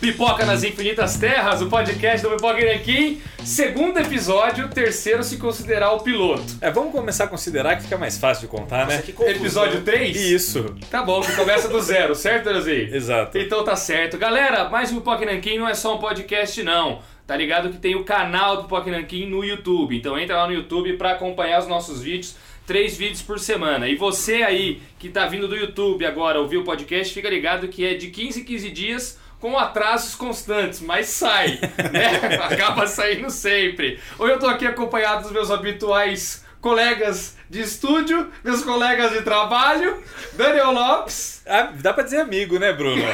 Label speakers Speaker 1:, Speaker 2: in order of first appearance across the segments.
Speaker 1: Pipoca nas Infinitas Terras, o podcast do Pipoca Irequim. Segundo episódio, terceiro se considerar o piloto.
Speaker 2: É, vamos começar a considerar que fica mais fácil de contar, né?
Speaker 3: que confusão.
Speaker 1: Episódio 3?
Speaker 2: Isso,
Speaker 1: Tá bom, que começa do zero, certo, Dorozinho?
Speaker 2: exato.
Speaker 1: Então tá certo. Galera, mais um Pipoca Nanquim não é só um podcast, não. Tá ligado que tem o canal do Pipoca Nanquim no YouTube. Então entra lá no YouTube pra acompanhar os nossos vídeos. Três vídeos por semana. E você aí que tá vindo do YouTube agora ouvir o podcast, fica ligado que é de 15 em 15 dias com atrasos constantes, mas sai, né? Acaba saindo sempre. Hoje eu tô aqui acompanhado dos meus habituais colegas de estúdio, meus colegas de trabalho, Daniel Lopes.
Speaker 2: Ah, dá pra dizer amigo, né, Bruno?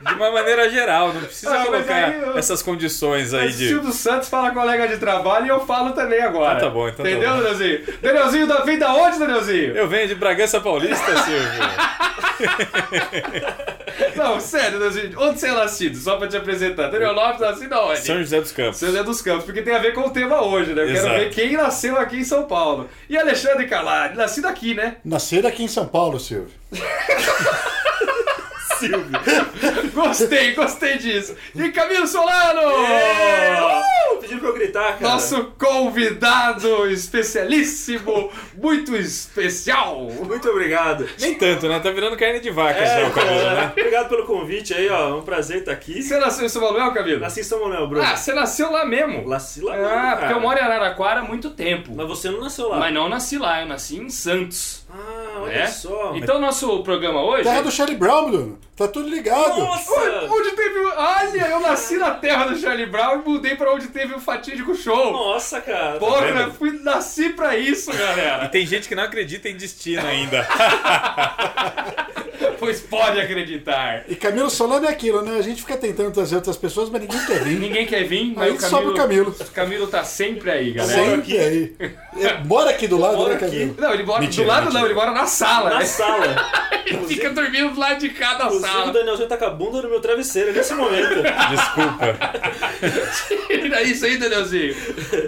Speaker 2: de uma maneira geral, não precisa
Speaker 1: Ah, mas
Speaker 2: colocar
Speaker 1: aí eu-
Speaker 2: essas condições aí
Speaker 1: Mas
Speaker 2: de.
Speaker 1: Silvio Santos fala colega de trabalho e eu falo também agora.
Speaker 2: Ah, tá bom, então tá
Speaker 1: Entendeu,
Speaker 2: bom.
Speaker 1: Danielzinho? Danielzinho da vida onde, Danielzinho?
Speaker 2: Eu venho de Bragança Paulista, Silvio.
Speaker 1: Não, sério, Danielzinho. Onde você é nascido? Só pra te apresentar. Daniel Lopes nascido aonde?
Speaker 2: São José dos Campos.
Speaker 1: São José é dos Campos, porque tem a ver com o tema hoje, né? Eu
Speaker 2: Exato.
Speaker 1: quero ver quem nasceu aqui em São Paulo. E Alexandre Calari, nascido aqui, né?
Speaker 3: Nascer aqui em São Paulo, Silvio.
Speaker 2: Silvio.
Speaker 1: Gostei, gostei disso. E Camilo Solano!
Speaker 4: É, Pediram pra eu gritar, cara.
Speaker 1: Nosso convidado especialíssimo, muito especial.
Speaker 4: Muito obrigado.
Speaker 2: Nem tanto, né? Tá virando carne de vaca
Speaker 4: É,
Speaker 2: já o cabelo,
Speaker 4: cara,
Speaker 2: né?
Speaker 4: Obrigado pelo convite aí, ó. É um prazer estar aqui.
Speaker 1: Você nasceu em São Manuel, Camilo?
Speaker 4: Nasci em São Manuel, Bruno.
Speaker 1: Ah, você nasceu lá mesmo.
Speaker 4: Lá se lá,
Speaker 1: Ah,
Speaker 4: cara.
Speaker 1: porque eu moro em Araraquara há muito tempo.
Speaker 4: Mas você não nasceu lá.
Speaker 1: Mas não nasci lá, eu nasci em Santos.
Speaker 4: Ah, olha
Speaker 1: É?
Speaker 4: só.
Speaker 1: Então nosso programa hoje.
Speaker 3: Terra do Charlie Brown, Bruno. Tá tudo ligado.
Speaker 1: Onde-
Speaker 4: Nossa!
Speaker 1: Onde teve. o- Olha, eu nasci na terra do Charlie Brown e mudei pra onde teve o fatídico show.
Speaker 4: Nossa, cara. Tá
Speaker 1: Porra, né?
Speaker 2: vendo?
Speaker 1: eu fui, nasci pra isso,
Speaker 2: E
Speaker 1: galera.
Speaker 2: tem gente que não acredita em destino ainda.
Speaker 1: pois pode acreditar.
Speaker 3: E Camilo Solano é aquilo, né? A gente fica tentando trazer outras pessoas, mas ninguém quer vir.
Speaker 1: Ninguém quer vir, mas
Speaker 3: Aí
Speaker 1: o Camilo.
Speaker 3: sobe o Camilo.
Speaker 1: o Camilo tá sempre aí, galera.
Speaker 3: Sempre aí. É, Mora aqui do lado,
Speaker 4: Mora
Speaker 3: né, Camilo?
Speaker 1: Não, ele mora
Speaker 2: Mentira,
Speaker 1: do lado
Speaker 2: mentira.
Speaker 1: não, ele mora na sala,
Speaker 4: Na
Speaker 1: né?
Speaker 4: sala.
Speaker 1: Ele fica dormindo do lado de cá da
Speaker 4: Inclusive, o
Speaker 1: sala.
Speaker 4: Danielzinho tá com a bunda no meu travesseiro nesse momento.
Speaker 2: Desculpa.
Speaker 1: Era É isso aí, Danielzinho.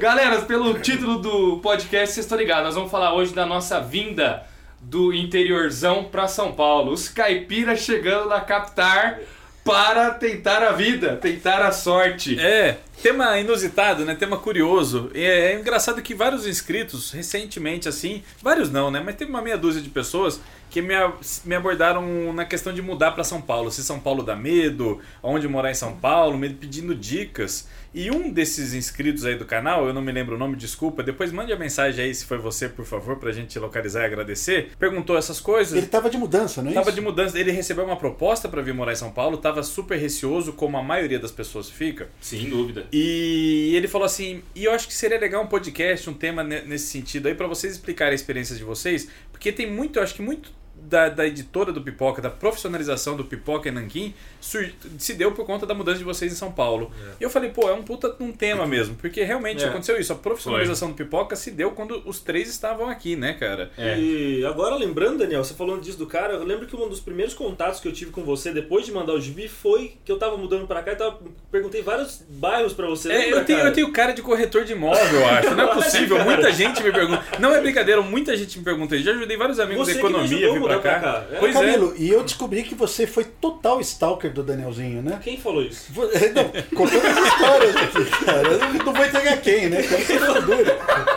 Speaker 1: Galera, pelo título do podcast, vocês estão ligados. Nós vamos falar hoje da nossa vinda do interiorzão pra São Paulo. Os caipiras chegando na captar para tentar a vida, tentar a sorte.
Speaker 2: É, tema inusitado, né? Tema curioso. É, é engraçado que vários inscritos, recentemente, assim, vários não, né? Mas teve uma meia dúzia de pessoas que me, a- me abordaram na questão de mudar pra São Paulo. Se São Paulo dá medo, aonde morar em São Paulo, me pedindo dicas. E um desses inscritos aí do canal, eu não me lembro o nome, desculpa, depois mande a mensagem aí se foi você, por favor, pra gente localizar e agradecer. Perguntou essas coisas.
Speaker 3: Ele tava de mudança, não é
Speaker 2: Tava
Speaker 3: isso?
Speaker 2: de mudança, ele recebeu uma proposta pra vir morar em São Paulo, tava super receoso, como a maioria das pessoas fica.
Speaker 1: Sem dúvida.
Speaker 2: E ele falou assim: e eu acho que seria legal um podcast, um tema ne- nesse sentido aí, pra vocês explicarem a experiência de vocês, porque tem muito, eu acho que muito da, da editora do Pipoca, da profissionalização do Pipoca e Nanquim, sur- se deu por conta da mudança de vocês em São Paulo. E eu falei: pô, é um puta um tema mesmo, porque realmente
Speaker 4: É.
Speaker 2: aconteceu isso. A profissionalização do Pipoca se deu quando os três estavam aqui, né, cara?
Speaker 1: É.
Speaker 4: E agora lembrando, Daniel, você falando disso do cara, eu lembro que um dos primeiros contatos que eu tive com você depois de mandar o gibi foi que eu tava mudando pra cá e tava, perguntei vários bairros pra você.
Speaker 2: É,
Speaker 4: lembra,
Speaker 2: eu, tenho,
Speaker 4: cara?
Speaker 2: eu tenho cara de corretor de imóvel, eu acho. Não é possível. Muita gente me pergunta. Não é brincadeira, muita gente me pergunta. isso. Já ajudei vários amigos
Speaker 4: Você
Speaker 2: da
Speaker 4: que me
Speaker 2: economia a
Speaker 4: ajudou
Speaker 2: vir pra
Speaker 4: a mudar
Speaker 2: cá.
Speaker 4: pra cá. É.
Speaker 2: Pois é.
Speaker 3: Camilo, e eu descobri que você foi total stalker do Danielzinho, né?
Speaker 4: Quem falou isso?
Speaker 3: Vo- Não, contando as histórias aqui, cara. Eu não vou entregar quem, né? Como você tá duro.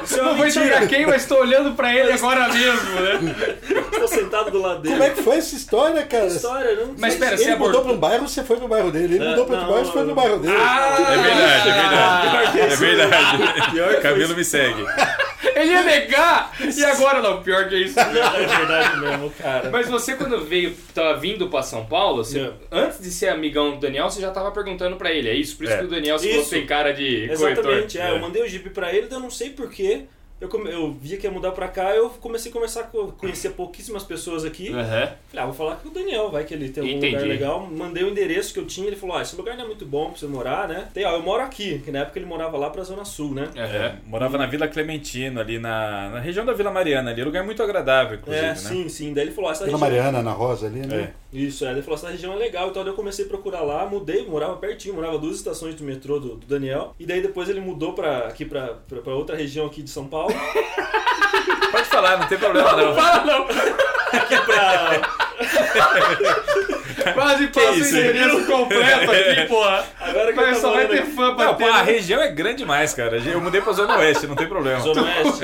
Speaker 4: Isso é
Speaker 1: Não
Speaker 4: uma
Speaker 1: vou
Speaker 4: mentira.
Speaker 1: enxergar quem, mas estou olhando pra ele agora mesmo, né?
Speaker 4: Estou sentado do lado dele.
Speaker 3: Como é que foi essa história, cara?
Speaker 4: História, não
Speaker 1: Mas
Speaker 4: sei.
Speaker 1: pera,
Speaker 3: Ele
Speaker 1: você
Speaker 3: mudou
Speaker 1: abordou.
Speaker 3: para um bairro, você foi pro bairro dele. Ele
Speaker 4: É,
Speaker 3: mudou para outro
Speaker 4: não,
Speaker 3: bairro, você foi
Speaker 4: não.
Speaker 3: pro bairro dele.
Speaker 1: Ah!
Speaker 2: É verdade, é
Speaker 4: Ah,
Speaker 2: verdade. É
Speaker 4: Pior
Speaker 2: verdade.
Speaker 4: que
Speaker 2: Camilo me segue.
Speaker 1: Ele ia negar! E agora não, pior que isso.
Speaker 4: Não, é verdade mesmo, cara.
Speaker 1: Mas você, quando veio, tava vindo pra São Paulo, você-
Speaker 4: Não.
Speaker 1: antes de ser amigão do Daniel, você já tava perguntando pra ele, é isso? Por isso
Speaker 2: É.
Speaker 1: que o Daniel se
Speaker 4: Isso.
Speaker 1: falou tem cara de
Speaker 4: Exatamente, é,
Speaker 2: É.
Speaker 4: eu mandei o Jeep pra ele, daí eu não sei porquê. Eu, come- eu via que ia mudar pra cá, eu comecei a começar a co- conhecer pouquíssimas pessoas aqui.
Speaker 1: corretor. Aham.
Speaker 4: Falei, ah, vou falar com o Daniel, vai que ele tem algum lugar
Speaker 1: Entendi.
Speaker 4: legal. Mandei o endereço que eu tinha, ele falou, ah, esse lugar não é muito bom pra você morar, né? Tem, ó, eu moro aqui, que na época ele morava lá pra Zona Sul, né?
Speaker 1: Aham.
Speaker 2: É, Morava na Vila Clementina, ali na, na região da Vila Mariana, ali. Lugar muito agradável, inclusive,
Speaker 4: É,
Speaker 2: né?
Speaker 4: sim, sim. Daí ele falou, ah, essa
Speaker 3: Pela
Speaker 4: região...
Speaker 3: Mariana, na Rosa ali, né?
Speaker 2: É.
Speaker 4: Isso, é, ele falou, essa região é legal. Então daí eu comecei a procurar lá, mudei, morava pertinho, morava duas estações do metrô do, do Daniel. E daí depois ele mudou pra, aqui pra, pra, pra outra região aqui de São
Speaker 2: Pode
Speaker 4: Paulo.
Speaker 2: É. falar, não tem problema não.
Speaker 1: Fala não!
Speaker 4: pra...
Speaker 1: Quase passei
Speaker 2: isso,
Speaker 1: o
Speaker 2: hein?
Speaker 1: endereço completo aqui, porra.
Speaker 4: Agora que eu
Speaker 1: Mas
Speaker 4: tô
Speaker 1: só vai
Speaker 4: tá falando
Speaker 1: ter
Speaker 4: aqui.
Speaker 1: fã pra
Speaker 2: Não,
Speaker 1: ter. né?
Speaker 2: pô,
Speaker 4: né?
Speaker 2: a região é grande demais, cara. Eu mudei pra Zona Oeste, não tem problema.
Speaker 4: Zona Oeste.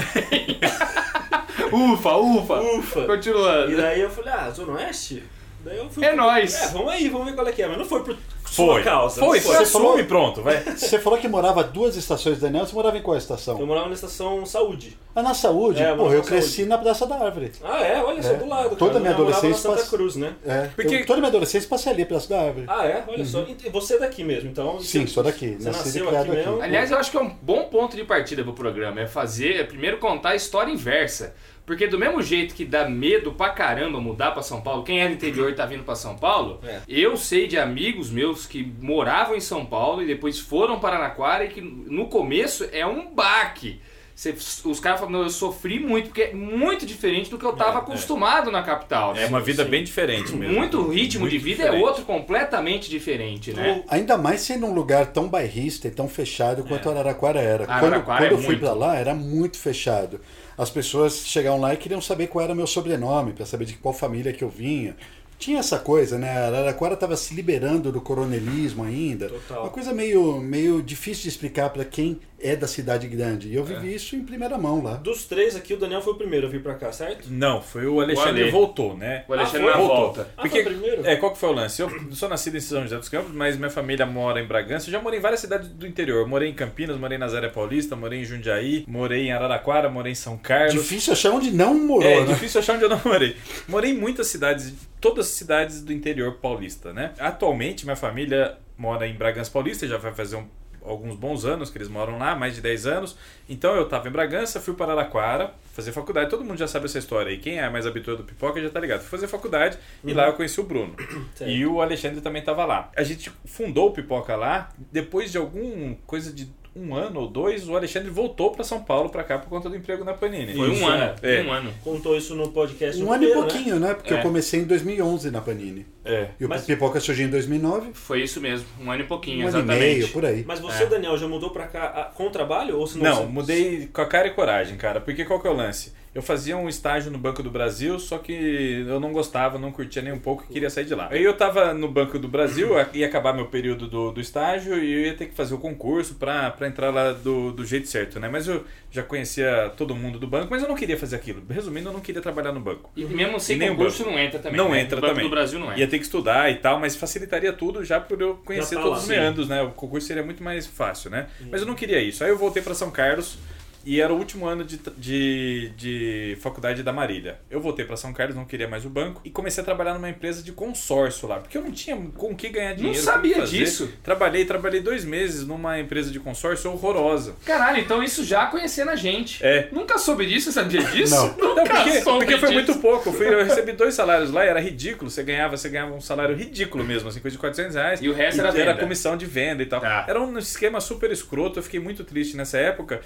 Speaker 1: Ufa, ufa.
Speaker 4: Ufa. E
Speaker 1: Continuando.
Speaker 4: daí eu falei, ah, Zona Oeste? Daí eu fui
Speaker 1: É
Speaker 4: pro-
Speaker 1: nóis.
Speaker 4: É, vamos aí, vamos ver qual é que é. Mas não foi por sua
Speaker 2: Foi.
Speaker 4: causa.
Speaker 2: Foi,
Speaker 4: não
Speaker 2: foi.
Speaker 3: Você
Speaker 2: Assume,
Speaker 3: falou-
Speaker 2: pronto, vai.
Speaker 3: Você falou que morava duas estações do Daniel, você morava em qual
Speaker 4: Eu
Speaker 3: estação?
Speaker 4: morava na estação Saúde.
Speaker 3: Ah, na saúde?
Speaker 4: É, eu
Speaker 3: Porra,
Speaker 4: morava
Speaker 3: eu
Speaker 4: na
Speaker 3: cresci na Praça da Árvore.
Speaker 4: Ah, é? Olha só,
Speaker 3: É.
Speaker 4: do lado.
Speaker 3: Toda
Speaker 4: cara.
Speaker 3: minha
Speaker 4: Eu morava
Speaker 3: adolescência
Speaker 4: na Santa
Speaker 3: passa-
Speaker 4: Cruz, né?
Speaker 3: É.
Speaker 2: Porque-
Speaker 3: Eu, toda minha adolescência passei ali, Praça da Árvore.
Speaker 4: Ah, é? Olha só. E Você é daqui mesmo, então...
Speaker 3: Uhum. Sim,
Speaker 4: você-
Speaker 3: sou daqui.
Speaker 4: Você
Speaker 3: nasci e
Speaker 4: nasceu
Speaker 3: criado
Speaker 4: aqui mesmo?
Speaker 1: Aliás, eu acho que é um bom ponto de partida pro programa. É fazer, é primeiro contar a história inversa. Porque do mesmo jeito que dá medo pra caramba mudar pra São Paulo, quem é do interior e tá vindo pra São Paulo,
Speaker 4: É.
Speaker 1: eu sei de amigos meus que moravam em São Paulo e depois foram para Araraquara e que no começo é um baque. Você- os caras falam, "Não, eu sofri muito, porque é muito diferente do que eu tava
Speaker 2: É, é.
Speaker 1: acostumado na capital.
Speaker 2: É uma vida bem diferente mesmo.
Speaker 1: Muito ritmo
Speaker 2: Muito
Speaker 1: de vida
Speaker 2: diferente.
Speaker 1: é outro completamente diferente, né?
Speaker 4: Ou-
Speaker 3: Ainda mais sendo um lugar tão bairrista e tão fechado quanto Araraquara era. quando
Speaker 1: Araraquara
Speaker 3: quando
Speaker 1: é
Speaker 3: eu fui
Speaker 1: muito.
Speaker 3: pra lá, era muito fechado. As pessoas chegavam lá e queriam saber qual era o meu sobrenome, pra saber de qual família que eu vinha. Tinha essa coisa, né? Araraquara estava se liberando do coronelismo ainda.
Speaker 4: Total.
Speaker 3: Uma coisa meio, meio difícil de explicar pra quem é da cidade grande. E eu vivi isso em primeira mão lá.
Speaker 4: Dos três aqui, o Daniel foi o primeiro a vir pra cá, certo?
Speaker 2: Não, foi o Alexandre
Speaker 1: O Ale.
Speaker 2: voltou, né?
Speaker 1: O Alexandre
Speaker 4: Ah,
Speaker 1: na
Speaker 4: foi?
Speaker 1: volta.
Speaker 4: Ah,
Speaker 2: Porque,
Speaker 4: foi o primeiro?
Speaker 2: é, qual que foi o lance? Eu sou nascido em São José dos Campos, mas minha família mora em Bragança. Eu já morei em várias cidades do interior. Eu morei em Campinas, morei na Nazaré Paulista, morei em Jundiaí, morei em Araraquara, morei em São Carlos.
Speaker 3: Difícil achar onde não morou,
Speaker 2: É,
Speaker 3: né?
Speaker 2: difícil achar onde eu não morei. Morei em muitas cidades, todas as cidades do interior paulista, né? Atualmente, minha família mora em Bragança Paulista, já vai fazer um- alguns bons anos que eles moram lá, mais de 10 anos. Então, eu tava em Bragança, fui para Araraquara fazer faculdade. Todo mundo já sabe essa história aí. Quem é mais habituado do Pipoca já tá ligado. Fui fazer faculdade e lá eu conheci o Bruno.
Speaker 4: Certo.
Speaker 2: E o Alexandre também tava lá. A gente fundou o Pipoca lá, depois de algum coisa de um ano ou dois, o Alexandre voltou para São Paulo, para cá, por conta do emprego na Panini.
Speaker 1: Foi
Speaker 2: Isso,
Speaker 1: um ano.
Speaker 2: é.
Speaker 1: Um ano.
Speaker 4: Contou isso no podcast
Speaker 3: Um
Speaker 4: no
Speaker 3: ano e
Speaker 4: primeiro, né?
Speaker 3: pouquinho, né? Porque
Speaker 1: É.
Speaker 3: eu comecei em 2011 na Panini.
Speaker 2: É.
Speaker 3: E o
Speaker 4: Mas-
Speaker 3: Pipoca surgiu em 2009.
Speaker 1: Foi isso mesmo, um ano e pouquinho,
Speaker 3: Um ano e
Speaker 1: exatamente.
Speaker 3: meio, por aí.
Speaker 4: Mas você, Daniel, já mudou pra cá ah, com trabalho? Ou se não,
Speaker 2: Não,
Speaker 4: você-
Speaker 2: mudei com a cara e coragem, cara. Porque qual que é o lance? Eu fazia um estágio no Banco do Brasil, só que eu não gostava, não curtia nem um pouco e queria sair de lá. Aí eu tava no Banco do Brasil, a- ia acabar meu período do, do estágio e eu ia ter que fazer o concurso pra, pra entrar lá do, do jeito certo, né? Mas eu já conhecia todo mundo do banco, mas eu não queria fazer aquilo. Resumindo, eu não queria trabalhar no banco.
Speaker 1: E mesmo sem
Speaker 2: E nem o
Speaker 1: concurso não entra também.
Speaker 2: Não
Speaker 1: né?
Speaker 2: entra
Speaker 1: o Banco
Speaker 2: também.
Speaker 1: do Brasil não
Speaker 2: Ia
Speaker 1: entra.
Speaker 2: ter que estudar e tal, mas facilitaria tudo já por eu conhecer
Speaker 4: Já tá
Speaker 2: todos
Speaker 4: lá. Uhum.
Speaker 2: os meandros, né? O concurso seria muito mais fácil, né? Mas eu não queria isso. Aí eu voltei para São Carlos e era o último ano de, de, de faculdade da Marília. Eu voltei para São Carlos, não queria mais o banco e comecei a trabalhar numa empresa de consórcio lá, porque eu não tinha com o que ganhar dinheiro. como
Speaker 1: sabia
Speaker 2: fazer.
Speaker 1: disso.
Speaker 2: Trabalhei, trabalhei dois meses numa empresa de consórcio horrorosa.
Speaker 1: Caralho, então isso já conhecendo a gente.
Speaker 2: É.
Speaker 1: Nunca soube disso, sabia disso?
Speaker 3: Não.
Speaker 2: Não, É
Speaker 1: Nunca
Speaker 2: porque,
Speaker 1: soube
Speaker 2: porque foi
Speaker 1: disso.
Speaker 2: muito pouco. Eu, fui- eu recebi dois salários lá e era ridículo. Você ganhava, você ganhava um salário ridículo mesmo, assim, coisa de 400 reais.
Speaker 1: E o resto era venda.
Speaker 2: comissão de venda e tal.
Speaker 1: Tá.
Speaker 2: Era um esquema super escroto, eu fiquei muito triste nessa época.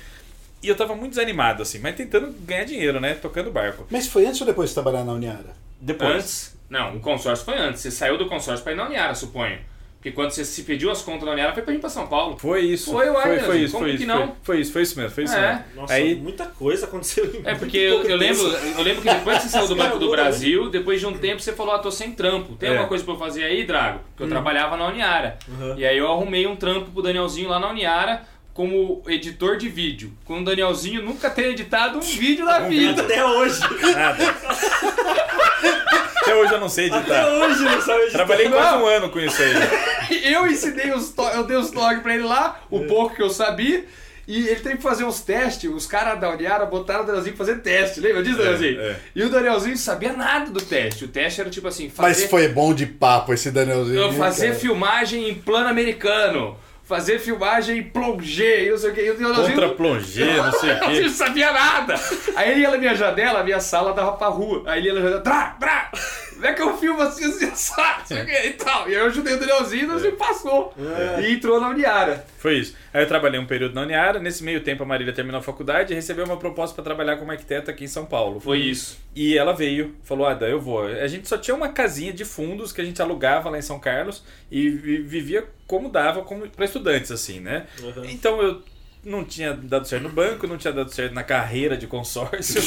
Speaker 2: E eu tava muito desanimado, assim, mas tentando ganhar dinheiro, né? Tocando barco.
Speaker 3: Mas foi antes ou depois de trabalhar na Uniara?
Speaker 2: Depois.
Speaker 1: Antes. Não, o consórcio foi antes. Você saiu do consórcio pra ir na Uniara, suponho. Porque quando você se pediu as contas na Uniara, foi pra ir pra São Paulo.
Speaker 2: Foi isso.
Speaker 1: Foi, uai,
Speaker 2: foi,
Speaker 1: mesmo.
Speaker 2: foi isso,
Speaker 1: Como
Speaker 2: foi
Speaker 1: que
Speaker 2: isso.
Speaker 1: não?
Speaker 2: Foi, foi isso, foi isso mesmo, foi isso
Speaker 1: É.
Speaker 2: mesmo.
Speaker 4: Nossa,
Speaker 2: Aí,
Speaker 4: muita coisa aconteceu em
Speaker 1: É
Speaker 4: muito
Speaker 1: porque eu,
Speaker 4: um pouco
Speaker 1: eu
Speaker 4: tempo.
Speaker 1: lembro, eu lembro que depois que você saiu do Banco do
Speaker 4: Caramba.
Speaker 1: Brasil, depois de um tempo você falou, ah, tô sem trampo. Tem
Speaker 2: É.
Speaker 1: alguma coisa pra eu fazer aí, Drago? Porque eu trabalhava na Uniara.
Speaker 4: Uhum.
Speaker 1: E aí eu arrumei um trampo pro Danielzinho lá na Uniara como editor de vídeo. Com o Danielzinho nunca ter editado um vídeo na vida.
Speaker 4: Até hoje.
Speaker 2: nada. Até hoje eu não sei
Speaker 4: Até
Speaker 2: editar.
Speaker 4: hoje não sabe
Speaker 2: Tá.
Speaker 4: editar.
Speaker 2: Trabalhei quase um ano com isso aí.
Speaker 1: Eu ensinei os to- eu dei os toques pra ele lá, o pouco que eu sabia. E ele teve que fazer uns testes, os caras da Uniara botaram o Danielzinho pra fazer teste, lembra disso, Danielzinho?
Speaker 2: é.
Speaker 1: E o Danielzinho não sabia nada do teste. O teste era tipo assim, fazer
Speaker 3: Mas foi bom de papo esse Danielzinho.
Speaker 1: Eu
Speaker 3: hein,
Speaker 1: fazer
Speaker 3: cara?
Speaker 1: filmagem em plano americano. Fazer filmagem em plongé, eu não sei o que. Eu, eu,
Speaker 2: Contra
Speaker 1: eu,
Speaker 2: plongê, não sei o
Speaker 1: eu não
Speaker 2: quê.
Speaker 1: sabia nada. Aí ele ia na minha janela, a minha sala dava pra rua. Aí ele ia na janela, trá, trá, como é que eu filmo assim, assim, assado, não sei o quê, e tal. E aí eu ajudei o Danielzinho, e passou. E entrou na Uniara.
Speaker 2: Foi isso. Aí eu trabalhei um período na Uniara, nesse meio tempo a Marília terminou a faculdade e recebeu uma proposta pra trabalhar como arquiteta aqui em São Paulo.
Speaker 1: Foi isso.
Speaker 2: E ela veio, falou: Ada, eu vou. A gente só tinha uma casinha de fundos que a gente alugava lá em São Carlos e vi- vivia como dava como para estudantes, assim, né?
Speaker 4: Uhum.
Speaker 2: Então eu não tinha dado certo no banco, não tinha dado certo na carreira de consórcio,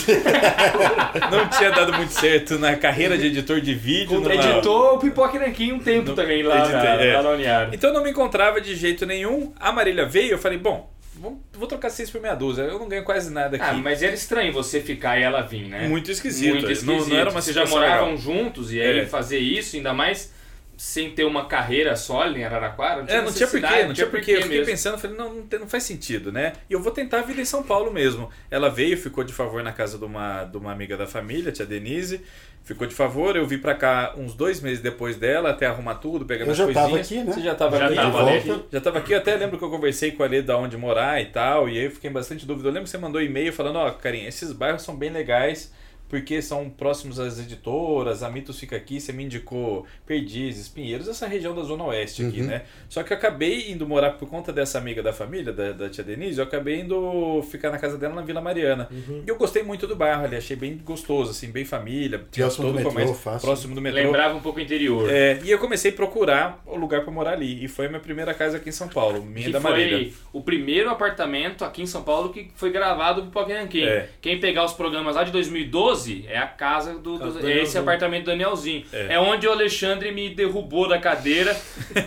Speaker 2: não tinha dado muito certo na carreira de editor de vídeo. numa-
Speaker 1: Editou o Pipoca Nanquim um tempo
Speaker 2: No-
Speaker 1: também lá,
Speaker 2: editei,
Speaker 1: na,
Speaker 2: é.
Speaker 1: lá na Uniário.
Speaker 2: Então eu não me encontrava de jeito nenhum. A Marília veio, eu falei, bom, vou, vou trocar seis por meia dúzia, eu não ganho quase nada
Speaker 1: Ah,
Speaker 2: aqui.
Speaker 1: mas era estranho você ficar e ela vir, né?
Speaker 2: Ah, Muito esquisito, é.
Speaker 1: Muito
Speaker 2: não- não
Speaker 1: esquisito.
Speaker 2: era uma
Speaker 1: Vocês já
Speaker 2: situação
Speaker 1: moravam
Speaker 2: legal.
Speaker 1: juntos e aí
Speaker 2: É.
Speaker 1: fazer isso, ainda mais sem ter uma carreira sólida em Araraquara, não tinha
Speaker 2: É, não tinha porquê,
Speaker 1: necessidade,
Speaker 2: não tinha porquê. Eu fiquei
Speaker 1: mesmo.
Speaker 2: pensando, falei, não, não, tem- não faz sentido, né? E eu vou tentar a vida em São Paulo mesmo. Ela veio, ficou de favor na casa de uma, de uma amiga da família, tia Denise, ficou de favor, eu vim pra cá uns dois meses depois dela, até arrumar tudo, pegar
Speaker 3: Eu
Speaker 2: minhas
Speaker 3: já tava
Speaker 2: coisinhas.
Speaker 3: aqui, né?
Speaker 2: Você já tava
Speaker 1: Já
Speaker 2: aqui.
Speaker 1: tava ali.
Speaker 2: Já tava aqui, eu até lembro que eu conversei com a Lê da onde morar e tal, e aí eu fiquei em bastante dúvida. Eu lembro que você mandou e-mail falando, ó, carinha, esses bairros são bem legais, porque são próximos às editoras, a Mitos fica aqui, você me indicou Perdizes, Pinheiros, essa região da Zona Oeste
Speaker 3: Uhum.
Speaker 2: aqui, né? Só que eu acabei indo morar por conta dessa amiga da família, da, da tia Denise, eu acabei indo ficar na casa dela na Vila Mariana.
Speaker 3: Uhum.
Speaker 2: E eu gostei muito do bairro ali, achei bem gostoso, assim, bem família, tinha
Speaker 3: Próximo
Speaker 2: todo
Speaker 3: do
Speaker 2: o
Speaker 3: metrô,
Speaker 2: comércio,
Speaker 3: fácil.
Speaker 2: próximo do metrô.
Speaker 1: Lembrava um pouco o interior.
Speaker 2: É, e eu comecei a procurar o lugar pra morar ali. E foi a minha primeira casa aqui em São Paulo, minha
Speaker 1: que
Speaker 2: da Marília.
Speaker 1: foi o primeiro apartamento aqui em São Paulo que foi gravado pro Pokémon King.
Speaker 2: É.
Speaker 1: Quem pegar os programas lá de 2012 é a casa do, do-
Speaker 4: Casa do
Speaker 1: é esse
Speaker 4: Danielzinho.
Speaker 1: apartamento do Danielzinho.
Speaker 2: É.
Speaker 1: É. onde o Alexandre me derrubou da cadeira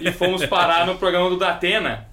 Speaker 1: e fomos parar no programa do Datena.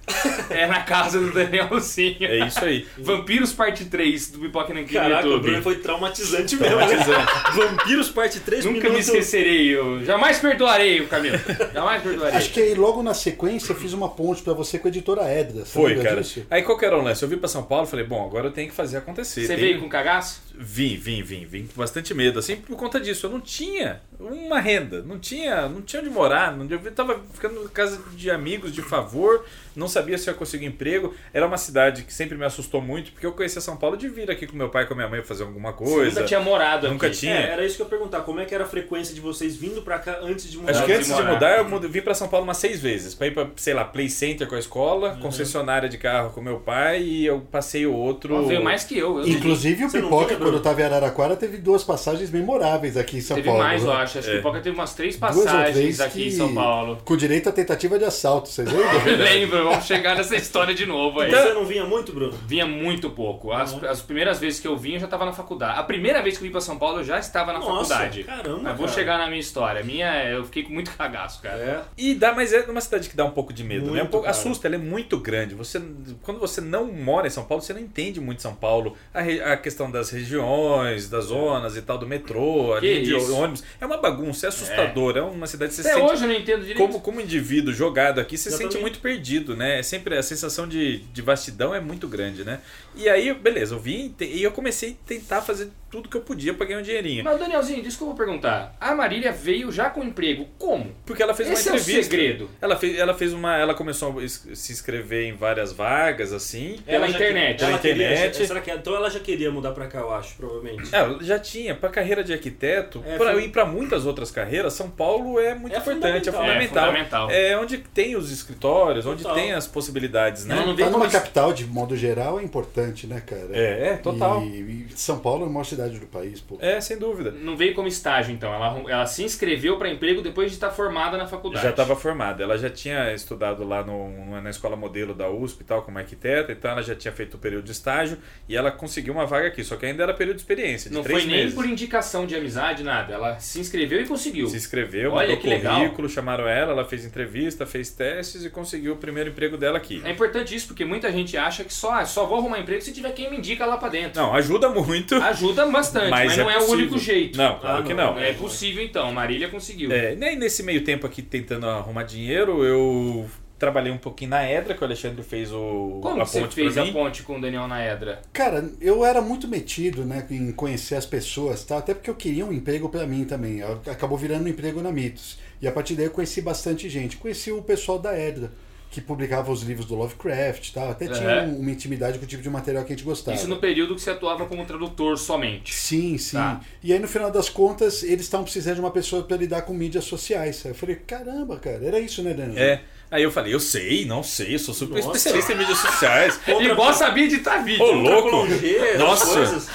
Speaker 1: É na casa do Danielzinho.
Speaker 2: É isso aí.
Speaker 1: Vampiros Parte 3 do Pipoca Nanquim no
Speaker 4: Caraca, o Bruno
Speaker 1: YouTube.
Speaker 4: foi traumatizante mesmo. né? Vampiros parte 3
Speaker 1: Nunca me
Speaker 4: minutos.
Speaker 1: esquecerei, eu jamais perdoarei o Camilo. Jamais perdoarei.
Speaker 3: Acho que aí logo na sequência eu fiz uma ponte pra você com a editora Edra. Você
Speaker 2: Foi,
Speaker 3: lembra
Speaker 2: cara.
Speaker 3: disso?
Speaker 2: Aí qual que era o lance? Eu vim pra São Paulo falei, bom, agora eu tenho que fazer acontecer.
Speaker 1: Você
Speaker 2: Tem-
Speaker 1: veio com cagaço?
Speaker 2: Vim, vim, vim, vim com bastante medo, assim, por conta disso. Eu não tinha uma renda, não tinha, não tinha onde morar, não, eu tava ficando na casa de amigos de favor, não sabia se eu ia conseguir emprego. Era uma cidade que sempre me assustou muito, porque eu conhecia São Paulo de vir aqui com meu pai e com minha mãe fazer alguma coisa.
Speaker 1: Nunca tinha morado
Speaker 2: Nunca
Speaker 1: aqui.
Speaker 2: tinha.
Speaker 4: É, era isso que eu ia perguntar. Como é que era a frequência de vocês vindo pra cá antes de mudar?
Speaker 2: Acho que
Speaker 1: de
Speaker 2: antes de
Speaker 1: morar.
Speaker 2: mudar, eu mudei- vim pra São Paulo umas seis vezes. Pra ir pra, sei lá, Play Center com a escola,
Speaker 1: Uhum.
Speaker 2: concessionária de carro com meu pai e eu passei o outro.
Speaker 1: Não veio mais que eu. eu
Speaker 3: Inclusive o
Speaker 4: Você não
Speaker 3: Pipoca,
Speaker 4: lembra?
Speaker 3: quando eu tava em Araraquara, teve duas passagens memoráveis aqui em São
Speaker 1: Teve
Speaker 3: Paulo.
Speaker 1: mais,
Speaker 3: né?
Speaker 1: eu acho. Acho que o Poca teve umas três
Speaker 3: Duas ou
Speaker 1: passagens
Speaker 3: três
Speaker 1: aqui
Speaker 3: que-
Speaker 1: em São Paulo.
Speaker 3: Com direito à tentativa de assalto, vocês lembram?
Speaker 1: Lembro, vamos chegar nessa história de novo aí.
Speaker 4: Você não vinha muito, Bruno?
Speaker 1: Vinha muito pouco. As, as primeiras vezes que eu vim, eu já estava na faculdade. A primeira vez que eu vim pra São Paulo, eu já estava na
Speaker 4: Nossa,
Speaker 1: faculdade.
Speaker 4: caramba,
Speaker 1: Mas vou
Speaker 4: cara.
Speaker 1: chegar na minha história. Minha, eu fiquei com muito cagaço, cara.
Speaker 4: É.
Speaker 2: E dá, mas é uma cidade que dá um pouco de medo, né? Um
Speaker 4: Muito,
Speaker 2: pouco,
Speaker 4: cara.
Speaker 2: assusta, ela é muito grande. Você, quando você não mora em São Paulo, você não entende muito São Paulo. A, re- a questão das regiões, das zonas e tal, do metrô, a
Speaker 1: Que
Speaker 2: linha de
Speaker 1: isso.
Speaker 2: ônibus. É uma bagunça, é assustador. É, uma cidade que você
Speaker 1: Até
Speaker 2: sente
Speaker 1: hoje eu não entendo direito.
Speaker 2: Como, como indivíduo jogado aqui, você
Speaker 4: Exatamente.
Speaker 2: sente muito perdido, né? É sempre a sensação de, de vastidão é muito grande, né? E aí, beleza, eu vim te- e eu comecei a tentar fazer tudo que eu podia pra ganhar um dinheirinho.
Speaker 1: Mas, Danielzinho, desculpa perguntar. A Marília veio já com emprego. Como?
Speaker 2: Porque ela fez
Speaker 1: Esse é
Speaker 2: uma
Speaker 1: o
Speaker 2: entrevista.
Speaker 1: segredo.
Speaker 2: Ela fez, ela fez uma. Ela começou a es- se inscrever em várias vagas, assim.
Speaker 1: Pela
Speaker 4: já
Speaker 1: internet.
Speaker 4: que- ela
Speaker 2: Pela internet.
Speaker 4: Queria, será que, então ela já queria mudar pra cá, eu acho, provavelmente.
Speaker 2: Ela já tinha, pra carreira de arquiteto,
Speaker 4: É,
Speaker 2: pra,
Speaker 4: foi-
Speaker 2: e pra muitas outras carreiras, São Paulo é muito
Speaker 4: É
Speaker 2: importante,
Speaker 4: fundamental.
Speaker 1: É
Speaker 2: é
Speaker 1: fundamental.
Speaker 2: É onde tem os escritórios, onde
Speaker 4: Total.
Speaker 2: tem as possibilidades, né?
Speaker 1: Ela não
Speaker 3: Tá
Speaker 1: veio
Speaker 3: numa
Speaker 1: como...
Speaker 3: capital, de modo geral, é importante, né, cara?
Speaker 2: É, é, total.
Speaker 3: E, e São Paulo é a maior cidade do país, pô.
Speaker 2: É, sem dúvida.
Speaker 1: Não veio como estágio, então. Ela, arrum- ela se inscreveu pra emprego depois de estar formada na faculdade.
Speaker 2: Já estava formada. Ela já tinha estudado lá no, na escola modelo da USP e tal, como arquiteta, então ela já tinha feito o período de estágio e ela conseguiu uma vaga aqui, só que ainda era período de experiência, de
Speaker 1: Não
Speaker 2: três
Speaker 1: foi nem
Speaker 2: meses.
Speaker 1: por indicação de amizade, nada. Ela se inscreveu e conseguiu.
Speaker 2: Se inscreveu,
Speaker 1: Olha,
Speaker 2: mandou
Speaker 1: que legal.
Speaker 2: currículo, chamaram ela, ela fez entrevista, fez testes e conseguiu o primeiro emprego dela aqui.
Speaker 1: É importante isso, porque muita gente acha que só, ah, só vou arrumar emprego se tiver quem me indica lá pra dentro.
Speaker 2: Não, ajuda muito,
Speaker 1: Ajuda bastante, mas,
Speaker 2: mas,
Speaker 1: não é, o
Speaker 2: possível.
Speaker 1: único jeito.
Speaker 2: Não, claro
Speaker 4: Ah,
Speaker 2: que
Speaker 4: não.
Speaker 2: não.
Speaker 1: É possível então, Marília conseguiu.
Speaker 2: É, nem nesse meio tempo aqui tentando arrumar dinheiro, eu trabalhei um pouquinho na Edra, que o Alexandre fez o
Speaker 1: Como
Speaker 2: a
Speaker 1: que você
Speaker 2: ponte
Speaker 1: fez
Speaker 2: pra
Speaker 1: a
Speaker 2: mim.
Speaker 1: ponte com o Daniel Naedra?
Speaker 3: Cara, eu era muito metido, né, em conhecer as pessoas, tá? Até porque eu queria um emprego pra mim também. A- Acabou virando um emprego na Mitos. E a partir daí eu conheci bastante gente. Conheci o pessoal da Edra, que publicava os livros do Lovecraft, tá? Até tinha
Speaker 1: Uhum.
Speaker 3: um- uma intimidade com o tipo de material que a gente gostava.
Speaker 1: Isso no período que você atuava como tradutor somente.
Speaker 3: Sim, sim.
Speaker 1: Tá.
Speaker 3: E aí, no final das contas, eles estavam precisando de uma pessoa pra lidar com mídias sociais. Aí eu falei, caramba, cara, era isso, né, Daniel?
Speaker 2: É. Aí eu falei, eu sei, não sei, eu sou super
Speaker 4: Nossa.
Speaker 2: especialista em mídias sociais.
Speaker 1: E boss sabia editar tá vídeo.
Speaker 2: Ô, Tá louco!
Speaker 4: Colongê, essas
Speaker 2: Nossa.
Speaker 4: coisas.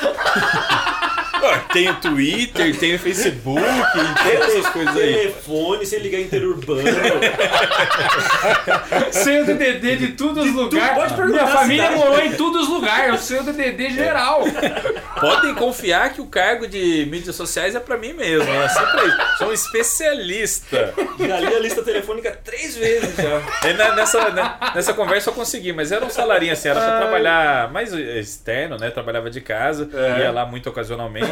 Speaker 2: Tem o Twitter, tem o Facebook, tem essas coisas aí.
Speaker 4: Telefone, sem ligar interurbano.
Speaker 1: Sei o DDD de todos os lugares.
Speaker 4: pode perguntar
Speaker 1: Minha
Speaker 4: tá. a
Speaker 1: família
Speaker 4: cidade.
Speaker 1: morou em todos os lugares. Eu sei o DDD geral.
Speaker 2: Podem confiar que o cargo de mídias sociais é pra mim mesmo. É só pra isso. Sou um especialista.
Speaker 4: Já li a lista telefônica três vezes já.
Speaker 2: E na- nessa, né, nessa conversa eu consegui, mas era um salarinho assim, era pra trabalhar mais externo, né? Trabalhava de casa,
Speaker 1: É.
Speaker 2: ia lá muito ocasionalmente.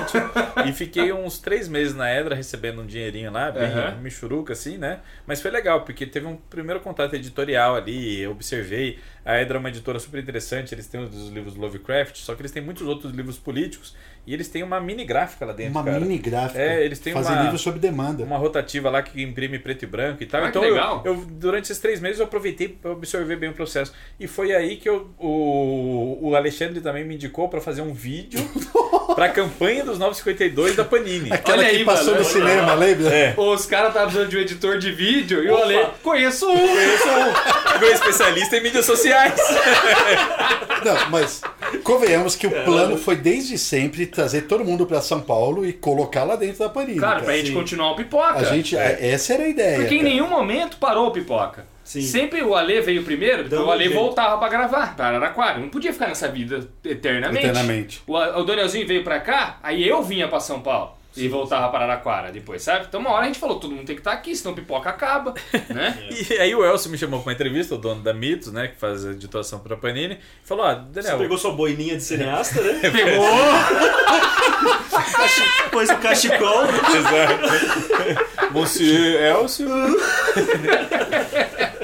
Speaker 2: e fiquei uns três meses na Edra recebendo um dinheirinho lá, bem
Speaker 1: Aham.
Speaker 2: michuruca assim, né? Mas foi legal, porque teve um primeiro contato editorial ali, eu observei. A Edra é uma editora super interessante, eles têm os livros Lovecraft, só que eles têm muitos outros livros políticos e eles têm uma mini gráfica lá dentro,
Speaker 3: Uma
Speaker 2: cara.
Speaker 3: mini gráfica.
Speaker 2: É, eles têm
Speaker 3: Fazer
Speaker 2: uma-
Speaker 3: livro sob demanda.
Speaker 2: Uma rotativa lá que imprime preto e branco e tal.
Speaker 1: Ah, que
Speaker 2: então,
Speaker 1: legal.
Speaker 2: Eu, eu- durante esses três meses, eu aproveitei para absorver bem o processo. E foi aí que eu, o, o Alexandre também me indicou para fazer um vídeo para a campanha dos 952 da Panini. Tipo,
Speaker 3: Aquela
Speaker 1: Olha
Speaker 3: que
Speaker 1: aí,
Speaker 3: passou
Speaker 1: mano,
Speaker 3: no
Speaker 1: olha
Speaker 3: cinema, lembra?
Speaker 2: É.
Speaker 1: Os caras tá precisando de um editor de vídeo e o
Speaker 4: Opa.
Speaker 1: Ale, conheço um.
Speaker 2: Eu sou meu especialista em mídias sociais.
Speaker 3: Não, mas convenhamos que
Speaker 1: É.
Speaker 3: o plano foi desde sempre trazer todo mundo pra São Paulo e colocar lá dentro da Panini.
Speaker 1: Cara,
Speaker 3: cara.
Speaker 1: pra gente continuar o pipoca.
Speaker 3: A gente, é, essa era a ideia.
Speaker 1: Porque em
Speaker 3: cara.
Speaker 1: nenhum momento parou o pipoca.
Speaker 4: Sim.
Speaker 1: Sempre o Ale veio primeiro, depois
Speaker 4: Dando
Speaker 1: o Ale
Speaker 4: um jeito.
Speaker 1: voltava pra gravar, pra Araraquara. Não podia ficar nessa vida eternamente.
Speaker 3: Eternamente.
Speaker 1: O, o Danielzinho veio pra cá, aí eu vinha pra São Paulo. E voltava pra Araraquara depois, sabe? Então uma hora a gente falou, todo mundo tem que estar aqui, senão o pipoca acaba, né?
Speaker 2: E aí o Elcio me chamou para uma entrevista, o dono da Mitos, né, que faz a editoração para a Panini, e falou: "Ó,
Speaker 4: Você
Speaker 2: Daniel,
Speaker 4: pegou sua boininha de cineasta, né?
Speaker 1: Pegou!
Speaker 4: Pôs o cachecol.
Speaker 2: Exato. Monsieur Elcio.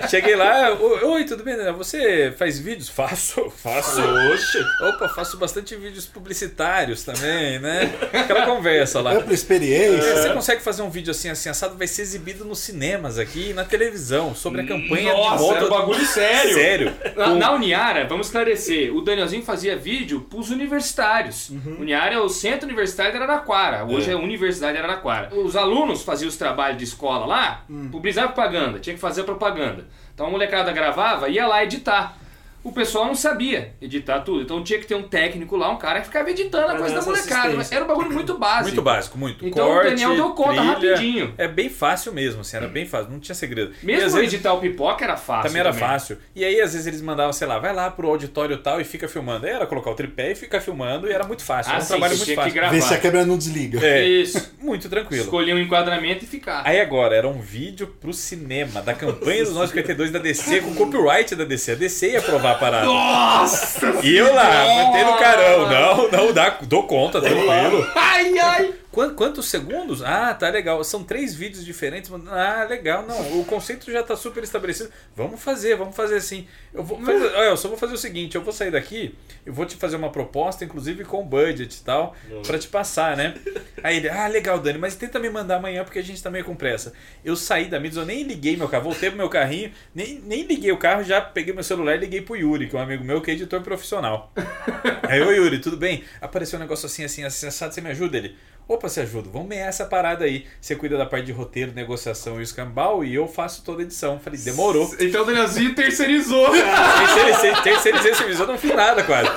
Speaker 2: Cheguei lá, "O- oi, tudo bem? Daniel? Você faz vídeos? Faço, faço.
Speaker 4: Oxe.
Speaker 2: Opa, faço bastante vídeos publicitários também, né? Aquela conversa lá.
Speaker 3: Ampla experiência.
Speaker 2: É, Você consegue fazer um vídeo assim, assim, assado, vai ser exibido nos cinemas aqui e na televisão, sobre a campanha
Speaker 1: Nossa,
Speaker 2: de volta.
Speaker 1: era um bagulho sério.
Speaker 2: Sério.
Speaker 1: Na, na Uniara, vamos esclarecer, o Danielzinho fazia vídeo pros universitários.
Speaker 4: Uhum.
Speaker 1: Uniara é o Centro Universitário de Araraquara, hoje é, Universidade de Araraquara. Os alunos faziam os trabalhos de escola lá,
Speaker 4: Hum.
Speaker 1: publicava propaganda, tinha que fazer propaganda. Então a molecada gravava ia lá editar. O pessoal não sabia editar tudo, então tinha que ter um técnico lá, um cara que ficava editando a
Speaker 4: Pra
Speaker 1: coisa
Speaker 4: dar
Speaker 1: da
Speaker 4: essa
Speaker 1: molecada. mas
Speaker 4: assistência.
Speaker 1: Era um bagulho muito básico.
Speaker 2: Muito básico, muito.
Speaker 1: Então o
Speaker 2: Corte,
Speaker 1: Daniel deu conta
Speaker 2: trilha.
Speaker 1: rapidinho.
Speaker 2: É bem fácil mesmo, assim, era bem fácil, não tinha segredo. E às
Speaker 1: Mesmo
Speaker 2: vezes-
Speaker 1: editar o pipoca era fácil.
Speaker 2: Também era fácil. E aí, às vezes, eles mandavam, sei lá, vai lá pro auditório tal e fica filmando. Aí era colocar o tripé e ficar filmando e era muito fácil.
Speaker 1: Ah,
Speaker 2: era um
Speaker 1: sim,
Speaker 2: trabalho
Speaker 1: você
Speaker 2: muito
Speaker 1: tinha que
Speaker 2: fácil.
Speaker 1: gravar.
Speaker 3: Ver se a câmera não desliga.
Speaker 2: É.
Speaker 1: Isso.
Speaker 2: Muito tranquilo.
Speaker 1: Escolher um enquadramento e ficar.
Speaker 2: Aí agora, era um vídeo pro cinema, da campanha dos 952 da DC, com copyright da DC. A DC ia aprovar a parada.
Speaker 1: Nossa!
Speaker 2: E eu lá, mantendo o carão. Não, não, dá, dou conta, tranquilo.
Speaker 1: Ai, ai!
Speaker 2: Quan- Quantos segundos? Ah, tá legal. São três vídeos diferentes. mas- Ah, legal. Não, o conceito já tá super estabelecido. Vamos fazer, vamos fazer assim. Eu vou fazer, olha, eu só vou fazer o seguinte: eu vou sair daqui, eu vou te fazer uma proposta, inclusive com budget e tal, pra te passar, né? Aí ele, ah, legal, Dani, mas tenta me mandar amanhã porque a gente tá meio com pressa. Eu saí da Midas, eu nem liguei meu carro, voltei pro meu carrinho, nem, nem liguei o carro, já peguei meu celular e liguei pro Yuri, que é um amigo meu que é editor profissional. Aí, ô Yuri, tudo bem? Apareceu um negócio assim, assim, assim, assado, você me ajuda? Ele, opa, você ajuda, vamos meia essa parada aí. Você cuida da parte de roteiro, negociação e escambau e eu faço toda a edição. Falei, demorou.
Speaker 1: Então o Danielzinho terceirizou.
Speaker 2: terceirizei, terceirizei esse visor, não fiz nada quase.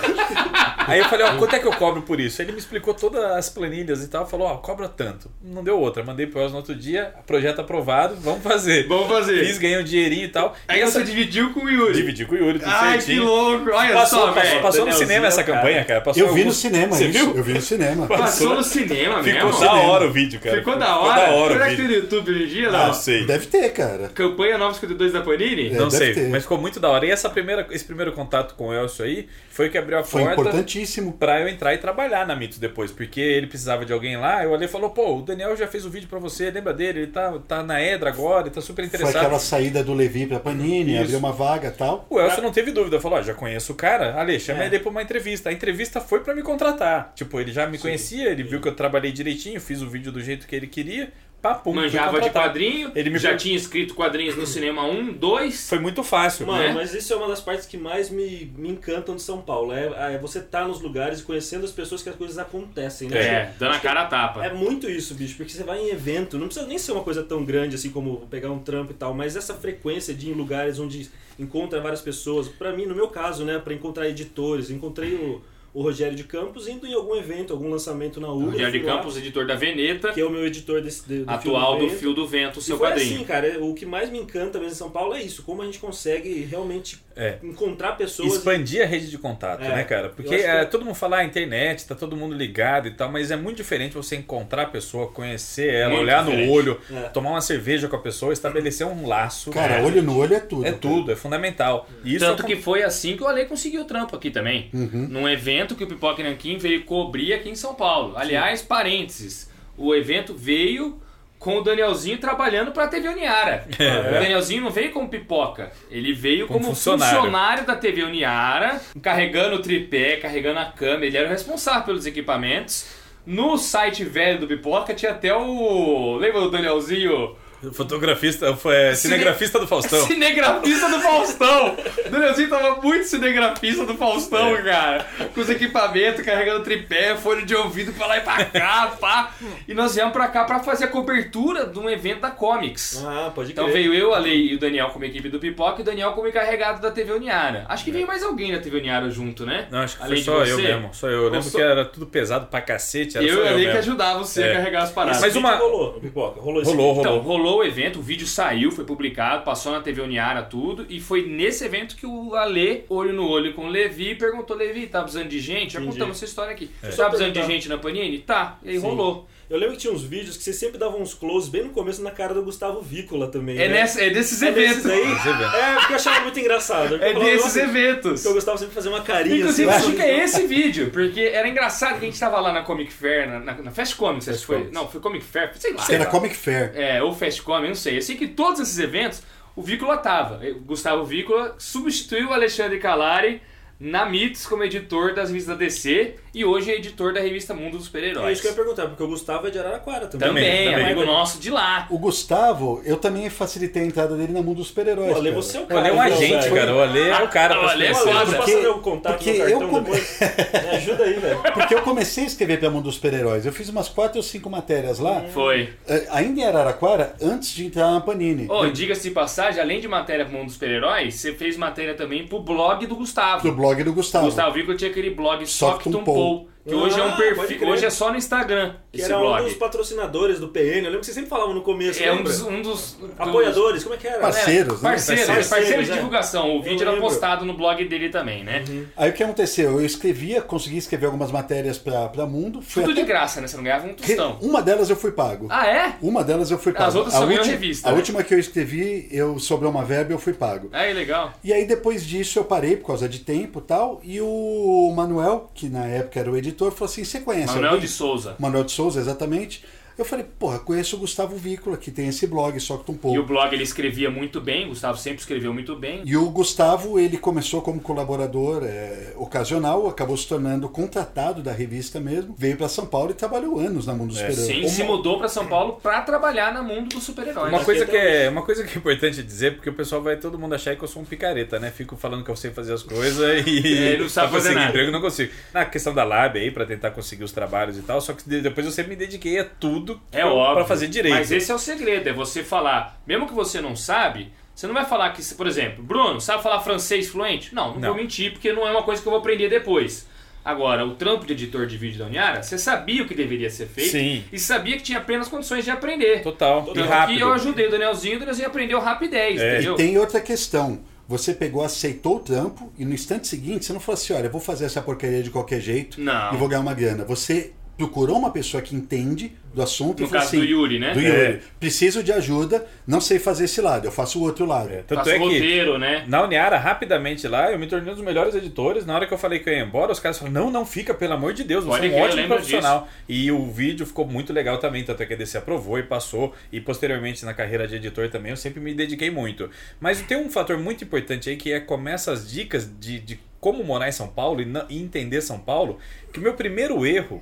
Speaker 2: Aí eu falei, ó, quanto é que eu cobro por isso? Ele me explicou todas as planilhas e tal, falou, ó, cobra tanto. Não deu outra, mandei pro Elcio no outro dia, projeto aprovado, vamos fazer.
Speaker 1: Vamos fazer.
Speaker 2: É. Fiz, ganhei um dinheirinho e tal.
Speaker 1: Aí
Speaker 2: e
Speaker 1: você dividiu com o Yuri.
Speaker 2: dividi com o Yuri, tudo
Speaker 1: Ai, que
Speaker 2: certinho.
Speaker 1: louco! Olha
Speaker 2: Passou,
Speaker 1: só, velho.
Speaker 2: passou,
Speaker 1: Passou,
Speaker 2: passou no
Speaker 4: Danielzinho,
Speaker 2: cinema essa
Speaker 4: cara.
Speaker 2: campanha, cara. Passou
Speaker 3: Eu vi
Speaker 2: algum-
Speaker 3: no cinema
Speaker 2: Você
Speaker 3: isso.
Speaker 2: viu?
Speaker 3: Eu vi no cinema.
Speaker 2: passou.
Speaker 1: no cinema
Speaker 2: Ficou
Speaker 1: mesmo.
Speaker 2: da hora o vídeo, cara.
Speaker 1: Ficou da hora.
Speaker 2: Ficou da hora
Speaker 1: Será
Speaker 2: o
Speaker 1: que tem
Speaker 2: vídeo.
Speaker 1: no YouTube hoje em dia, não?
Speaker 2: Não sei.
Speaker 3: Deve ter, cara.
Speaker 1: Campanha 952 da Panini?
Speaker 3: É.
Speaker 2: Não sei,
Speaker 3: deve ter.
Speaker 2: mas ficou muito da hora. E essa primeira, esse primeiro contato com o Elcio aí foi o que abriu a
Speaker 3: Foi
Speaker 2: porta
Speaker 3: importantíssimo.
Speaker 2: pra eu entrar e trabalhar na Mitos depois, porque ele precisava de alguém lá. Eu olhei e falou: pô, o Daniel já fez o vídeo pra você, lembra dele? Ele tá, tá na Edra agora, ele tá super
Speaker 3: Foi
Speaker 2: interessado.
Speaker 3: aquela saída do Levi pra Panini,
Speaker 2: Isso.
Speaker 3: abriu uma vaga e tal.
Speaker 2: O Elcio não teve dúvida, falou: ó, já conheço o cara, Ale, chama
Speaker 4: É.
Speaker 2: ele pra uma entrevista. A entrevista foi pra me contratar. Tipo, ele já me conhecia, ele viu que eu trabalhei direitinho, fiz o vídeo do jeito que ele queria, papo,
Speaker 1: Manjava de quadrinho.
Speaker 2: Ele me
Speaker 1: já
Speaker 2: per-
Speaker 1: tinha escrito quadrinhos no cinema 1, 2.
Speaker 2: Foi muito fácil,
Speaker 1: né?
Speaker 4: Mano, mas isso é uma das partes que mais me, me encantam de São Paulo. É, é você tá nos lugares conhecendo as pessoas que as coisas acontecem, né?
Speaker 1: É, dando a cara a tapa.
Speaker 4: É muito isso, bicho, porque você vai em evento, não precisa nem ser uma coisa tão grande assim como pegar um trampo e tal, mas essa frequência de ir em lugares onde encontra várias pessoas, pra mim, no meu caso, né, pra encontrar editores, encontrei o, o Rogério de Campos indo em algum evento, algum lançamento na UBA.
Speaker 1: Rogério de Campos, editor da Veneta,
Speaker 4: que é o meu editor desse, do, do
Speaker 1: atual do
Speaker 4: Vento.
Speaker 1: Fio do Vento,
Speaker 4: E
Speaker 1: seu
Speaker 4: foi
Speaker 1: padrinho.
Speaker 4: assim, cara. O que mais me encanta mesmo em São Paulo é isso. Como a gente consegue realmente
Speaker 2: É.
Speaker 4: encontrar pessoas.
Speaker 2: Expandir a rede de contato,
Speaker 4: É,
Speaker 2: né, cara?
Speaker 4: eu
Speaker 2: Porque
Speaker 4: acho que-
Speaker 2: é, todo mundo fala ah, internet, tá todo mundo ligado e tal, mas é muito diferente você encontrar a pessoa, conhecer ela,
Speaker 1: Muito
Speaker 2: olhar
Speaker 1: diferente.
Speaker 2: no olho,
Speaker 4: É.
Speaker 2: tomar uma cerveja com a pessoa, estabelecer um laço.
Speaker 3: Cara,
Speaker 2: É,
Speaker 3: olho no olho é tudo.
Speaker 2: é tudo, é fundamental. E isso Uhum.
Speaker 1: Tanto
Speaker 2: é
Speaker 1: que foi assim que o Ale conseguiu o trampo aqui também. Num evento que o Pipoca e Nanquim veio cobrir aqui em São Paulo. Aliás, parênteses, o evento veio com o Danielzinho trabalhando pra TV Uniara. O Danielzinho não veio como pipoca, ele veio
Speaker 2: É. Como
Speaker 1: como, funcionário.
Speaker 2: funcionário.
Speaker 1: da TV Uniara, carregando o tripé, carregando a câmera, ele era o responsável pelos equipamentos. No site velho do Pipoca tinha até o... Lembra do Danielzinho...
Speaker 2: fotografista, foi, é,
Speaker 1: Cine-
Speaker 2: cinegrafista do Faustão.
Speaker 1: Cinegrafista do Faustão! Danielzinho tava muito cinegrafista do Faustão,
Speaker 2: É.
Speaker 1: cara. Com os equipamentos, carregando tripé, fone de ouvido pra lá e pra cá, pá. E nós viemos pra cá pra fazer a cobertura de um evento da Comics.
Speaker 4: Ah, pode
Speaker 1: Então
Speaker 4: crer.
Speaker 1: veio eu, a Lei e o Daniel como equipe do Pipoca e o Daniel como encarregado da TV Uniara. Acho que veio mais alguém da TV Uniara junto, né?
Speaker 2: É. Não, acho que
Speaker 1: Além de
Speaker 2: foi só
Speaker 1: você.
Speaker 2: eu mesmo. Só eu. Eu lembro
Speaker 1: só-
Speaker 2: que era tudo pesado pra cacete, era
Speaker 1: eu
Speaker 2: só
Speaker 1: e a
Speaker 2: eu
Speaker 1: Lei que
Speaker 2: mesmo.
Speaker 1: ajudava você a
Speaker 2: É.
Speaker 1: carregar as paradas.
Speaker 2: Mas
Speaker 4: Esse
Speaker 2: uma-
Speaker 4: vídeo Rolou, pipoca. Rolou esse
Speaker 2: Rolou, rolou.
Speaker 1: Então, rolou o evento, o vídeo saiu, foi publicado, passou na TV Uniara, tudo, e foi nesse evento que o Ale, olho no olho com o Levi, perguntou, Levi, tá precisando de gente? Já
Speaker 4: Entendi.
Speaker 1: contamos essa história aqui.
Speaker 4: eu
Speaker 1: Tá
Speaker 4: só
Speaker 1: precisando de
Speaker 4: perguntar.
Speaker 1: gente na Panini? Tá. E aí
Speaker 4: Sim.
Speaker 1: rolou.
Speaker 4: Eu lembro que tinha uns vídeos que você sempre dava uns close bem no começo na cara do Gustavo Vícola também.
Speaker 1: É,
Speaker 4: né?
Speaker 1: nessa- é desses
Speaker 4: É
Speaker 1: eventos.
Speaker 4: desses aí.
Speaker 2: Esse evento.
Speaker 4: É, porque eu achava muito engraçado. Eu
Speaker 1: É
Speaker 4: falava,
Speaker 1: desses
Speaker 4: "Nossa,
Speaker 1: eventos.
Speaker 4: Porque eu gostava sempre de fazer uma carinha.
Speaker 1: Inclusive,
Speaker 4: assim,
Speaker 1: acho que é esse vídeo, porque era engraçado que a gente tava lá na Comic Fair, na, na, na Fast Comics, acho que foi.
Speaker 2: Comics.
Speaker 1: Não, foi Comic Fair, sei lá.
Speaker 3: Acho que era Comic Fair.
Speaker 1: é, ou Fast Comedy, não sei. Eu sei que todos esses eventos, o Vícola tava. O Gustavo Vícola substituiu o Alexandre Calari na Mitos como editor das revistas da DC e hoje é editor da revista Mundo dos
Speaker 4: É isso
Speaker 1: Super-Heróis.
Speaker 4: que eu ia perguntar, porque o Gustavo é de Araraquara também. Então,
Speaker 1: Também, é.
Speaker 2: também.
Speaker 1: amigo nosso de lá.
Speaker 3: O Gustavo, eu também facilitei a entrada dele na Mundo dos Super-Heróis.
Speaker 4: Pô, Ale,
Speaker 3: cara.
Speaker 4: você é o
Speaker 2: O
Speaker 4: cara.
Speaker 2: Ale é um
Speaker 4: né,
Speaker 2: agente,
Speaker 4: velho?
Speaker 2: cara. O Ale é o cara
Speaker 1: O
Speaker 2: pra
Speaker 1: Ale é
Speaker 2: conhecer.
Speaker 4: Olha,
Speaker 1: foda.
Speaker 4: deixa eu
Speaker 3: Porque-
Speaker 4: passar meu contato
Speaker 3: porque
Speaker 4: no
Speaker 3: eu
Speaker 4: cartão
Speaker 3: come-
Speaker 4: depois. Me ajuda aí, velho.
Speaker 3: Porque eu comecei a escrever pra Mundo dos Super-Heróis. Eu fiz umas quatro ou cinco matérias lá,
Speaker 1: Foi.
Speaker 3: eh, ainda em Araraquara, antes de entrar na Panini.
Speaker 1: Oh, e diga-se de passagem, além de matéria pro Mundo dos Super-Heróis, você fez matéria também pro blog do Gustavo.
Speaker 3: Do blog do Gustavo.
Speaker 1: Gustavo Vícola tinha aquele blog
Speaker 3: Soft
Speaker 1: Soft Paul,
Speaker 3: and Paul,
Speaker 1: que hoje é um
Speaker 4: Ah, pode
Speaker 1: perfil,
Speaker 4: crer.
Speaker 1: hoje é só no Instagram
Speaker 4: Que
Speaker 1: esse
Speaker 4: era um dos
Speaker 1: blog.
Speaker 4: patrocinadores do PN. Eu lembro que vocês sempre falavam no começo.
Speaker 1: É um
Speaker 4: lembra?
Speaker 1: dos, um dos- dos-
Speaker 4: Apoiadores, como é que era?
Speaker 3: Parceiro. Parceiros, né? Uhum.
Speaker 1: Parceiros,
Speaker 4: Parceiros,
Speaker 1: parceiros de
Speaker 4: é.
Speaker 1: divulgação. O vídeo era
Speaker 4: lembro.
Speaker 1: postado no blog dele também, né?
Speaker 3: Aí o que aconteceu? Eu escrevia, consegui escrever algumas matérias pra, pra Mundo. Fui
Speaker 1: Tudo de
Speaker 3: até...
Speaker 1: graça, né? Você não ganhava um
Speaker 3: Re-
Speaker 1: tostão.
Speaker 3: Uma delas eu fui pago.
Speaker 1: Ah, é?
Speaker 3: Uma delas eu fui pago.
Speaker 1: outras
Speaker 3: a
Speaker 1: só ganhou
Speaker 3: última,
Speaker 1: revista,
Speaker 3: A
Speaker 1: né?
Speaker 3: última que eu escrevi, eu sobrou uma verba e eu fui pago.
Speaker 1: Aí, legal.
Speaker 3: E aí depois disso eu parei por causa de tempo e tal. E o Manuel, que na época era o editor, falou assim: você conhece
Speaker 1: Manuel
Speaker 3: alguém?"
Speaker 1: de Souza.
Speaker 3: Manuel de Souza, exatamente. Eu falei, porra, conheço o Gustavo Vícola, que tem esse blog, só que um pouco.
Speaker 1: E o blog ele escrevia muito bem, o Gustavo sempre escreveu muito bem.
Speaker 3: E o Gustavo, ele começou como colaborador é, ocasional, acabou se tornando contratado da revista mesmo, veio pra São Paulo e trabalhou anos na Mundo dos Super-Heróis.
Speaker 1: Sim,
Speaker 3: Uma-
Speaker 1: se mudou pra São Paulo pra trabalhar na mundo dos super-heróis.
Speaker 2: Uma coisa,
Speaker 4: até
Speaker 2: que é, uma coisa que é importante dizer, porque o pessoal vai todo mundo achar que eu sou um picareta, né? Fico falando que eu sei fazer as coisas
Speaker 1: É,
Speaker 2: e
Speaker 1: ele não sabe
Speaker 2: pra
Speaker 1: fazer
Speaker 2: conseguir
Speaker 1: nada.
Speaker 2: emprego não consigo. Na questão da lab aí, pra tentar conseguir os trabalhos e tal, só que de- depois eu sempre me dediquei a tudo
Speaker 1: É
Speaker 2: Então, pra,
Speaker 1: óbvio.
Speaker 2: pra fazer direito.
Speaker 1: Mas esse é o segredo, é você falar. Mesmo que você não sabe, você não vai falar que, por exemplo, Bruno, sabe falar francês fluente? Não, não,
Speaker 2: Não.
Speaker 1: vou mentir, porque não é uma coisa que eu vou aprender depois. Agora, o trampo de editor de vídeo da Uniara, você sabia o que deveria ser feito
Speaker 2: Sim.
Speaker 1: e sabia que tinha apenas condições de aprender.
Speaker 2: Total.
Speaker 1: Tanto
Speaker 2: E
Speaker 1: que
Speaker 2: rápido.
Speaker 1: eu ajudei o Danielzinho, o Danielzinho aprendeu rapidez,
Speaker 2: É.
Speaker 1: entendeu?
Speaker 3: E tem outra questão. Você pegou, aceitou o trampo e no instante seguinte você não falou assim: olha, eu vou fazer essa porcaria de qualquer jeito
Speaker 1: Não.
Speaker 3: e vou ganhar uma grana. Você procurou uma pessoa que entende do assunto
Speaker 1: No
Speaker 3: e falou
Speaker 1: caso
Speaker 3: assim:
Speaker 1: do Yuri, né?
Speaker 3: Do
Speaker 1: É.
Speaker 3: Yuri. Preciso de ajuda, não sei fazer esse lado, eu faço o outro lado.
Speaker 2: É, tanto
Speaker 1: Faço
Speaker 2: é que
Speaker 1: roteiro, Tá né?
Speaker 2: na Uniara, rapidamente lá, eu me tornei um dos melhores editores. Na hora que eu falei que eu ia embora, os caras falaram: não, não fica, pelo amor de Deus, você
Speaker 1: Pode
Speaker 2: é um
Speaker 1: crer, eu
Speaker 2: ótimo
Speaker 1: lembro
Speaker 2: profissional. E o vídeo ficou muito legal também, tanto é que a DC aprovou e passou. E posteriormente na carreira de editor também, eu sempre me dediquei muito. Mas tem um fator muito importante aí que é começa as dicas de, de como morar em São Paulo e, na- e entender São Paulo. Que o meu primeiro erro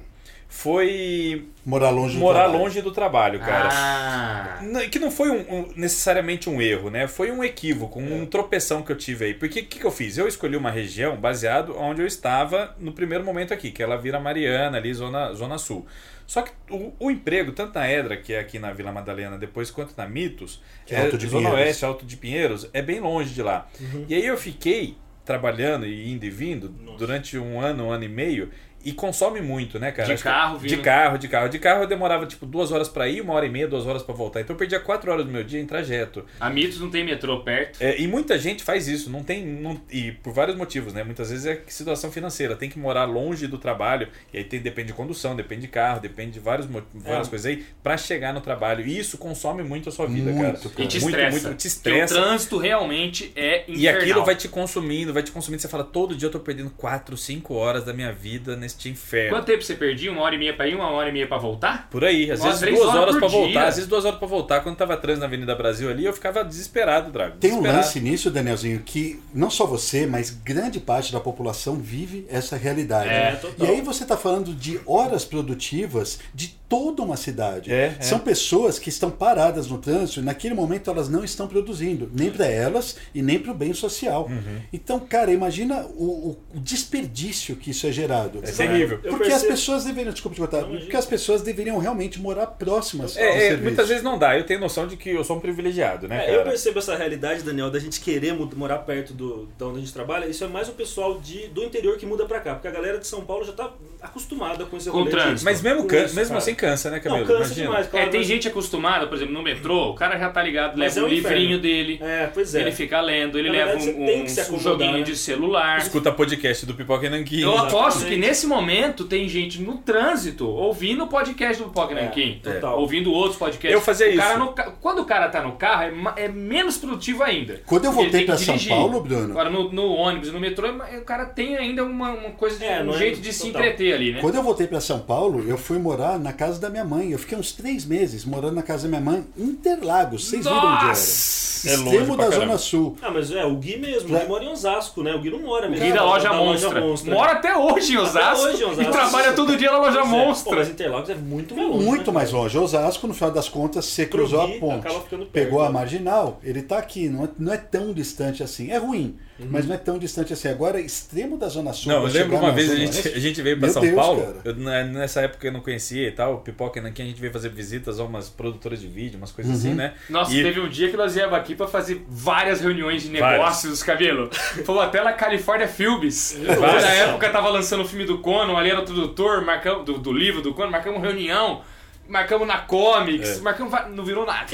Speaker 2: foi
Speaker 3: Morar longe do
Speaker 2: morar
Speaker 3: trabalho.
Speaker 2: longe do trabalho, cara.
Speaker 1: Ah.
Speaker 2: Não, Que não foi um- um- necessariamente um erro, né? Foi um equívoco,
Speaker 3: É.
Speaker 2: um tropeção que eu tive aí. Porque o que, que eu fiz? Eu escolhi uma região baseado onde eu estava no primeiro momento aqui, que ela vira Mariana, ali, Zona, zona Sul. Só que o, o emprego, tanto na Edra, que é aqui na Vila Madalena, depois, quanto na Mitos,
Speaker 3: Que é Alto de
Speaker 2: Zona
Speaker 3: Pinheiros. Uhum.
Speaker 2: Oeste, Alto de Pinheiros, é bem longe de lá. E aí eu fiquei trabalhando e indo e vindo durante um ano, um ano e meio. E consome muito, né, cara?
Speaker 1: De
Speaker 2: Acho que-
Speaker 1: carro,
Speaker 2: De
Speaker 1: vindo.
Speaker 2: carro, de carro. De carro eu demorava, tipo, duas horas pra ir, uma hora e meia, duas horas pra voltar. Então eu perdia quatro horas do meu dia em trajeto.
Speaker 1: A Mitos não tem metrô perto.
Speaker 2: É, e muita gente faz isso, não tem. não- e por vários motivos, né? Muitas vezes é que situação financeira, tem que morar longe do trabalho, e aí tem- depende de condução, depende de carro, depende de vários, mo-
Speaker 1: É.
Speaker 2: várias coisas aí, pra chegar no trabalho. E isso consome muito a sua vida, cara.
Speaker 3: Muito,
Speaker 1: E te
Speaker 2: Muito,
Speaker 1: estressa.
Speaker 2: muito, te
Speaker 1: Porque o
Speaker 2: estressa.
Speaker 1: trânsito realmente é infernal.
Speaker 2: E aquilo vai te consumindo, vai te consumindo. Você fala, todo dia eu tô perdendo 4, 5 horas da minha vida neste
Speaker 4: É.
Speaker 2: inferno.
Speaker 1: Quanto tempo você perdia? Uma hora e meia pra ir, uma hora e meia pra voltar?
Speaker 2: Por aí, às
Speaker 1: Nossa, três
Speaker 2: vezes duas
Speaker 1: horas
Speaker 2: horas,
Speaker 1: por
Speaker 2: pra
Speaker 1: dia.
Speaker 2: voltar, às vezes duas horas pra voltar. Quando tava trânsito na Avenida Brasil ali, eu ficava desesperado, Drago.
Speaker 3: Tem um
Speaker 2: desesperado.
Speaker 3: lance nisso, Danielzinho, que não só você, mas grande parte da população vive essa realidade.
Speaker 1: É,
Speaker 3: né?
Speaker 4: total.
Speaker 3: E aí você está falando de horas produtivas de toda uma cidade.
Speaker 2: É, é.
Speaker 3: São pessoas que estão paradas no trânsito e naquele momento elas não estão produzindo, nem para elas e nem para o bem social. Então, cara, imagina o, o desperdício que isso é gerado.
Speaker 2: É terrível.
Speaker 4: Eu
Speaker 3: Porque as
Speaker 4: percebo-
Speaker 3: pessoas deveriam, desculpa te cortar,
Speaker 4: Não,
Speaker 3: porque
Speaker 4: imagina.
Speaker 3: as pessoas deveriam realmente morar próximas ao
Speaker 2: É, é,
Speaker 3: serviço.
Speaker 2: muitas vezes não dá. Eu tenho noção de que eu sou um privilegiado, né,
Speaker 4: É, eu
Speaker 2: cara?
Speaker 4: percebo essa realidade, Daniel, da gente querer mud- morar perto do, da onde a gente trabalha. Isso é mais o pessoal de, do interior que muda pra cá, porque a galera de São Paulo já tá acostumada com esse
Speaker 1: Com
Speaker 4: rolê.
Speaker 1: trânsito.
Speaker 2: Mas mesmo,
Speaker 4: Com
Speaker 2: can-
Speaker 4: isso,
Speaker 2: mesmo
Speaker 4: cara.
Speaker 2: assim cansa, né,
Speaker 4: Não,
Speaker 2: Camilo?
Speaker 4: cansa
Speaker 2: Imagina.
Speaker 4: demais, claro.
Speaker 1: É, tem
Speaker 4: mas-
Speaker 1: gente acostumada, por exemplo, no metrô, o cara já tá ligado,
Speaker 4: Mas
Speaker 1: leva
Speaker 4: é
Speaker 1: um
Speaker 4: um inferno.
Speaker 1: livrinho dele,
Speaker 4: É, pois é.
Speaker 1: ele fica lendo, ele
Speaker 4: Na
Speaker 1: leva
Speaker 4: verdade,
Speaker 1: um,
Speaker 4: você tem que se
Speaker 1: um
Speaker 4: acomodar,
Speaker 1: joguinho
Speaker 4: né?
Speaker 1: de celular.
Speaker 2: Escuta podcast do Pipoca e Nanquim.
Speaker 1: Eu aposto
Speaker 4: Exatamente.
Speaker 1: que nesse momento tem gente no trânsito ouvindo o podcast do Pipoca
Speaker 4: É,
Speaker 1: Nanquim.
Speaker 4: total.
Speaker 1: Ouvindo outros podcasts.
Speaker 2: Eu fazia
Speaker 1: O cara
Speaker 2: isso.
Speaker 1: no ca- quando o cara tá no carro, é, ma- é menos produtivo ainda.
Speaker 3: Quando eu
Speaker 1: Porque ele tem
Speaker 3: voltei para
Speaker 1: que
Speaker 3: São
Speaker 1: dirigir.
Speaker 3: Paulo, Bruno,
Speaker 1: Agora, no, no ônibus, no metrô, é o cara tem ainda uma, uma coisa, de,
Speaker 4: É,
Speaker 1: um
Speaker 4: não é-
Speaker 1: jeito de se
Speaker 4: total.
Speaker 1: entreter ali, né?
Speaker 3: Quando eu voltei para São Paulo, eu fui morar na casa da minha mãe. Eu fiquei uns três meses morando na casa da minha mãe, Interlagos. Vocês viram onde era?
Speaker 1: Nossa!
Speaker 2: É longe
Speaker 3: Extremo
Speaker 2: pra
Speaker 3: da
Speaker 2: caramba.
Speaker 3: Zona Sul.
Speaker 4: Ah, mas é, o Gui mesmo, o
Speaker 3: Já-
Speaker 4: Gui mora em Osasco, né? O Gui não mora mesmo.
Speaker 1: Guia da Loja Monstra. Mora até hoje em Osasco,
Speaker 4: hoje em Osasco.
Speaker 1: e trabalha todo dia na Loja
Speaker 4: Pô,
Speaker 1: Monstra.
Speaker 4: mas Interlagos é muito mais longe.
Speaker 3: Muito
Speaker 4: né?
Speaker 3: mais longe. Osasco, no final das contas, você
Speaker 4: Pro
Speaker 3: cruzou
Speaker 4: Gui,
Speaker 3: a ponte.
Speaker 4: acaba ficando perto,
Speaker 3: Pegou a
Speaker 4: né?
Speaker 3: marginal, ele tá aqui. Não é, não é tão distante assim. É ruim, mas não é tão distante assim. Agora, extremo da Zona Sul.
Speaker 2: Uhum. Não,
Speaker 3: pra
Speaker 2: eu lembro
Speaker 3: chegar
Speaker 2: uma
Speaker 3: na
Speaker 2: vez a
Speaker 3: Zona
Speaker 2: gente,
Speaker 3: Oeste.
Speaker 2: a gente veio pra
Speaker 3: Meu
Speaker 2: São
Speaker 3: Deus,
Speaker 2: Paulo,
Speaker 3: cara.
Speaker 2: eu, na- nessa época eu não conhecia e tal, Pipoca e Nanquim, a gente veio fazer visitas a umas produtoras de vídeo, umas
Speaker 3: Uhum.
Speaker 2: coisas assim, né?
Speaker 1: Nossa,
Speaker 2: E-
Speaker 1: teve um dia que nós íamos aqui pra fazer várias reuniões de
Speaker 2: Várias.
Speaker 1: negócios, cabelo. Fomos até na California Filmes.
Speaker 4: É.
Speaker 2: Várias.
Speaker 1: Na época tava lançando o filme do Conan, ali era o tradutor, marcamos, do, do livro do Conan, marcamos reunião, marcamos na Comics, marcamos. va- Não virou nada.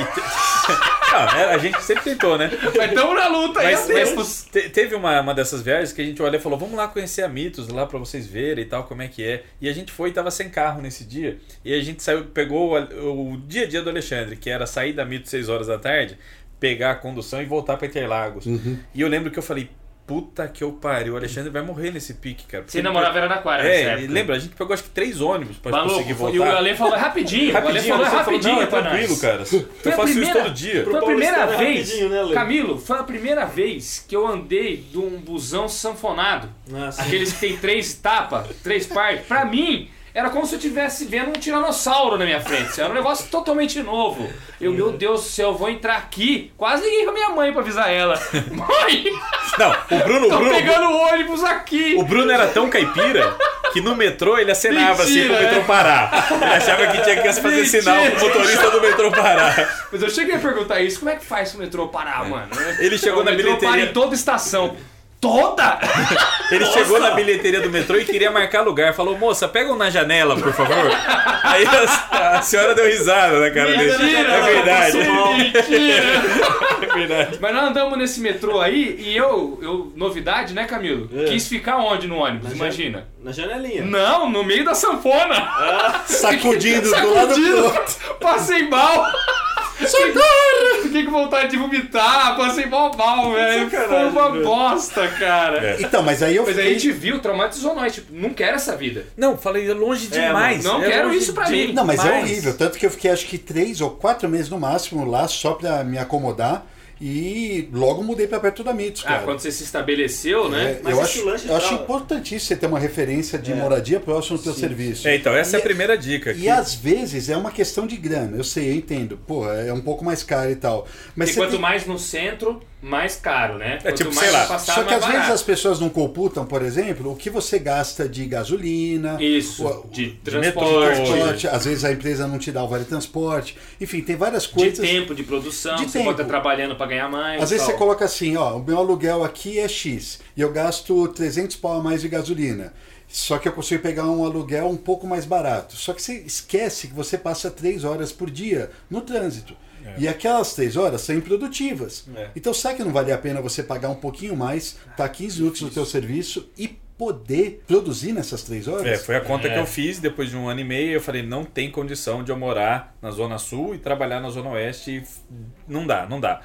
Speaker 2: Ah, é, a gente sempre tentou, né?
Speaker 1: Mas tamo na luta aí,
Speaker 2: Mas,
Speaker 1: até.
Speaker 2: mas te- teve uma, uma dessas viagens que a gente olhou e falou: vamos lá conhecer a Mitos lá pra vocês verem e tal, como é que é. E a gente foi e tava sem carro nesse dia. E a gente saiu, pegou o, o dia a dia do Alexandre, que era sair da Mitos 6 horas da tarde, pegar a condução e voltar pra Interlagos. E eu lembro que eu falei: puta que eu pariu, o Alexandre vai morrer nesse pique, cara. Porque
Speaker 1: Você namorava era na Quara, nessa
Speaker 2: É, e
Speaker 1: época.
Speaker 2: lembra, a gente pegou acho que três ônibus pra
Speaker 1: Maluco,
Speaker 2: conseguir voltar.
Speaker 1: E o Ale falou é rapidinho, o Ale
Speaker 2: rapidinho,
Speaker 1: falou é
Speaker 2: Alexandre
Speaker 1: rapidinho,
Speaker 2: não, é
Speaker 1: pra
Speaker 2: tranquilo,
Speaker 1: nós.
Speaker 2: cara.
Speaker 1: Foi
Speaker 2: Eu
Speaker 1: a
Speaker 2: faço
Speaker 1: primeira-
Speaker 2: isso todo dia.
Speaker 1: Foi a
Speaker 4: Pro
Speaker 1: primeira
Speaker 4: paulistano é
Speaker 1: vez,
Speaker 4: rapidinho, né, Ale?
Speaker 1: Camilo, foi a primeira vez que eu andei de um busão sanfonado.
Speaker 2: Ah,
Speaker 4: Nossa.
Speaker 1: Aqueles que tem três tapas, três partes. Pra mim, era como se eu estivesse vendo um tiranossauro na minha frente. Era um negócio totalmente novo. Eu, meu Deus do céu, eu vou entrar aqui. Quase liguei pra minha mãe pra avisar ela. Mãe,
Speaker 2: Não, o Bruno, o
Speaker 1: tô
Speaker 2: Bruno,
Speaker 1: pegando o ônibus aqui.
Speaker 2: O Bruno era tão caipira que no metrô ele acenava assim
Speaker 1: Mentira,
Speaker 2: pro metrô
Speaker 1: é?
Speaker 2: parar. Ele achava que tinha que fazer
Speaker 1: Mentira.
Speaker 2: sinal pro motorista do metrô parar.
Speaker 1: Mas eu cheguei a perguntar isso, como é que faz o metrô parar, mano?
Speaker 2: É. Ele chegou
Speaker 1: o
Speaker 2: na
Speaker 1: metrô para
Speaker 2: bilheteria.
Speaker 1: em toda estação. Toda?
Speaker 2: Ele chegou na bilheteria do metrô e queria marcar lugar. Falou, moça, pega um na janela, por favor. Aí a, a senhora deu risada na cara dele.
Speaker 1: Mentira, tá
Speaker 2: É verdade.
Speaker 1: Mentira!
Speaker 2: É verdade.
Speaker 1: Mas nós andamos nesse metrô aí e eu, eu novidade, né, Camilo?
Speaker 4: É.
Speaker 1: Quis ficar onde no ônibus,
Speaker 3: é-
Speaker 1: imagina?
Speaker 4: Na janelinha.
Speaker 1: Não, no meio da sanfona.
Speaker 3: Sacudindo, do lado pro
Speaker 1: Sacudindo,
Speaker 3: outro.
Speaker 1: passei mal. Socorro! Fiquei com vontade de vomitar, passei mal mal, velho. Foi
Speaker 4: Sacanagem,
Speaker 1: uma
Speaker 4: velho.
Speaker 1: bosta, cara.
Speaker 3: Então, mas aí eu
Speaker 1: Mas aí
Speaker 3: fiquei...
Speaker 1: a gente viu, traumatizou nós, tipo, não quero essa vida.
Speaker 2: Não, falei, é longe demais.
Speaker 1: não
Speaker 2: é
Speaker 1: quero
Speaker 2: longe
Speaker 1: isso pra mim.
Speaker 3: Não, mas é
Speaker 2: demais.
Speaker 3: horrível. Tanto que eu fiquei acho que três ou quatro meses no máximo lá só pra me acomodar. E logo mudei pra perto da Mitos,
Speaker 1: Ah,
Speaker 3: cara.
Speaker 1: quando você se estabeleceu, né?
Speaker 3: É,
Speaker 4: Mas
Speaker 3: eu
Speaker 4: esse
Speaker 3: acho,
Speaker 4: lanche tá-
Speaker 3: eu acho
Speaker 4: tal-
Speaker 3: importantíssimo você ter uma referência
Speaker 1: É.
Speaker 3: de moradia próximo do seu serviço.
Speaker 2: É, então, essa é a
Speaker 3: E-
Speaker 2: primeira dica.
Speaker 3: E
Speaker 2: que-
Speaker 3: às vezes é uma questão de grana, eu sei, eu entendo. Porra, é um pouco mais caro e tal. Mas
Speaker 1: E
Speaker 3: você
Speaker 1: quanto
Speaker 3: tem- É,
Speaker 1: mais no centro, mais caro, né? Quanto
Speaker 2: tipo,
Speaker 1: mais
Speaker 2: sei lá,
Speaker 1: afastado,
Speaker 3: Só que
Speaker 1: mais
Speaker 3: às vezes
Speaker 1: barato.
Speaker 3: as pessoas não computam, por exemplo, o que você gasta de gasolina,
Speaker 1: Isso,
Speaker 3: o-
Speaker 1: de
Speaker 2: metrô,
Speaker 1: transporte, de,
Speaker 3: transporte, às vezes a empresa não te dá o vale transporte. Enfim, tem várias coisas.
Speaker 1: tempo de produção,
Speaker 3: De
Speaker 1: você
Speaker 3: tempo.
Speaker 1: pode estar trabalhando pra pra ganhar mais.
Speaker 3: Às vezes
Speaker 1: tal.
Speaker 3: você coloca assim, ó, o meu aluguel aqui é X e eu gasto 300 pau a mais de gasolina. Só que eu consigo pegar um aluguel um pouco mais barato. Só que você esquece que você passa três horas por dia no trânsito.
Speaker 2: É.
Speaker 3: E aquelas três horas são improdutivas.
Speaker 4: É.
Speaker 3: Então, será que não vale a pena você pagar um pouquinho mais,
Speaker 2: Ah,
Speaker 3: tá 15 minutos no teu serviço e poder produzir nessas três horas?
Speaker 2: É, foi a conta
Speaker 1: É.
Speaker 2: que eu fiz depois de um ano e meio. Eu falei, não tem condição de eu morar na Zona Sul e trabalhar na Zona Oeste. e f- Não dá, não dá.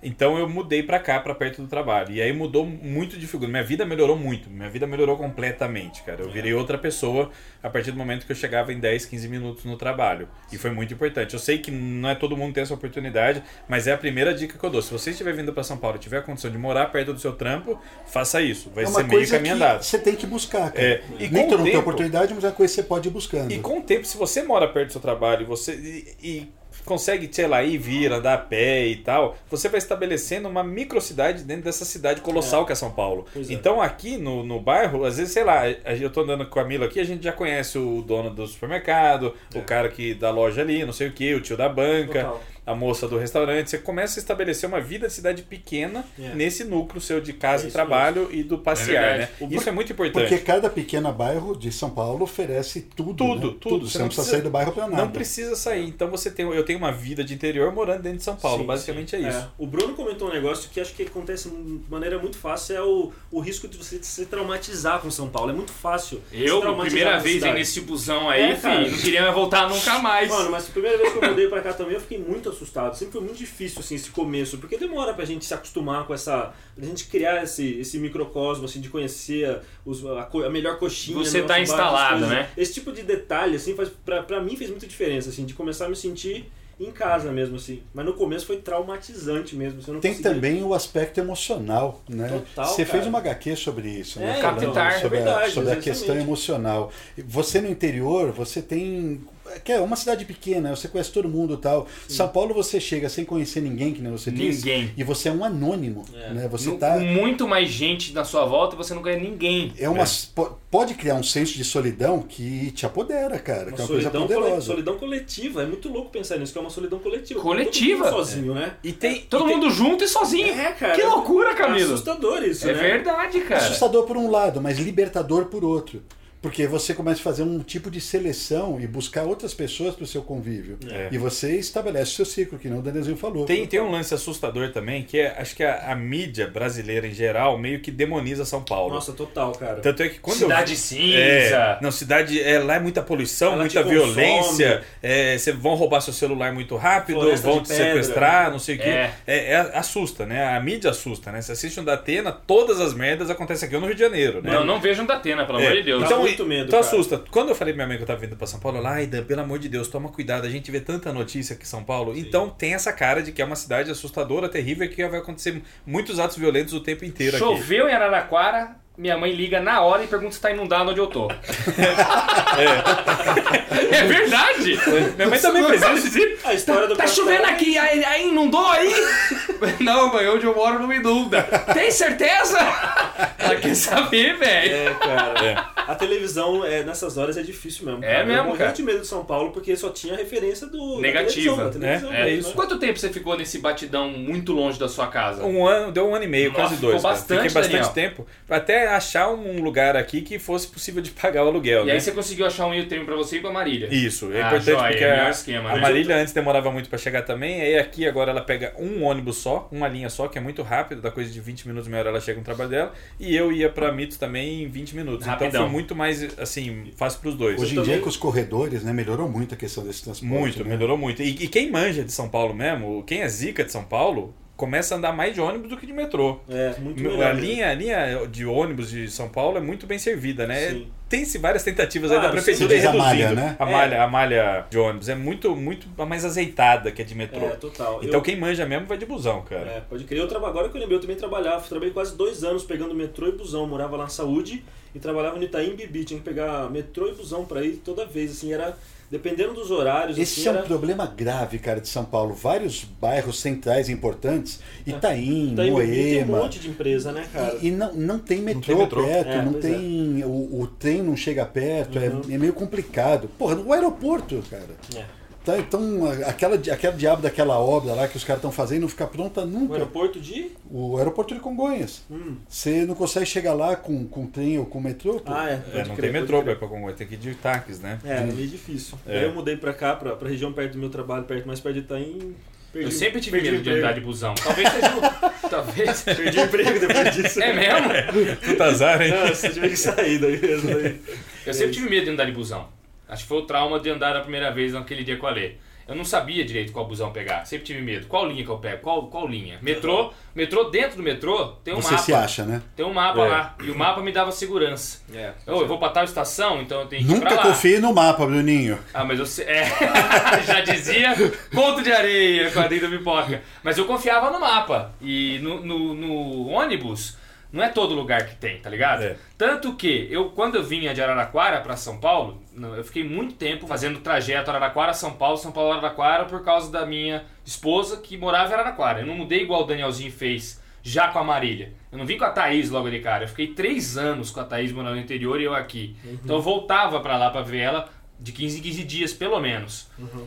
Speaker 2: Então eu mudei pra cá, pra perto do trabalho. E aí mudou muito de figura. Minha vida melhorou muito. Minha vida melhorou completamente, cara. Eu virei outra pessoa a partir do momento que eu chegava em 10, 15 minutos no trabalho. E foi muito importante. Eu sei que não é todo mundo tem essa oportunidade, mas é a primeira dica que eu dou. Se você estiver vindo pra São Paulo e tiver a condição de morar perto do seu trampo, faça isso. Vai
Speaker 3: É
Speaker 2: ser meio caminho andado.
Speaker 3: você tem que buscar, cara.
Speaker 2: É, e
Speaker 3: Nem
Speaker 2: com o
Speaker 3: todo mundo tem
Speaker 2: tempo-
Speaker 3: oportunidade, mas é uma coisa que você pode ir buscando.
Speaker 2: E com o tempo, se você mora perto do seu trabalho você, e, e consegue, sei lá, ir, vir, andar a pé e tal, você vai estabelecendo uma microcidade dentro dessa cidade colossal que é São Paulo.
Speaker 4: Pois é.
Speaker 2: Então aqui no, no bairro, às vezes, sei lá, a- eu tô andando com a Mila aqui, a gente já conhece o dono do supermercado, o cara que da loja ali, não sei o que, o tio da banca,
Speaker 4: É. Total.
Speaker 2: a moça do restaurante. Você começa a estabelecer uma vida de cidade pequena
Speaker 4: É.
Speaker 2: nesse núcleo seu de casa
Speaker 4: É
Speaker 2: e
Speaker 4: isso
Speaker 2: trabalho e do passear,
Speaker 1: verdade.
Speaker 2: né?
Speaker 1: O-
Speaker 2: Isso é muito importante.
Speaker 3: Porque cada pequeno bairro de São Paulo oferece tudo.
Speaker 2: Tudo,
Speaker 3: né?
Speaker 2: tudo.
Speaker 3: Você, não precisa sair do bairro pra nada.
Speaker 2: Não precisa sair. Então você tem, eu tenho uma vida de interior morando dentro de São Paulo.
Speaker 4: Sim,
Speaker 2: Basicamente
Speaker 4: sim.
Speaker 2: é isso.
Speaker 4: O Bruno comentou um negócio que acho que acontece de maneira muito fácil, é o, o risco de você se traumatizar com São Paulo. É muito fácil. se
Speaker 1: Eu,
Speaker 4: traumatizar
Speaker 1: primeira
Speaker 4: com a
Speaker 1: vez aí
Speaker 4: cidade.
Speaker 1: nesse busão aí,
Speaker 4: É, cara.
Speaker 1: filho, não queria mais voltar nunca mais.
Speaker 4: Mano, mas a primeira vez que eu mudei pra cá também eu fiquei muito assustado. Sempre foi muito difícil, assim, esse começo, porque demora pra gente se acostumar com essa. pra gente criar esse, esse microcosmo, assim, de conhecer a- os- a, co- a melhor coxinha.
Speaker 1: Você
Speaker 4: no
Speaker 1: tá
Speaker 4: nosso bar, essas
Speaker 1: instalado,
Speaker 4: coisas.
Speaker 1: né?
Speaker 4: Esse tipo de detalhe, assim, faz, pra, pra mim fez muita diferença, assim, de começar a me sentir em casa mesmo, assim. Mas no começo foi traumatizante mesmo, assim, eu não
Speaker 3: Tem
Speaker 4: conseguia.
Speaker 3: também o aspecto emocional, né?
Speaker 4: Total,
Speaker 3: Você
Speaker 4: cara.
Speaker 3: fez uma HQ sobre isso, né?
Speaker 4: É,
Speaker 3: Falando
Speaker 1: Captar.
Speaker 3: sobre,
Speaker 4: É verdade,
Speaker 3: a, sobre a questão
Speaker 4: exatamente.
Speaker 3: emocional. E Você no interior, você tem. Que é uma cidade pequena, você conhece todo mundo e tal. São Paulo você chega sem conhecer ninguém, que nem você disse.
Speaker 1: Ninguém.
Speaker 3: E você é um anônimo,
Speaker 4: É.
Speaker 3: né? Você
Speaker 1: Nu-
Speaker 3: tá.
Speaker 1: Com muito mais gente na sua volta, você não ganha ninguém.
Speaker 3: É uma, po- Pode criar um senso de solidão que te apodera, cara.
Speaker 4: Uma
Speaker 3: que é uma coisa
Speaker 4: solidão, cole-
Speaker 3: poderosa.
Speaker 4: solidão coletiva. É muito louco pensar nisso, que é uma solidão coletiva.
Speaker 1: Coletiva.
Speaker 4: Todo mundo sozinho, né?
Speaker 2: E tem.
Speaker 1: Todo
Speaker 2: e tem-
Speaker 1: mundo junto e sozinho.
Speaker 4: É, cara.
Speaker 1: Que loucura, Camilo.
Speaker 4: Assustador isso,
Speaker 1: é
Speaker 4: né?
Speaker 1: verdade, cara.
Speaker 3: Assustador por um lado, mas libertador por outro. Porque você começa a fazer um tipo de seleção e buscar outras pessoas para o seu convívio.
Speaker 2: É.
Speaker 3: E você estabelece o seu ciclo, que não o Danielzinho falou.
Speaker 2: Tem, tem um lance assustador também, que é, acho que a, a mídia brasileira em geral meio que demoniza São Paulo.
Speaker 4: Nossa, total, cara.
Speaker 2: Tanto é que quando
Speaker 1: Cidade
Speaker 2: eu...
Speaker 1: cinza.
Speaker 2: É, não, cidade. É, lá é muita poluição,
Speaker 4: Ela
Speaker 2: muita
Speaker 4: te consome.
Speaker 2: violência. é, Você vão roubar seu celular muito rápido,
Speaker 4: Floresta
Speaker 2: vão
Speaker 4: de
Speaker 2: te
Speaker 4: pedra.
Speaker 2: sequestrar, não sei o quê.
Speaker 1: É.
Speaker 2: É, é, assusta, né? A mídia assusta, né? Você assiste um da Atena, todas as merdas acontecem aqui no Rio de Janeiro, né?
Speaker 1: Não, não vejam da Atena, pelo
Speaker 2: É,
Speaker 1: amor de Deus.
Speaker 2: Então,
Speaker 4: Dá muito medo,
Speaker 2: então
Speaker 4: cara.
Speaker 2: assusta. Quando eu falei pra minha mãe que eu tava vindo pra São Paulo, ela, ai, Dan, pelo amor de Deus, toma cuidado, a gente vê tanta notícia aqui em São Paulo. Então tem essa cara de que é uma cidade assustadora, terrível, e que vai acontecer muitos atos violentos o tempo inteiro aqui.
Speaker 1: Choveu em Araraquara, minha mãe liga na hora e pergunta se tá inundado onde eu tô. é. verdade! Minha mãe também fez isso.
Speaker 4: A história do
Speaker 1: Tá
Speaker 4: pastel-
Speaker 1: chovendo aqui, aí, aí inundou aí? Não, mãe, onde eu moro não inunda. Tem certeza? Ela quer saber, velho.
Speaker 4: É, cara. A televisão, é, nessas horas, é difícil mesmo.
Speaker 1: É
Speaker 4: cara.
Speaker 1: mesmo,
Speaker 4: Eu morri
Speaker 1: cara.
Speaker 4: de medo de São Paulo porque só tinha referência do...
Speaker 1: Negativa,
Speaker 4: da televisão, da
Speaker 2: né?
Speaker 4: televisão,
Speaker 2: É
Speaker 4: né?
Speaker 2: isso.
Speaker 1: Quanto tempo você ficou nesse batidão muito longe da sua casa?
Speaker 2: Um ano, deu um ano e meio,
Speaker 1: Nossa,
Speaker 2: quase
Speaker 1: ficou
Speaker 2: dois. cara.
Speaker 1: bastante,
Speaker 2: Fiquei bastante
Speaker 1: Daniel.
Speaker 2: tempo. Até achar um lugar aqui que fosse possível de pagar o aluguel,
Speaker 1: E
Speaker 2: né?
Speaker 1: aí você conseguiu achar um meio termo pra você e pra Marília.
Speaker 2: Isso, é
Speaker 1: Ah,
Speaker 2: importante
Speaker 1: joia,
Speaker 2: porque
Speaker 1: melhor
Speaker 2: a,
Speaker 1: esquema,
Speaker 2: a
Speaker 1: né?
Speaker 2: Marília antes demorava muito pra chegar também, aí aqui agora ela pega um ônibus só, uma linha só, que é muito rápido, dá coisa de 20 minutos, meia hora ela chega no trabalho dela, e eu ia pra Mitos também em 20 minutos. Então
Speaker 1: Rapidão.
Speaker 2: foi muito mais, assim, fácil pros dois.
Speaker 3: Hoje em
Speaker 4: Eu
Speaker 3: dia,
Speaker 4: também-
Speaker 3: com os corredores, né, melhorou muito a questão desse transporte.
Speaker 2: muito,
Speaker 3: né?
Speaker 2: melhorou muito. E, e quem manja de São Paulo mesmo, quem é zica de São Paulo, começa a andar mais de ônibus do que de metrô.
Speaker 4: É, muito melhor.
Speaker 2: A
Speaker 4: né?
Speaker 2: linha, a linha de ônibus de São Paulo é muito bem servida, né?
Speaker 4: Sim. Ah,
Speaker 2: Tem-se várias tentativas aí da
Speaker 4: Claro,
Speaker 2: prefeitura
Speaker 4: se
Speaker 2: ir
Speaker 3: diz a
Speaker 2: reduzindo.
Speaker 3: malha, né?
Speaker 2: a, malha, a malha de ônibus é muito, muito mais azeitada que a de metrô.
Speaker 4: É, total.
Speaker 2: Então
Speaker 4: Eu-
Speaker 2: quem manja mesmo vai de busão, cara.
Speaker 4: É, pode crer. Eu traba- agora que eu lembrei, eu também trabalhava. Trabalhei quase dois anos pegando metrô e busão. Morava lá na saúde e trabalhava no Itaim Bibi. Tinha que pegar metrô e busão pra ir toda vez. Assim, era. Dependendo dos horários.
Speaker 3: Esse
Speaker 4: assim,
Speaker 3: é um
Speaker 4: era...
Speaker 3: problema grave, cara, de São Paulo. Vários bairros centrais importantes, Itaim,
Speaker 4: Itaim Bibi tem um
Speaker 3: Moema,
Speaker 4: monte de empresa, né, cara?
Speaker 3: E, e não, não tem metrô,
Speaker 2: metrô.
Speaker 3: perto,
Speaker 4: É,
Speaker 3: não
Speaker 4: pois
Speaker 3: tem. O, o trem não chega perto, é-
Speaker 4: Uhum.
Speaker 3: é, meio complicado. Porra, o aeroporto, cara.
Speaker 4: É.
Speaker 3: Tá, então, a- aquela, di- aquela diabo daquela obra lá que os caras estão fazendo não fica pronta
Speaker 4: O
Speaker 3: nunca.
Speaker 4: Um aeroporto de.
Speaker 3: O aeroporto de Congonhas.
Speaker 4: Hum.
Speaker 3: Você não consegue chegar lá com, com trem ou com metrô? pô.
Speaker 4: Ah, é.
Speaker 2: É,
Speaker 4: pode
Speaker 2: não tem
Speaker 4: crer, pode
Speaker 2: metrô pra
Speaker 4: crer.
Speaker 2: ir pra Congonhas, tem que ir de táxis, né?
Speaker 4: É, ali é difícil.
Speaker 2: É.
Speaker 4: Aí eu mudei pra cá, pra, pra região perto do meu trabalho, perto mais perto de Itaim.
Speaker 1: Eu sempre tive
Speaker 4: perdi o
Speaker 1: medo de
Speaker 4: emprego.
Speaker 1: andar de busão. Talvez seja. o- Talvez.
Speaker 4: Perdi o emprego depois disso.
Speaker 1: É mesmo?
Speaker 2: Puta azar, hein?
Speaker 4: Não, você tive que sair daí mesmo. daí.
Speaker 1: Eu sempre tive medo de andar de busão. Acho que foi o trauma de andar a primeira vez naquele dia com a Lê. Eu não sabia direito qual busão pegar. Sempre tive medo. Qual linha que eu pego? Qual, qual linha? Metrô. Metrô, dentro do metrô, tem um
Speaker 3: Você
Speaker 1: mapa.
Speaker 3: se acha, né?
Speaker 1: Tem um mapa
Speaker 2: É.
Speaker 1: lá. E o mapa me dava segurança.
Speaker 4: É.
Speaker 1: Eu, eu vou pra tal estação, então eu tenho que ir pra
Speaker 3: Nunca
Speaker 1: lá.
Speaker 3: confie no mapa, Bruninho.
Speaker 1: Ah, mas eu sei. É, já dizia ponto de areia, quadrinho da pipoca. Mas eu confiava no mapa. E no, no- no ônibus, não é todo lugar que tem, tá ligado?
Speaker 2: É.
Speaker 1: Tanto que eu, quando eu vinha de Araraquara pra São Paulo, não, eu fiquei muito tempo fazendo trajeto Araraquara-São Paulo, São Paulo-Araraquara, por causa da minha esposa que morava em Araraquara. Eu não mudei igual o Danielzinho fez. Já com a Marília. Eu não vim com a Thaís logo de cara. Eu fiquei três anos com a Thaís morando no interior e eu aqui. Então eu voltava pra lá pra ver ela de 15 em 15 dias, pelo menos.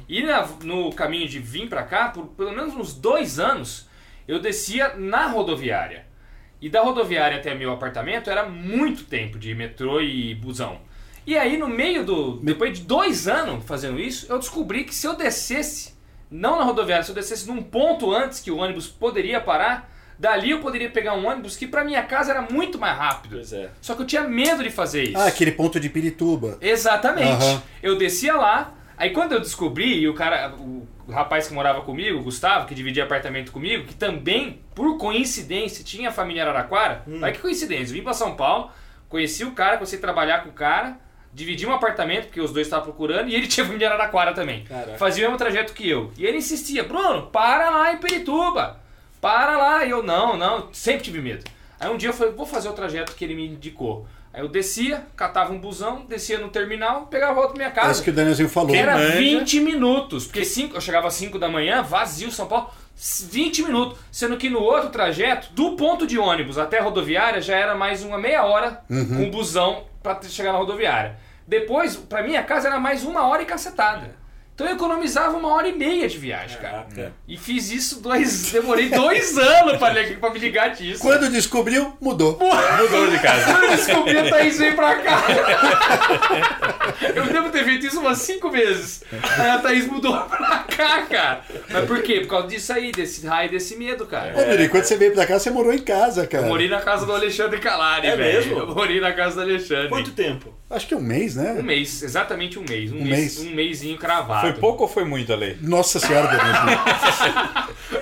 Speaker 1: E na- no caminho de vir pra cá, por pelo menos uns dois anos, eu descia na rodoviária. E da rodoviária até meu apartamento era muito tempo de metrô e busão. E aí, no meio do. Depois de dois anos fazendo isso, eu descobri que se eu descesse, não na rodoviária, se eu descesse num ponto antes que o ônibus poderia parar, dali eu poderia pegar um ônibus que pra minha casa era muito mais rápido.
Speaker 4: Pois é.
Speaker 1: Só que eu tinha medo de fazer isso.
Speaker 3: Ah, aquele ponto de Pirituba.
Speaker 1: Exatamente.
Speaker 3: Aham.
Speaker 1: Eu descia lá, aí quando eu descobri, e o cara, o rapaz que morava comigo, o Gustavo, que dividia apartamento comigo, que também, por coincidência, tinha família em Araraquara, olha que coincidência, eu vim pra São Paulo, conheci o cara, comecei a trabalhar com o cara, dividi um apartamento, porque os dois estavam procurando, e ele tinha família em Araraquara também.
Speaker 4: Caraca.
Speaker 1: Fazia o mesmo trajeto que eu. E ele insistia, Bruno, para lá em Perituba. Para lá. E eu, não, não, sempre tive medo. Aí um dia eu falei, vou fazer o trajeto que ele me indicou. Aí eu descia, catava um busão, descia no terminal, pegava volta pra minha
Speaker 3: É isso
Speaker 1: casa.
Speaker 3: que o Danielzinho falou.
Speaker 1: Era
Speaker 2: manja.
Speaker 1: 20 minutos, porque cinco, eu chegava às 5 da manhã, vazio São Paulo, 20 minutos. Sendo que no outro trajeto, do ponto de ônibus até a rodoviária, já era mais uma meia hora com busão pra te- chegar na rodoviária. Depois, pra minha casa, era mais uma hora e cacetada. Então eu economizava uma hora e meia de viagem, cara.
Speaker 4: Caraca.
Speaker 1: E fiz isso dois. Demorei dois anos pra, li- pra me ligar disso.
Speaker 3: Quando descobriu, mudou.
Speaker 2: Mudou de casa.
Speaker 1: Quando eu descobri, a Thaís veio pra cá. Eu devo ter feito isso umas cinco vezes. Aí a Thaís mudou pra cá, cara. Mas por quê? Por causa disso aí, desse raio, desse medo, cara.
Speaker 3: Ô, Bruninho, quando você veio pra cá, você morou em casa, cara.
Speaker 1: Eu morei na casa do Alexandre Calari,
Speaker 4: É
Speaker 1: velho.
Speaker 4: mesmo?
Speaker 1: Eu morei na casa do Alexandre.
Speaker 4: Quanto tempo?
Speaker 3: Acho que é um mês, né?
Speaker 1: Um mês, exatamente um mês. Um,
Speaker 3: Um
Speaker 1: mês,
Speaker 3: mês.
Speaker 1: Um mêsinho cravado.
Speaker 2: Foi pouco ou foi muito, Ale?
Speaker 3: Nossa senhora, Danielzinho.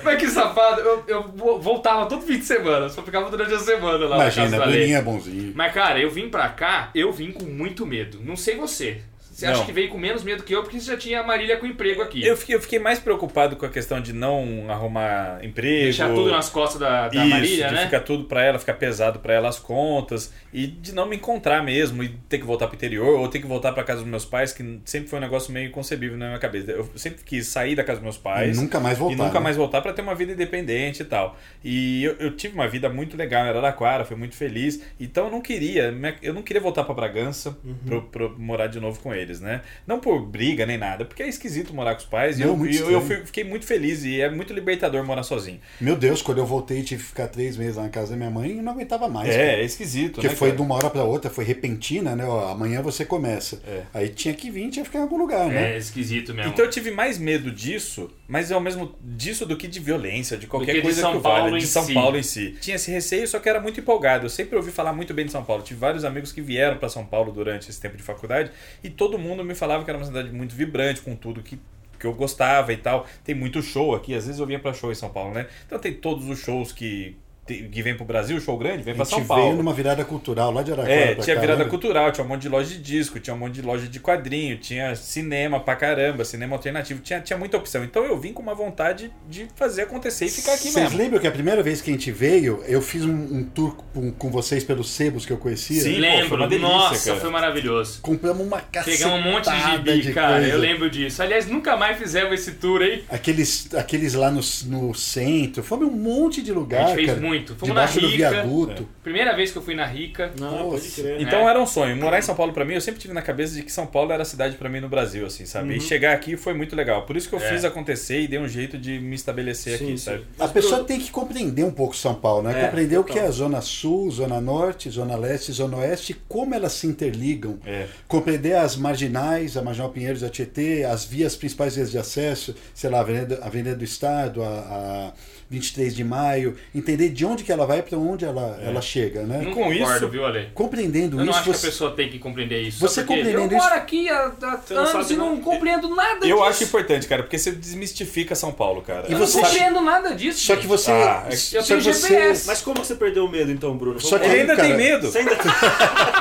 Speaker 1: Mas que safado. Eu, eu vo- voltava todo fim de semana. Só ficava durante a semana lá na
Speaker 3: Imagina,
Speaker 1: casa do Ale.
Speaker 3: Bruninho é bonzinho.
Speaker 1: Mas, cara, eu vim pra cá, eu vim com muito medo. Não sei você. Você acha
Speaker 2: Não.
Speaker 1: que veio com menos medo que eu, porque você já tinha a Marília com emprego aqui.
Speaker 2: Eu fiquei, eu fiquei mais preocupado com a questão de não arrumar emprego.
Speaker 1: Deixar tudo nas costas da, da
Speaker 2: Isso,
Speaker 1: Marília,
Speaker 2: de
Speaker 1: né?
Speaker 2: ficar tudo pra ela, ficar pesado pra ela as contas e de não me encontrar mesmo e ter que voltar pro interior ou ter que voltar pra casa dos meus pais, que sempre foi um negócio meio inconcebível na minha cabeça. Eu sempre quis sair da casa dos meus pais
Speaker 3: E nunca mais voltar,
Speaker 2: e nunca
Speaker 3: né?
Speaker 2: mais voltar pra ter uma vida independente e tal. E eu, eu tive uma vida muito legal em Araraquara, fui muito feliz, então eu não queria, minha- eu não queria voltar pra Bragança
Speaker 3: Uhum.
Speaker 2: pra, pra morar de novo com eles, né? Não por briga nem nada, porque é esquisito morar com os pais e
Speaker 3: Não,
Speaker 2: eu,
Speaker 3: muito
Speaker 2: e eu, eu
Speaker 3: estranho.
Speaker 2: fui- fiquei muito feliz e é muito libertador morar sozinho.
Speaker 3: Meu Deus, quando eu voltei, tive que ficar três meses lá na casa da minha mãe e não aguentava mais. cara.
Speaker 2: É, é esquisito,
Speaker 3: Porque
Speaker 2: né?
Speaker 3: foi
Speaker 2: cara?
Speaker 3: de uma hora pra outra, foi repentina, né? Ó, amanhã você começa.
Speaker 2: É.
Speaker 3: Aí tinha que vir, tinha que ficar em algum lugar, né?
Speaker 1: É esquisito mesmo.
Speaker 2: Então eu tive mais medo disso, mas ao mesmo disso do que de violência, de
Speaker 1: Do
Speaker 2: qualquer
Speaker 1: que de
Speaker 2: coisa
Speaker 1: São
Speaker 2: que eu
Speaker 1: Paulo
Speaker 2: valha,
Speaker 1: em
Speaker 2: de São
Speaker 1: si.
Speaker 2: Paulo em si. Tinha esse receio, só que era muito empolgado. Eu sempre ouvi falar muito bem de São Paulo. Tive vários amigos que vieram para São Paulo durante esse tempo de faculdade e todo mundo me falava que era uma cidade muito vibrante, com tudo que que eu gostava e tal. Tem muito show aqui, às vezes eu vinha pra show em São Paulo, né? Então tem todos os shows que te- que vem pro Brasil, show grande, vem
Speaker 3: A
Speaker 2: pra São
Speaker 3: gente
Speaker 2: Paulo.
Speaker 3: veio numa virada cultural lá de Araraquara.
Speaker 2: É,
Speaker 3: Tá pra
Speaker 2: tinha
Speaker 3: cá,
Speaker 2: virada
Speaker 3: lembra?
Speaker 2: cultural, tinha um monte de loja de disco, tinha um monte de loja de quadrinho, tinha cinema pra caramba, cinema alternativo, tinha, tinha muita opção. Então eu vim com uma vontade de fazer acontecer e ficar aqui
Speaker 3: Vocês
Speaker 2: mesmo.
Speaker 3: lembram que a primeira vez que a gente veio, eu fiz um, um tour com, com vocês pelos sebos que eu conhecia?
Speaker 2: Sim. pô,
Speaker 1: Lembro,
Speaker 2: foi uma delícia,
Speaker 1: nossa,
Speaker 2: cara.
Speaker 1: foi maravilhoso.
Speaker 3: Compramos uma cacetada
Speaker 1: Pegamos um monte de gibi,
Speaker 3: de
Speaker 1: cara.
Speaker 3: coisa.
Speaker 1: Eu lembro disso. Aliás, nunca mais fizemos esse tour aí.
Speaker 3: Aqueles, aqueles lá no, no centro, fomos em um monte de
Speaker 1: A
Speaker 3: lugar,
Speaker 1: gente fez
Speaker 3: cara.
Speaker 1: muito. muito. Fomos
Speaker 3: Debaixo
Speaker 1: na
Speaker 3: do
Speaker 1: Rica.
Speaker 3: viaduto.
Speaker 1: Primeira vez que eu fui na Rica.
Speaker 4: Não, pode
Speaker 3: Nossa.
Speaker 4: crer.
Speaker 2: Então era um sonho. Morar em São Paulo pra mim, eu sempre tive na cabeça de que São Paulo era a cidade pra mim no Brasil, assim, sabe? E chegar aqui foi muito legal. Por isso que eu
Speaker 1: É.
Speaker 2: fiz acontecer e dei um jeito de me estabelecer
Speaker 4: Sim,
Speaker 2: aqui,
Speaker 4: sim.
Speaker 2: sabe?
Speaker 3: A pessoa tem que compreender um pouco São Paulo, né?
Speaker 4: É,
Speaker 3: compreender o
Speaker 4: total.
Speaker 3: que é a Zona Sul, Zona Norte, Zona Leste, Zona Oeste, como elas se interligam.
Speaker 2: É.
Speaker 3: Compreender as marginais, a Marginal Pinheiros, a Tietê, as vias principais vias de acesso, sei lá, a Avenida, a Avenida do Estado, a, a 23 de Maio. Entender de onde que ela vai para onde ela, ela chega, né?
Speaker 1: Não
Speaker 2: Com
Speaker 1: concordo,
Speaker 2: isso-
Speaker 1: viu, Ale?
Speaker 3: Compreendendo
Speaker 1: Eu não
Speaker 3: isso,
Speaker 1: acho que a pessoa tem que compreender isso.
Speaker 3: Você
Speaker 1: sabe por quê?
Speaker 3: compreendendo
Speaker 1: Eu
Speaker 3: isso-
Speaker 1: moro aqui há, há
Speaker 4: não
Speaker 1: anos
Speaker 4: sabe
Speaker 1: e não
Speaker 4: não-
Speaker 1: compreendo nada
Speaker 2: Eu
Speaker 1: disso.
Speaker 2: acho importante, cara, porque você desmistifica São Paulo, cara.
Speaker 3: E
Speaker 1: Eu
Speaker 3: você-
Speaker 1: não compreendo nada disso.
Speaker 3: só que
Speaker 1: gente.
Speaker 3: você,
Speaker 2: Ah, eu
Speaker 3: só
Speaker 1: tenho
Speaker 3: que você
Speaker 1: GPS.
Speaker 4: Mas como que você perdeu o medo então, Bruno?
Speaker 3: Só
Speaker 2: Ele
Speaker 4: Vamos-
Speaker 2: ainda
Speaker 3: Cara,
Speaker 2: tem medo.
Speaker 4: Você ainda...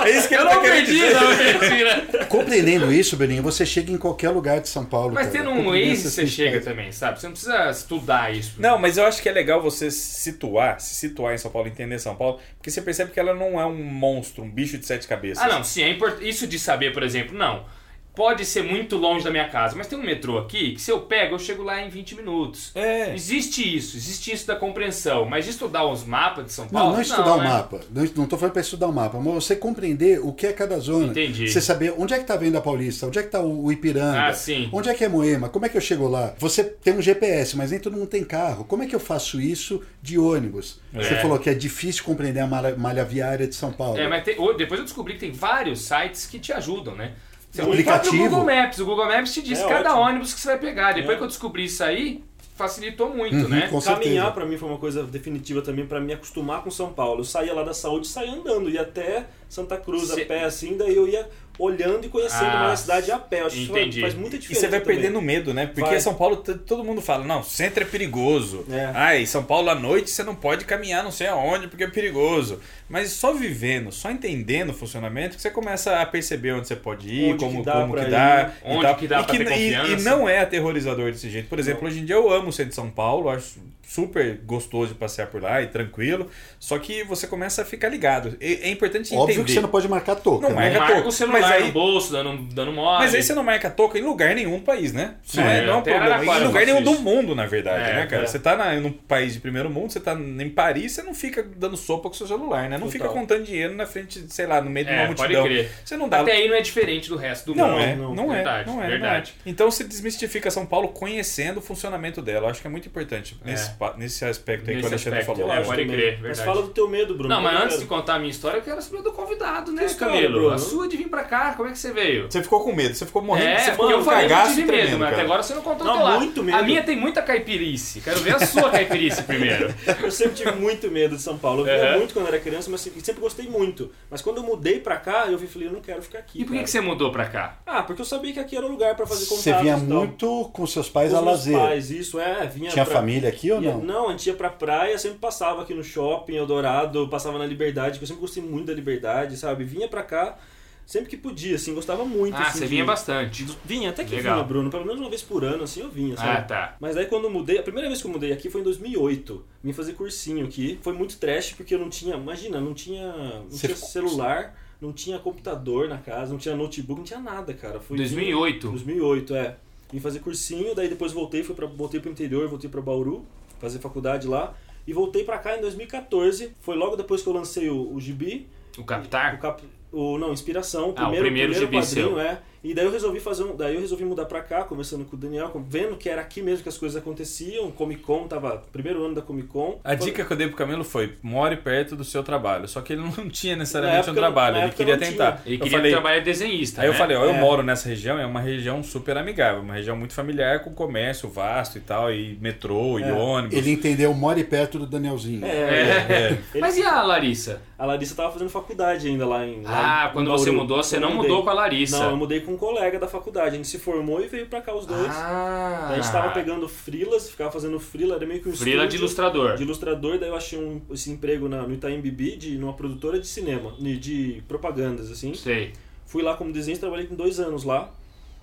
Speaker 2: É isso que
Speaker 1: Eu
Speaker 2: ele tá
Speaker 1: não
Speaker 2: querendo
Speaker 1: perdi,
Speaker 2: dizer.
Speaker 1: não, né? mentira.
Speaker 3: compreendendo isso, Belinho, você chega em qualquer lugar de São Paulo.
Speaker 1: Mas
Speaker 3: cara.
Speaker 1: tendo um
Speaker 3: Compreender
Speaker 1: Waze
Speaker 3: essas
Speaker 1: você chega
Speaker 3: principais-
Speaker 1: também, sabe? Você não precisa estudar isso.
Speaker 2: Não, mas eu acho que é legal você se situar, se situar em São Paulo, entender São Paulo, porque você percebe que ela não é um monstro, um bicho de sete cabeças.
Speaker 1: Ah, não, sim, é import... isso de saber, por exemplo, não. Pode ser muito longe da minha casa, mas tem um metrô aqui que se eu pego, eu chego lá em 20 minutos.
Speaker 2: É.
Speaker 1: Existe isso, existe isso da compreensão, mas de estudar os mapas de São
Speaker 3: Não,
Speaker 1: Paulo.
Speaker 3: não é estudar o
Speaker 1: né?
Speaker 3: mapa. Não, é não tô falando para estudar o mapa, mas você compreender o que é cada zona.
Speaker 1: Entendi.
Speaker 3: Você saber onde é que tá vendo a Paulista, onde é que tá o o Ipiranga,
Speaker 1: Ah, sim.
Speaker 3: onde é que é Moema, como é que eu chego lá? Você tem um GPS, mas nem todo mundo tem carro. Como é que eu faço isso de ônibus? Você
Speaker 1: É.
Speaker 3: falou que é difícil compreender a malha, malha viária de São Paulo.
Speaker 1: É, mas tem- ou- depois eu descobri que tem vários sites que te ajudam, né? Você-
Speaker 3: O
Speaker 1: próprio
Speaker 3: aplicativo?
Speaker 1: Google Maps, o Google Maps te diz
Speaker 4: É
Speaker 1: cada
Speaker 4: ótimo.
Speaker 1: ônibus que você vai pegar. Depois
Speaker 4: É.
Speaker 1: que eu descobri isso aí, facilitou muito,
Speaker 3: Uhum,
Speaker 1: né?
Speaker 3: com certeza.
Speaker 4: Caminhar pra mim foi uma coisa definitiva também pra me acostumar com São Paulo. Eu saía lá da saúde, saía andando, ia até Santa Cruz
Speaker 1: Cê-
Speaker 4: a pé assim, daí eu ia olhando e conhecendo
Speaker 1: Ah,
Speaker 4: mais a cidade a pé. Eu acho que isso
Speaker 1: entendi.
Speaker 4: faz muita
Speaker 2: E
Speaker 4: diferença.
Speaker 2: você vai
Speaker 4: é também.
Speaker 2: perdendo medo, né? Porque
Speaker 4: Vai.
Speaker 2: São Paulo, t- todo mundo fala, não, centro é perigoso.
Speaker 4: É.
Speaker 2: Ai, São Paulo à noite você não pode caminhar não sei aonde porque é perigoso. Mas só vivendo, só entendendo o funcionamento, que você começa a perceber onde você pode ir,
Speaker 4: Onde que
Speaker 2: como,
Speaker 4: dá
Speaker 2: como
Speaker 4: pra
Speaker 2: que
Speaker 4: ir,
Speaker 2: dá. e
Speaker 1: onde
Speaker 2: tal.
Speaker 1: que dá
Speaker 2: e
Speaker 1: pra ter
Speaker 2: e- e
Speaker 1: confiança.
Speaker 2: não é aterrorizador desse jeito. Por exemplo, hoje em dia eu amo o centro de São Paulo, acho super gostoso de passear por lá e tranquilo. Só que você começa a ficar ligado. E- é importante entender.
Speaker 3: Óbvio que você não pode marcar toca.
Speaker 2: Não
Speaker 3: né?
Speaker 2: é.
Speaker 1: Marca
Speaker 2: Gato,
Speaker 1: o celular
Speaker 2: mas aí-
Speaker 1: no bolso, dando, dando mole.
Speaker 2: Mas é aí você não marca toca em lugar nenhum do país, né? Não
Speaker 1: É,
Speaker 2: é, não é um
Speaker 1: até
Speaker 2: problema.
Speaker 1: Araraquara
Speaker 2: Em lugar
Speaker 1: eu faço
Speaker 2: nenhum do
Speaker 1: isso.
Speaker 2: mundo, na verdade,
Speaker 1: É,
Speaker 2: né, cara?
Speaker 1: é.
Speaker 2: Você tá na, num país de primeiro mundo, você tá em Paris, você não fica dando sopa com seu celular, né? Não
Speaker 4: Total.
Speaker 2: fica contando dinheiro na frente, de, sei lá, no meio de
Speaker 1: É,
Speaker 2: uma
Speaker 1: pode
Speaker 2: multidão.
Speaker 1: crer.
Speaker 2: Você não dá.
Speaker 1: Até aí não é diferente do resto do
Speaker 2: Não,
Speaker 1: mundo.
Speaker 2: é,
Speaker 4: não,
Speaker 2: não, é,
Speaker 1: verdade,
Speaker 2: não é, não é.
Speaker 1: verdade.
Speaker 2: Então se desmistifica São Paulo conhecendo o funcionamento dela. Eu acho que é muito importante
Speaker 1: É.
Speaker 2: nesse, pa- nesse aspecto aí
Speaker 1: Nesse
Speaker 2: que o Alexandre
Speaker 1: aspecto,
Speaker 2: falou.
Speaker 1: eu
Speaker 2: né?
Speaker 1: acho É, Pode
Speaker 4: também.
Speaker 1: crer,
Speaker 4: Mas
Speaker 1: verdade.
Speaker 4: fala do teu medo, Bruno.
Speaker 1: Não, mas
Speaker 4: Eu
Speaker 1: antes de
Speaker 4: quero.
Speaker 1: contar a minha história, eu quero saber do convidado, né,
Speaker 4: Que história,
Speaker 1: Camilo?
Speaker 4: Bruno?
Speaker 1: A sua de vir pra cá, como é que você veio?
Speaker 2: Você ficou com medo, você ficou morrendo,
Speaker 1: é,
Speaker 2: você ficou
Speaker 1: eu
Speaker 2: um
Speaker 1: falei que eu
Speaker 2: cagaço
Speaker 1: tive
Speaker 2: tremendo,
Speaker 1: medo, mas
Speaker 2: cara.
Speaker 1: até agora você não contou
Speaker 4: Não,
Speaker 1: o teu lado.
Speaker 4: muito medo.
Speaker 1: A minha tem muita caipirice. Quero ver a sua caipirice primeiro.
Speaker 4: Eu sempre tive muito medo de São Paulo. Eu via
Speaker 1: Uhum.
Speaker 4: muito quando era criança, mas assim, sempre gostei muito. Mas quando eu mudei pra cá, eu vi- falei, eu não quero ficar aqui.
Speaker 1: E por que,
Speaker 4: cara.
Speaker 1: que você mudou pra cá?
Speaker 4: Ah, porque eu sabia que aqui era o lugar pra fazer contatos.
Speaker 3: Você vinha
Speaker 4: e tal.
Speaker 3: muito com seus
Speaker 4: Com
Speaker 3: pais a
Speaker 4: os meus
Speaker 3: lazer.
Speaker 4: pais, isso, é. Vinha
Speaker 3: Tinha
Speaker 4: pra-
Speaker 3: família aqui ou
Speaker 4: Ia-
Speaker 3: não?
Speaker 4: a gente ia pra praia, sempre passava aqui no shopping, Eldorado, passava na Liberdade, que eu sempre gostei muito da Liberdade, sabe? Vinha pra cá sempre que podia, assim, gostava muito.
Speaker 1: Ah,
Speaker 4: assim,
Speaker 1: você
Speaker 4: de-
Speaker 1: vinha bastante.
Speaker 4: Vinha, até que
Speaker 1: Legal.
Speaker 4: vinha, Bruno, pelo menos uma vez por ano, assim, eu vinha, sabe?
Speaker 1: Ah, tá.
Speaker 4: Mas daí quando eu mudei, a primeira vez que eu mudei aqui foi em 2008. Vim fazer cursinho aqui. Foi muito trash porque eu não tinha, imagina, não tinha, não
Speaker 3: Você
Speaker 4: tinha
Speaker 3: ficou-
Speaker 4: celular, não tinha computador na casa, não tinha notebook, não tinha nada, cara. Foi
Speaker 1: 2008.
Speaker 4: 2008, é. Vim fazer cursinho, daí depois voltei, fui para voltei pro interior, voltei pra Bauru, fazer faculdade lá. E voltei pra cá em 2014. Foi logo depois que eu lancei o, o Gibi,
Speaker 1: O
Speaker 4: o
Speaker 1: Captar?
Speaker 4: cap, o não, inspiração, o
Speaker 1: Ah, o
Speaker 4: primeiro,
Speaker 1: primeiro gibi
Speaker 4: quadrinho,
Speaker 1: seu.
Speaker 4: é. E daí eu resolvi fazer um, daí eu resolvi mudar pra cá, começando com o Daniel, com- vendo que era aqui mesmo que as coisas aconteciam, Comic Con tava primeiro ano da Comic Con.
Speaker 2: A
Speaker 4: Foi-
Speaker 2: dica que eu dei pro Camilo foi: more perto do seu trabalho. Só que ele não tinha
Speaker 4: Na
Speaker 2: necessariamente
Speaker 4: época
Speaker 2: um trabalho,
Speaker 4: não- na
Speaker 2: ele
Speaker 4: época
Speaker 2: queria
Speaker 4: não
Speaker 2: tentar.
Speaker 1: Ele
Speaker 2: Eu
Speaker 1: queria
Speaker 2: falei-
Speaker 1: trabalhar desenhista.
Speaker 2: Aí eu
Speaker 1: né?
Speaker 2: falei, ó, eu
Speaker 4: É.
Speaker 2: moro nessa região, é uma região super amigável, uma região muito familiar com comércio vasto e tal, e metrô, e
Speaker 4: É.
Speaker 2: ônibus.
Speaker 3: Ele entendeu, mora e perto do Danielzinho.
Speaker 4: É,
Speaker 1: É.
Speaker 2: É.
Speaker 4: Ele-
Speaker 1: Mas e a Larissa?
Speaker 4: a Larissa tava fazendo faculdade ainda lá em lá
Speaker 1: Ah,
Speaker 4: em
Speaker 1: quando
Speaker 4: Bauru.
Speaker 1: você mudou, você
Speaker 4: Eu
Speaker 1: não
Speaker 4: mudei.
Speaker 1: mudou com a Larissa.
Speaker 4: Não, eu mudei com um colega da faculdade, a gente se formou e veio pra cá os dois.
Speaker 1: Ah,
Speaker 4: Daí a gente tava pegando frilas, ficava fazendo frila, era meio que um
Speaker 1: Frila de
Speaker 4: estúdio
Speaker 1: ilustrador.
Speaker 4: de ilustrador, daí eu achei um, esse emprego na, no Itaim Bibi, de, numa produtora de cinema, de, de propagandas, assim.
Speaker 1: Sei.
Speaker 4: Fui lá como desenhista, trabalhei com dois anos lá.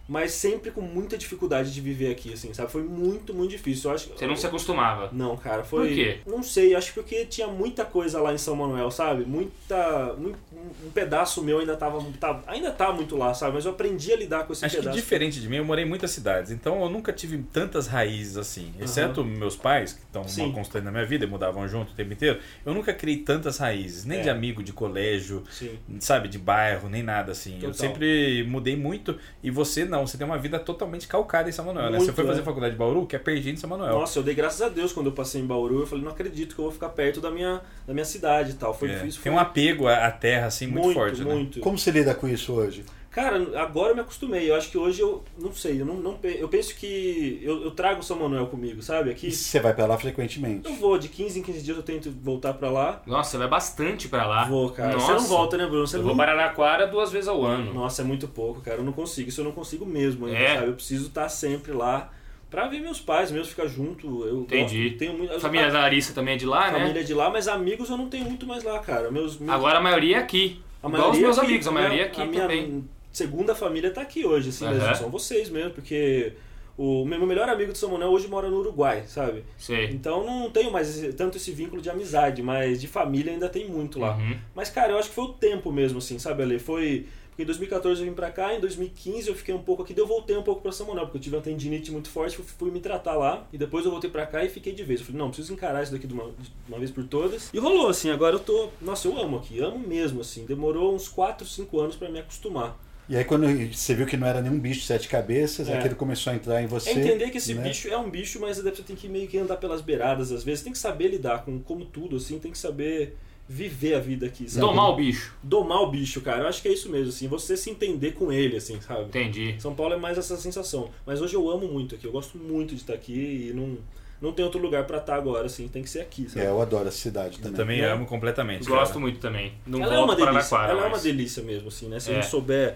Speaker 4: mas sempre com muita dificuldade de viver aqui, assim, sabe? Foi muito, muito difícil. Eu acho
Speaker 1: Você não se acostumava.
Speaker 4: Não, cara, foi.
Speaker 1: Por quê?
Speaker 4: Não sei, acho que porque tinha muita coisa lá em São Manuel, sabe? Muita. mui- um pedaço meu ainda tava. tá- ainda tá muito lá, sabe? Mas eu aprendi a lidar com esse
Speaker 2: Acho que
Speaker 4: pedaço.
Speaker 2: diferente de mim, eu morei em muitas cidades, então eu nunca tive tantas raízes assim. Exceto meus pais, que estão
Speaker 4: Sim.
Speaker 2: uma constante na minha vida e mudavam junto o tempo inteiro. Eu nunca criei tantas raízes, nem
Speaker 4: É.
Speaker 2: de amigo, de colégio,
Speaker 4: Sim.
Speaker 2: sabe, de bairro, nem nada assim. Eu
Speaker 4: Total.
Speaker 2: sempre mudei muito e você não, você tem uma vida totalmente calcada em São Manuel, né? Você
Speaker 4: Muito,
Speaker 2: foi fazer
Speaker 4: é.
Speaker 2: faculdade de Bauru, que é perdido em São Manuel.
Speaker 4: Nossa, eu dei graças a Deus quando eu passei em Bauru. Eu falei, não acredito que eu vou ficar perto da minha, da minha cidade e tal. Foi
Speaker 2: É.
Speaker 4: difícil. Foi
Speaker 2: Tem um apego à à terra assim muito, forte, né?
Speaker 4: muito.
Speaker 3: Como você lida com isso hoje?
Speaker 4: Cara, agora eu me acostumei. Eu acho que hoje eu não sei. Eu, não, não pe- eu penso que eu, eu trago o São Manuel comigo, sabe? Aqui.
Speaker 3: E você vai pra lá frequentemente?
Speaker 4: Eu vou, de 15 em 15 dias eu tento voltar pra lá.
Speaker 1: Nossa, você vai bastante pra lá.
Speaker 4: Vou, cara.
Speaker 1: Nossa.
Speaker 4: Você não volta, né, Bruno? Você
Speaker 1: Eu
Speaker 4: não
Speaker 1: vou para Araraquara duas vezes ao ano.
Speaker 4: Nossa, é muito pouco, cara. Eu não consigo. Isso eu não consigo mesmo ainda,
Speaker 1: É.
Speaker 4: sabe? Eu preciso estar sempre lá pra ver meus pais mesmo, ficar junto. Eu
Speaker 1: Entendi.
Speaker 4: gosto- tenho muito...
Speaker 1: A família da Larissa também é de lá,
Speaker 4: a família
Speaker 1: né?
Speaker 4: de lá, mas amigos eu não tenho muito mais lá, cara. Meus, meus-
Speaker 1: Agora a maioria é aqui. Igual os
Speaker 4: maioria
Speaker 1: meus
Speaker 4: aqui,
Speaker 1: amigos, a maioria é aqui
Speaker 4: minha
Speaker 1: também.
Speaker 4: segunda família tá aqui hoje, assim, mesmo.
Speaker 1: Aham.
Speaker 4: São vocês mesmo, porque o meu meu melhor amigo de São Manuel hoje mora no Uruguai, sabe?
Speaker 1: Sei.
Speaker 4: Então não tenho mais esse- tanto esse vínculo de amizade, mas de família ainda tem muito lá.
Speaker 1: Uhum.
Speaker 4: Mas, cara, eu acho que foi o tempo mesmo, assim, sabe, Ale? Foi. Porque em 2014 eu vim pra cá, em 2015 eu fiquei um pouco aqui, daí eu voltei um pouco pra São Manuel, porque eu tive uma tendinite muito forte, fui- fui me tratar lá, e depois eu voltei pra cá e fiquei de vez. Eu falei, não, preciso encarar isso daqui de uma, de uma vez por todas. E rolou, assim, agora eu tô. Nossa, eu amo aqui, amo mesmo, assim. Demorou uns 4, 5 anos pra me acostumar.
Speaker 3: E aí quando você viu que não era nenhum bicho de sete cabeças,
Speaker 4: É.
Speaker 3: aquele começou a entrar em você.
Speaker 4: É entender que esse
Speaker 3: né?
Speaker 4: bicho é um bicho, mas você tem que meio que andar pelas beiradas às vezes, tem que saber lidar com como tudo, assim, tem que saber viver a vida aqui, sabe?
Speaker 1: Domar o bicho.
Speaker 4: Domar o bicho, cara. Eu acho que é isso mesmo, assim, você se entender com ele, assim, sabe?
Speaker 1: Entendi.
Speaker 4: São Paulo é mais essa sensação. Mas hoje eu amo muito aqui, eu gosto muito de estar aqui e não, não tem outro lugar pra estar agora, assim, tem que ser aqui, sabe?
Speaker 3: É, eu adoro essa cidade
Speaker 2: Eu
Speaker 3: também.
Speaker 2: também
Speaker 4: Né?
Speaker 2: amo completamente.
Speaker 1: Gosto
Speaker 2: cara.
Speaker 1: muito também. Não
Speaker 4: ela é
Speaker 1: volto
Speaker 4: uma
Speaker 1: para
Speaker 4: delícia,
Speaker 1: Araraquara
Speaker 4: ela é uma
Speaker 1: mais.
Speaker 4: delícia mesmo, assim, né? Se
Speaker 1: É.
Speaker 4: não souber.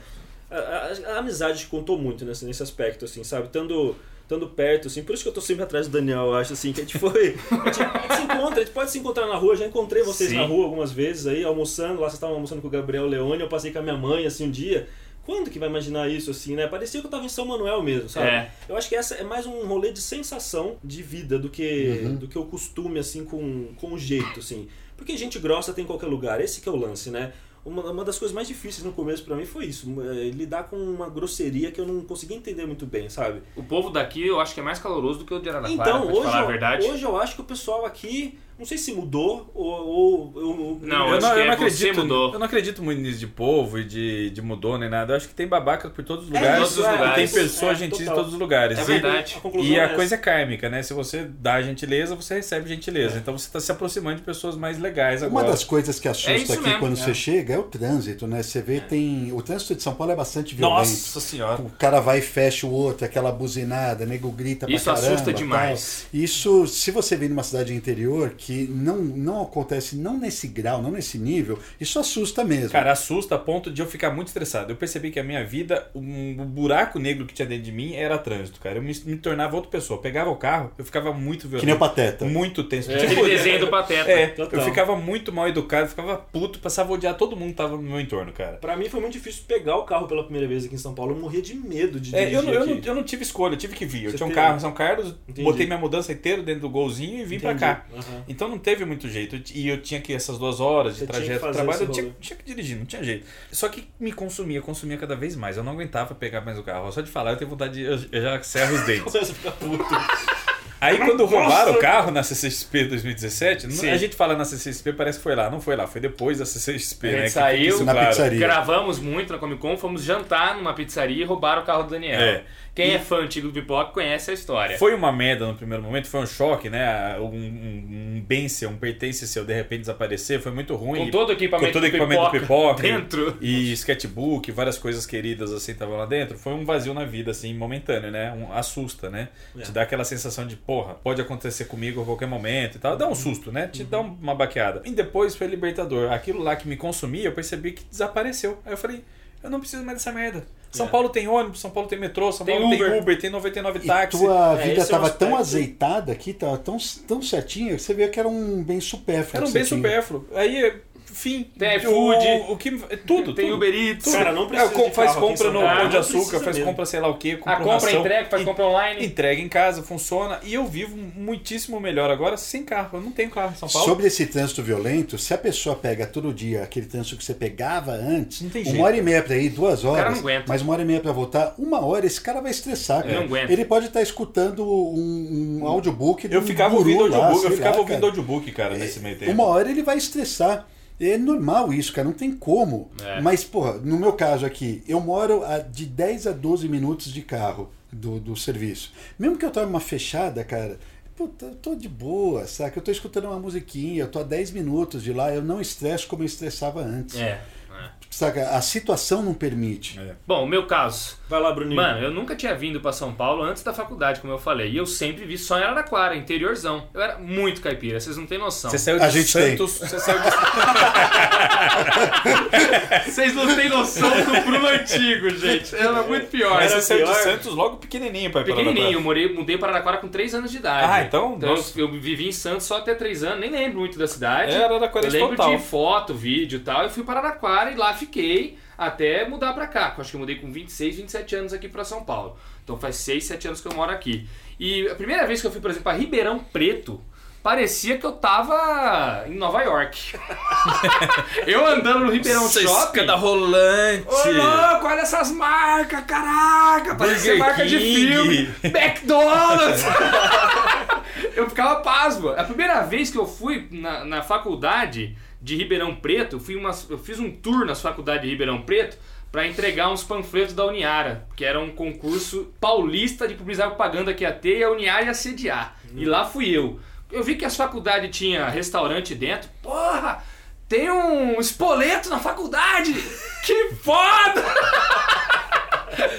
Speaker 4: A, a- a amizade contou muito nesse, nesse aspecto, assim, sabe? Tando. Tando perto, assim, por isso que eu tô sempre atrás do Daniel, eu acho, assim, que a gente foi. A gente, a gente se encontra, a gente pode se encontrar na rua, eu já encontrei vocês
Speaker 1: Sim.
Speaker 4: na rua algumas vezes aí, almoçando, lá vocês estavam almoçando com o Gabriel Leone, eu passei com a minha mãe, assim, um dia. Quando que vai imaginar isso, assim, né? Parecia que eu tava em São Manuel mesmo, sabe?
Speaker 1: É.
Speaker 4: Eu acho que essa é mais um rolê de sensação de vida do que
Speaker 2: Uhum.
Speaker 4: do que o costume, assim, com, com o jeito, assim. Porque gente grossa tem em qualquer lugar, esse que é o lance, né? Uma, uma das coisas mais difíceis no começo pra mim foi isso, é, lidar com uma grosseria que eu não conseguia entender muito bem, sabe?
Speaker 1: O povo daqui eu acho que é mais caloroso do que o de Araraquara,
Speaker 4: Então,
Speaker 1: pra te
Speaker 4: hoje,
Speaker 1: falar a
Speaker 4: eu,
Speaker 1: verdade.
Speaker 4: hoje eu acho que o pessoal aqui, não sei se mudou ou... ou, ou-
Speaker 1: Não,
Speaker 2: Eu
Speaker 1: acho
Speaker 2: não,
Speaker 1: que
Speaker 2: eu
Speaker 1: é
Speaker 2: não
Speaker 1: você
Speaker 2: acredito,
Speaker 1: mudou.
Speaker 2: eu não acredito muito nisso de povo e de, de mudou nem nada. Eu acho que tem babaca por todos os
Speaker 4: É
Speaker 2: lugares.
Speaker 1: isso, é,
Speaker 2: e tem
Speaker 1: isso,
Speaker 2: pessoas
Speaker 4: é,
Speaker 2: gentis em
Speaker 4: total.
Speaker 2: todos os lugares.
Speaker 1: É
Speaker 2: E-
Speaker 1: verdade.
Speaker 4: conclusão
Speaker 2: E
Speaker 4: é
Speaker 2: a
Speaker 4: essa.
Speaker 2: coisa é kármica, né? Se você dá gentileza, você recebe gentileza. Então você está se aproximando de pessoas mais legais
Speaker 3: Uma
Speaker 2: agora.
Speaker 3: das coisas que assusta
Speaker 1: É isso
Speaker 3: aqui
Speaker 1: mesmo,
Speaker 3: quando
Speaker 1: é.
Speaker 3: você chega é o trânsito, né? Você vê, tem. O trânsito de São Paulo é bastante violento.
Speaker 2: Nossa senhora.
Speaker 3: O cara vai e fecha o outro, aquela buzinada, nego grita pra
Speaker 1: Isso
Speaker 3: caramba.
Speaker 1: assusta
Speaker 3: tal.
Speaker 1: demais.
Speaker 3: Isso, se você vem numa cidade interior que não, não acontece, não nesse grau, não nesse nível, isso assusta mesmo.
Speaker 2: Cara, assusta a ponto de eu ficar muito estressado. Eu percebi que a minha vida, um buraco negro que tinha dentro de mim era trânsito, cara. Eu me, me tornava outra pessoa. Eu pegava o carro, eu ficava muito
Speaker 3: que nem o
Speaker 2: violento.
Speaker 3: Pateta.
Speaker 2: Muito tenso.
Speaker 1: É Aquele desenho do Pateta.
Speaker 2: É,
Speaker 4: Total.
Speaker 2: eu ficava muito mal educado, ficava puto, passava a odiar todo mundo que tava no meu entorno, cara.
Speaker 4: Pra mim foi muito difícil pegar o carro pela primeira vez aqui em São Paulo, eu morria de medo de
Speaker 2: É,
Speaker 4: dirigir
Speaker 2: eu, não- eu
Speaker 4: aqui.
Speaker 2: não, eu não tive escolha, eu tive que vir. Eu
Speaker 4: Você
Speaker 2: tinha um
Speaker 4: teve-
Speaker 2: carro em São Carlos,
Speaker 4: Entendi.
Speaker 2: botei minha mudança inteira dentro do golzinho e vim pra
Speaker 4: Entendi.
Speaker 2: cá.
Speaker 4: Aham.
Speaker 2: Então não teve muito jeito. E eu tinha que essas duas horas de
Speaker 4: Você tinha que
Speaker 2: trajeto pro
Speaker 4: fazer
Speaker 2: trabalho,
Speaker 4: esse
Speaker 2: eu tinha,
Speaker 4: rolê.
Speaker 2: tinha que dirigir, não tinha jeito. Só que me consumia, consumia cada vez mais. Eu não aguentava pegar mais o carro. Só de falar, eu tenho vontade de. Eu, eu já cerro os dentes.
Speaker 4: Você fica puto.
Speaker 2: Aí quando roubaram o
Speaker 4: Nossa!
Speaker 2: carro na CCXP 2017, não-
Speaker 1: Sim.
Speaker 2: a gente fala na CCXP, parece que foi lá. Não foi lá, foi depois da CCXP,
Speaker 1: A
Speaker 2: né?
Speaker 1: gente
Speaker 2: que fica
Speaker 1: saiu
Speaker 2: isso
Speaker 3: na
Speaker 2: claro.
Speaker 3: pizzaria.
Speaker 1: Gravamos muito na Comic Con, fomos jantar numa pizzaria e roubaram o carro do Daniel.
Speaker 2: É.
Speaker 1: Quem é fã antigo do Pipoca conhece a história.
Speaker 2: Foi uma merda no primeiro momento, foi um choque, né? Um, um, um bem seu, um pertence seu, de repente desaparecer, foi muito ruim.
Speaker 1: Com todo o equipamento,
Speaker 2: com todo o
Speaker 1: do
Speaker 2: equipamento do pipoca.
Speaker 1: dentro.
Speaker 2: E sketchbook, várias coisas queridas assim estavam lá dentro. Foi um vazio na vida, assim, momentâneo, né? Um, assusta, né?
Speaker 4: É.
Speaker 2: Te dá aquela sensação de, porra, pode acontecer comigo a qualquer momento e tal.
Speaker 1: Uhum.
Speaker 2: Dá um susto, né? Te dá uma baqueada. E depois foi libertador. Aquilo lá que me consumia, eu percebi que desapareceu. Aí eu falei, eu não preciso mais dessa merda. São
Speaker 4: É.
Speaker 2: Paulo tem ônibus, São Paulo tem metrô, São
Speaker 1: Tem
Speaker 2: Paulo tem
Speaker 1: Uber.
Speaker 2: Uber, tem 99
Speaker 3: E
Speaker 2: táxi.
Speaker 3: tua
Speaker 4: É,
Speaker 3: vida
Speaker 4: esse é um
Speaker 3: tava tão
Speaker 4: aspecto-
Speaker 3: azeitada aqui, tava tão, tão certinha, que você vê que era um bem supérfluo.
Speaker 2: Era um
Speaker 3: que
Speaker 2: bem
Speaker 3: você tinha.
Speaker 2: supérfluo. Aí fim.
Speaker 1: Tem iFood.
Speaker 2: O, o que, tudo,
Speaker 1: Tem
Speaker 2: tudo.
Speaker 1: Uber Eats.
Speaker 4: Cara, não precisa
Speaker 2: É, com-
Speaker 4: de
Speaker 2: faz
Speaker 4: carro aqui em
Speaker 2: compra
Speaker 4: São
Speaker 2: no
Speaker 4: Paulo.
Speaker 2: Pão de
Speaker 4: Não
Speaker 2: Açúcar,
Speaker 4: precisa
Speaker 2: faz
Speaker 4: mesmo.
Speaker 2: compra sei lá o que, compra
Speaker 1: a compra,
Speaker 2: ração,
Speaker 1: entrega, faz
Speaker 2: en-
Speaker 1: compra online.
Speaker 2: entrega em casa, funciona. E eu vivo muitíssimo melhor agora sem carro. Eu não tenho carro em São Paulo.
Speaker 3: Sobre esse trânsito violento, se a pessoa pega todo dia aquele trânsito que você pegava antes,
Speaker 2: Não tem
Speaker 3: uma
Speaker 2: jeito.
Speaker 3: hora e meia pra ir, duas horas,
Speaker 1: cara não aguenta.
Speaker 3: mas uma hora e meia pra voltar, uma hora, esse cara vai estressar, cara.
Speaker 1: não aguenta.
Speaker 3: Ele pode estar escutando um, um audiobook de
Speaker 2: Eu
Speaker 3: um
Speaker 2: ficava
Speaker 3: guru
Speaker 2: ouvindo
Speaker 3: lá,
Speaker 2: audiobook, eu
Speaker 3: sei
Speaker 2: ficava
Speaker 3: lá,
Speaker 2: ouvindo
Speaker 3: cara.
Speaker 2: audiobook, cara, nesse meio tempo.
Speaker 3: Uma hora ele vai estressar. É normal isso, cara, não tem como.
Speaker 1: É.
Speaker 3: Mas, porra, no meu caso aqui, eu moro a de 10 a 12 minutos de carro do, do serviço. Mesmo que eu tome uma fechada, cara, puta, eu tô de boa, saca? Eu tô escutando uma musiquinha, eu tô a 10 minutos de lá, eu não estresso como eu estressava antes.
Speaker 1: É.
Speaker 3: Saca? A situação não permite.
Speaker 2: É.
Speaker 1: Bom, meu caso.
Speaker 4: Vai lá, Bruninho.
Speaker 1: Mano, eu nunca tinha vindo pra São Paulo antes da faculdade, como eu falei. E eu sempre vi só em Araraquara, interiorzão. Eu era muito caipira, vocês não têm noção.
Speaker 2: Você saiu de
Speaker 3: A gente tem.
Speaker 2: Santos, você saiu de
Speaker 1: Vocês não têm noção do Bruno antigo, gente. Era muito pior.
Speaker 2: Mas
Speaker 1: Era
Speaker 2: você saiu de
Speaker 4: pior.
Speaker 2: Santos logo pequenininho pra ir pra
Speaker 1: pequenininho, eu morei, mudei para Araraquara com 3 anos de idade.
Speaker 2: Ah, então,
Speaker 1: eu-
Speaker 2: nossa.
Speaker 1: eu, vivi em Santos só até 3 anos, nem lembro muito da cidade.
Speaker 2: É, Araraquara
Speaker 1: Eu lembro
Speaker 2: total.
Speaker 1: de foto, vídeo e tal. Eu fui para Araraquara e lá fiquei até mudar para cá. que Eu acho que eu mudei com 26, 27 anos aqui para São Paulo. Então faz 6, 7 anos que eu moro aqui. E a primeira vez que eu fui, por exemplo, para Ribeirão Preto, parecia que eu tava em Nova York. eu andando no Ribeirão um Shopping.
Speaker 2: é da rolante.
Speaker 1: Ô, louco, olha essas marcas, caraca! Parece ser
Speaker 2: Burger
Speaker 1: marca de
Speaker 2: King.
Speaker 1: filme. McDonald's! eu ficava pasmo. A primeira vez que eu fui na, na faculdade de Ribeirão Preto, eu, fui umas- eu fiz um tour nas faculdades de Ribeirão Preto pra entregar uns panfletos da Uniara, que era um concurso paulista de publicidade e propaganda que ia ter e a Uniara ia sediar. E lá fui eu. Eu vi que as faculdades tinha restaurante dentro. Porra! Tem um espoleto na faculdade! Que foda!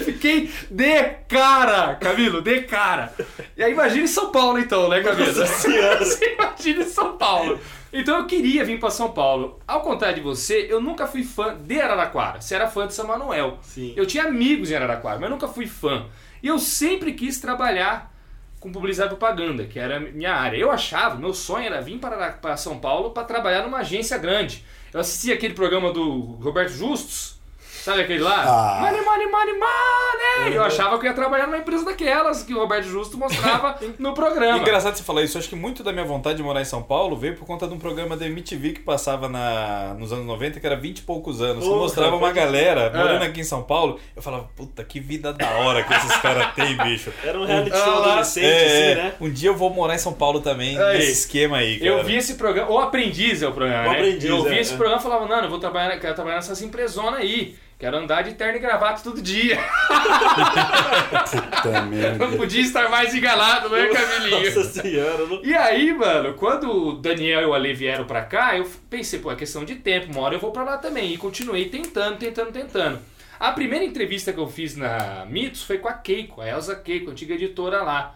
Speaker 1: Fiquei de cara, Camilo, de cara. E aí imagine São Paulo então, né, Camilo? Você imagina São Paulo. Então eu queria vir pra São Paulo. Ao contrário de você, eu nunca fui fã de Araraquara. Você era fã de São Manuel.
Speaker 4: Sim.
Speaker 1: Eu tinha amigos em Araraquara, mas nunca fui fã. E eu sempre quis trabalhar com publicidade e propaganda, que era a minha área. Eu achava, meu sonho era vir para, para São Paulo para trabalhar numa agência grande. Eu assistia aquele programa do Roberto Justus, sabe aquele lá?
Speaker 3: Ah.
Speaker 1: Money, money, money, money! Eu achava que eu ia trabalhar numa empresa daquelas que o Roberto Justo mostrava no programa.
Speaker 2: Engraçado você falar isso. Acho que muito da minha vontade de morar em São Paulo veio por conta de um programa da MTV que passava na, nos anos 90, que era 20 e poucos anos. que
Speaker 4: Porra,
Speaker 2: mostrava uma
Speaker 4: pode-
Speaker 1: É.
Speaker 2: galera morando aqui em São Paulo. Eu falava, puta, que vida da hora que esses caras têm, bicho.
Speaker 4: Era um reality show
Speaker 1: Ah, lá.
Speaker 4: adolescente,
Speaker 2: É,
Speaker 4: assim, né?
Speaker 2: Um dia eu vou morar em São Paulo também,
Speaker 1: Aí.
Speaker 2: nesse esquema aí, cara.
Speaker 1: Eu vi esse programa, o Aprendiz é o programa,
Speaker 4: O
Speaker 1: né?
Speaker 4: Aprendiz,
Speaker 1: eu vi
Speaker 4: é,
Speaker 1: esse
Speaker 4: é.
Speaker 1: programa e falava, mano, eu vou trabalhar, quero trabalhar nessas empresonas aí. Quero andar de terno e gravata todo dia.
Speaker 3: Puta merda.
Speaker 1: Não podia estar mais engalado, não é, Camilinho?
Speaker 4: Nossa senhora, eu não...
Speaker 1: E aí, mano, quando o Daniel e o Ale vieram pra cá, eu pensei, pô, é questão de tempo, uma hora eu vou pra lá também. E continuei tentando, tentando, tentando. A primeira entrevista que eu fiz na Mitos foi com a Keiko, a Elsa Keiko, antiga editora lá.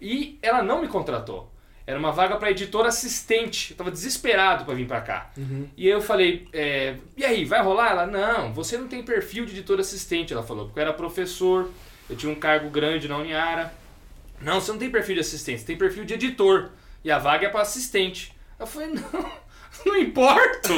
Speaker 1: E ela não me contratou. Era uma vaga pra editora assistente. Eu tava desesperado pra vir pra cá. E aí eu falei, é, e aí, vai rolar? Ela, não, você não tem perfil de editora assistente, ela falou, porque eu era professor, eu tinha um cargo grande na Uniara. Não, você não tem perfil de assistente, você tem perfil de editor. E a vaga é pra assistente. Eu falei, não, não importo.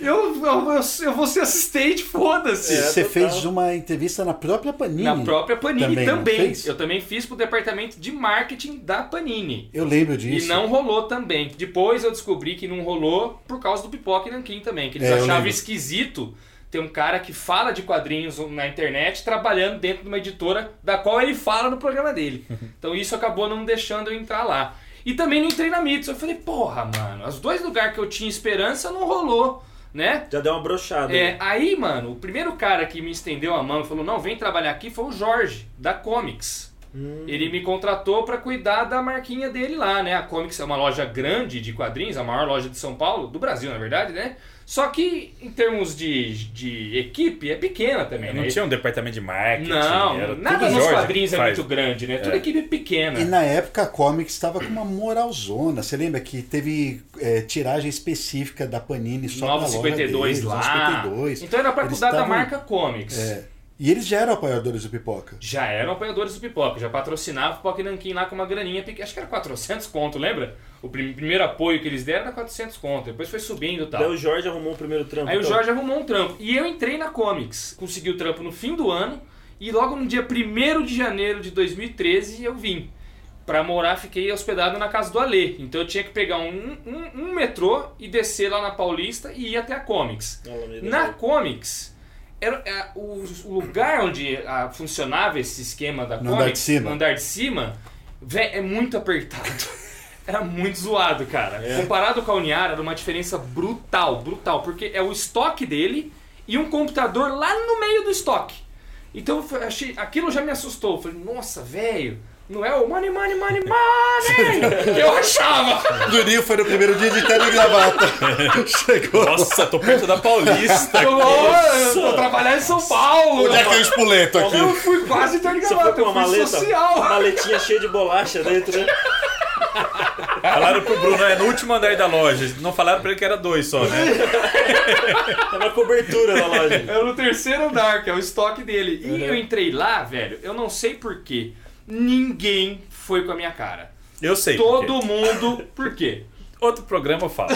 Speaker 1: Eu, eu, eu, eu vou ser assistente, foda-se.
Speaker 4: É,
Speaker 3: Você
Speaker 4: total.
Speaker 3: fez uma entrevista na própria Panini.
Speaker 1: Na própria Panini
Speaker 3: Também,
Speaker 1: também.
Speaker 3: não fez?
Speaker 1: Eu também fiz pro departamento de marketing da Panini.
Speaker 3: Eu lembro disso.
Speaker 1: E não rolou também. Depois eu descobri que não rolou por causa do Pipoca e Nanquim também, que eles
Speaker 3: É, eu
Speaker 1: achavam
Speaker 3: lembro.
Speaker 1: esquisito ter um cara que fala de quadrinhos na internet trabalhando dentro de uma editora da qual ele fala no programa dele. Então isso acabou não deixando eu entrar lá. E também não entrei na Mitos. Eu falei, porra, mano, os dois lugares que eu tinha esperança não rolou, né?
Speaker 4: Já deu uma brochada. né?
Speaker 1: É, aí, mano, o primeiro cara que me estendeu a mão e falou, não, vem trabalhar aqui foi o Jorge, da Comics. Ele me contratou pra cuidar da marquinha dele lá, né? A Comics é uma loja grande de quadrinhos, é a maior loja de São Paulo, do Brasil, na verdade, né? Só que, em termos de, de equipe, é pequena também,
Speaker 2: Não
Speaker 1: né?
Speaker 2: tinha um departamento de marketing. era
Speaker 1: não, nada
Speaker 2: tudo
Speaker 1: nos
Speaker 2: Jorge que
Speaker 1: quadrinhos é
Speaker 2: faz.
Speaker 1: muito grande, né? Tudo equipe pequena.
Speaker 3: E na época a Comics estava com uma moralzona. Você lembra que teve é, tiragem específica da Panini só pra loja
Speaker 1: 952
Speaker 3: deles,
Speaker 1: lá.
Speaker 3: 952.
Speaker 1: Então era pra
Speaker 3: Eles
Speaker 1: cuidar da
Speaker 3: estavam-
Speaker 1: marca Comics.
Speaker 3: É. E eles já eram apoiadores do Pipoca.
Speaker 1: Já um eram apoiadores do Pipoca, já patrocinava o Pipoca e Nanquim lá com uma graninha, pequena, acho que era 400 conto, lembra? O prim- primeiro apoio que eles deram era 400 conto, depois foi subindo e tal.
Speaker 4: Daí o Jorge arrumou o primeiro trampo.
Speaker 1: Tá. Aí o
Speaker 4: então.
Speaker 1: Jorge arrumou um trampo. E eu entrei na Comics. Consegui o trampo no fim do ano. E logo no dia 1 de janeiro de 2013 eu vim. Pra morar, fiquei hospedado na casa do Alê. Então eu tinha que pegar um, um, um metrô e descer lá na Paulista e ir até a Comics.
Speaker 4: Alameda,
Speaker 1: Na
Speaker 4: né?
Speaker 1: Comics, era, é, o, o lugar onde ah, funcionava esse esquema da
Speaker 3: No
Speaker 1: Comics,
Speaker 3: andar de cima.
Speaker 1: no andar de cima, vé, é muito apertado. Era muito zoado, cara.
Speaker 3: É.
Speaker 1: Comparado com a Uniara, era uma diferença brutal, brutal. Porque é o estoque dele e um computador lá no meio do estoque. Então eu fa- achei, aquilo já me assustou. Eu Falei, nossa, velho, não é o money, money, money, money que eu achava.
Speaker 3: Durinho foi no primeiro dia de terno e gravata. Chegou.
Speaker 2: Nossa, tô perto da Paulista.
Speaker 1: Eu, eu vou trabalhar em São Paulo.
Speaker 3: Onde é que é Tá o espoleto aqui?
Speaker 1: Eu fui quase
Speaker 4: Você foi
Speaker 1: interligado,
Speaker 4: com
Speaker 1: eu
Speaker 4: uma
Speaker 1: fui
Speaker 4: maleta,
Speaker 1: social.
Speaker 4: maletinha cheia de bolacha dentro, né?
Speaker 2: Falaram pro Bruno, é no último andar da loja. Não falaram pra ele que era dois só, né?
Speaker 4: Tava a Tá cobertura da loja.
Speaker 1: Era É no terceiro andar, que é o estoque dele. E eu entrei lá, velho, eu não sei porquê. Ninguém foi com a minha cara.
Speaker 2: Eu sei. por quê.
Speaker 1: Todo mundo. Por quê?
Speaker 2: Outro programa eu falo.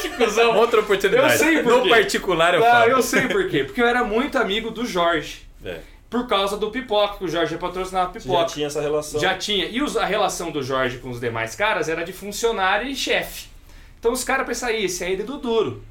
Speaker 1: que cuzão.
Speaker 2: É Outra oportunidade.
Speaker 1: Eu sei por
Speaker 2: No
Speaker 1: quê.
Speaker 2: particular eu
Speaker 1: Não,
Speaker 2: falo.
Speaker 1: Ah, eu sei por quê. Porque eu era muito amigo do Jorge.
Speaker 2: É.
Speaker 1: Por causa do pipoca, que o Jorge patrocinava
Speaker 4: Já
Speaker 1: pipoca.
Speaker 4: tinha essa relação.
Speaker 1: Já tinha. E os- a relação do Jorge com os demais caras era de funcionário e chefe. Então os caras pensavam, "Ih, esse aí é do duro.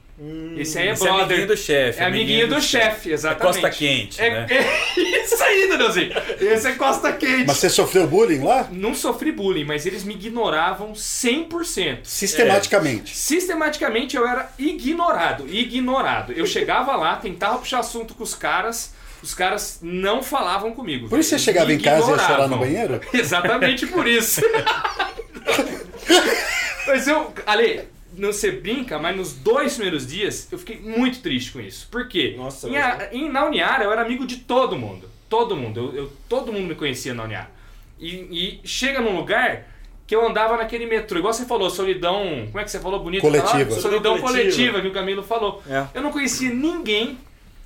Speaker 1: esse aí é
Speaker 2: Esse é
Speaker 1: brother.
Speaker 2: amiguinho do chefe.
Speaker 1: É amiguinho do chefe,
Speaker 2: É
Speaker 1: exatamente.
Speaker 2: Costa Quente,
Speaker 1: É,
Speaker 2: né?
Speaker 1: é isso aí, Danielzinho. Esse é Costa Quente.
Speaker 3: Mas você sofreu bullying lá?
Speaker 1: Não sofri bullying, mas eles me ignoravam 100%.
Speaker 3: Sistematicamente.
Speaker 1: Sistematicamente eu era ignorado, ignorado. Eu chegava lá, tentava puxar assunto com os caras, os caras não falavam comigo.
Speaker 3: Por isso você
Speaker 1: Eles
Speaker 3: chegava
Speaker 1: me
Speaker 3: em casa e ia chorar no
Speaker 1: ignoravam.
Speaker 3: banheiro?
Speaker 1: Exatamente por isso. mas eu. Ale, não se brinca, mas nos dois primeiros dias eu fiquei muito triste com isso. Por quê?
Speaker 4: Nossa,
Speaker 1: em,
Speaker 4: mas-
Speaker 1: a- em- na Uniara eu era amigo de todo mundo. Todo mundo. Eu, eu- todo mundo me conhecia na Uniara. E, e chega num lugar que eu andava naquele metrô. Igual você falou, solidão. Como é que você falou bonito?
Speaker 3: Coletiva.
Speaker 1: Você falou?
Speaker 4: Solidão
Speaker 1: Solidão
Speaker 4: coletiva.
Speaker 1: coletiva, que o Camilo falou.
Speaker 4: É.
Speaker 1: Eu não conhecia ninguém.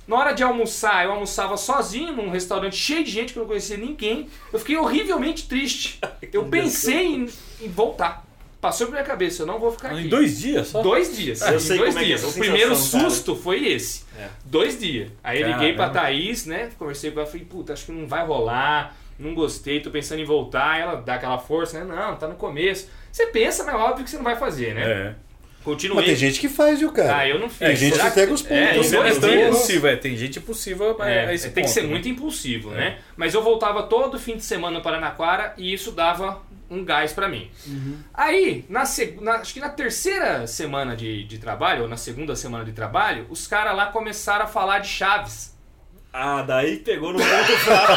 Speaker 1: Na hora de almoçar, eu almoçava sozinho num restaurante cheio de gente que eu não conhecia ninguém. Eu fiquei horrivelmente triste. Eu pensei em, em voltar. Passou pela minha cabeça, eu não vou ficar aqui.
Speaker 2: Em dois dias só?
Speaker 1: Dois dias.
Speaker 4: Eu
Speaker 1: em
Speaker 4: sei
Speaker 1: dois
Speaker 4: como é que é
Speaker 1: dias.
Speaker 4: essa
Speaker 1: o primeiro
Speaker 4: sensação, cara.
Speaker 1: susto foi esse.
Speaker 4: É.
Speaker 1: Dois dias. Aí eu liguei pra
Speaker 2: Caramba.
Speaker 1: Thaís, né? Conversei com ela, falei, puta, acho que não vai rolar, não gostei, tô pensando em voltar. Ela dá aquela força, né? Não, tá no começo. Você pensa, mas é óbvio que você não vai fazer, né?
Speaker 2: É.
Speaker 1: Continuei.
Speaker 3: Mas tem gente que faz, viu, cara?
Speaker 1: Ah, eu não fiz.
Speaker 3: Tem gente
Speaker 1: Será
Speaker 3: que pega os pontos.
Speaker 1: É, em
Speaker 2: Você não é
Speaker 1: dois
Speaker 2: tão
Speaker 1: dias.
Speaker 2: impulsivo, é. Tem gente impulsiva a,
Speaker 1: É,
Speaker 2: a esse
Speaker 1: tem que
Speaker 2: ponto,
Speaker 1: ser
Speaker 2: né?
Speaker 1: muito impulsivo, né? Mas eu voltava todo fim de semana no Paranaquara e isso dava um gás pra mim. Aí, na, seg- na- acho que na terceira semana de, de trabalho, ou na segunda semana de trabalho, os caras lá começaram a falar de Chaves.
Speaker 4: Ah, daí pegou no ponto fraco.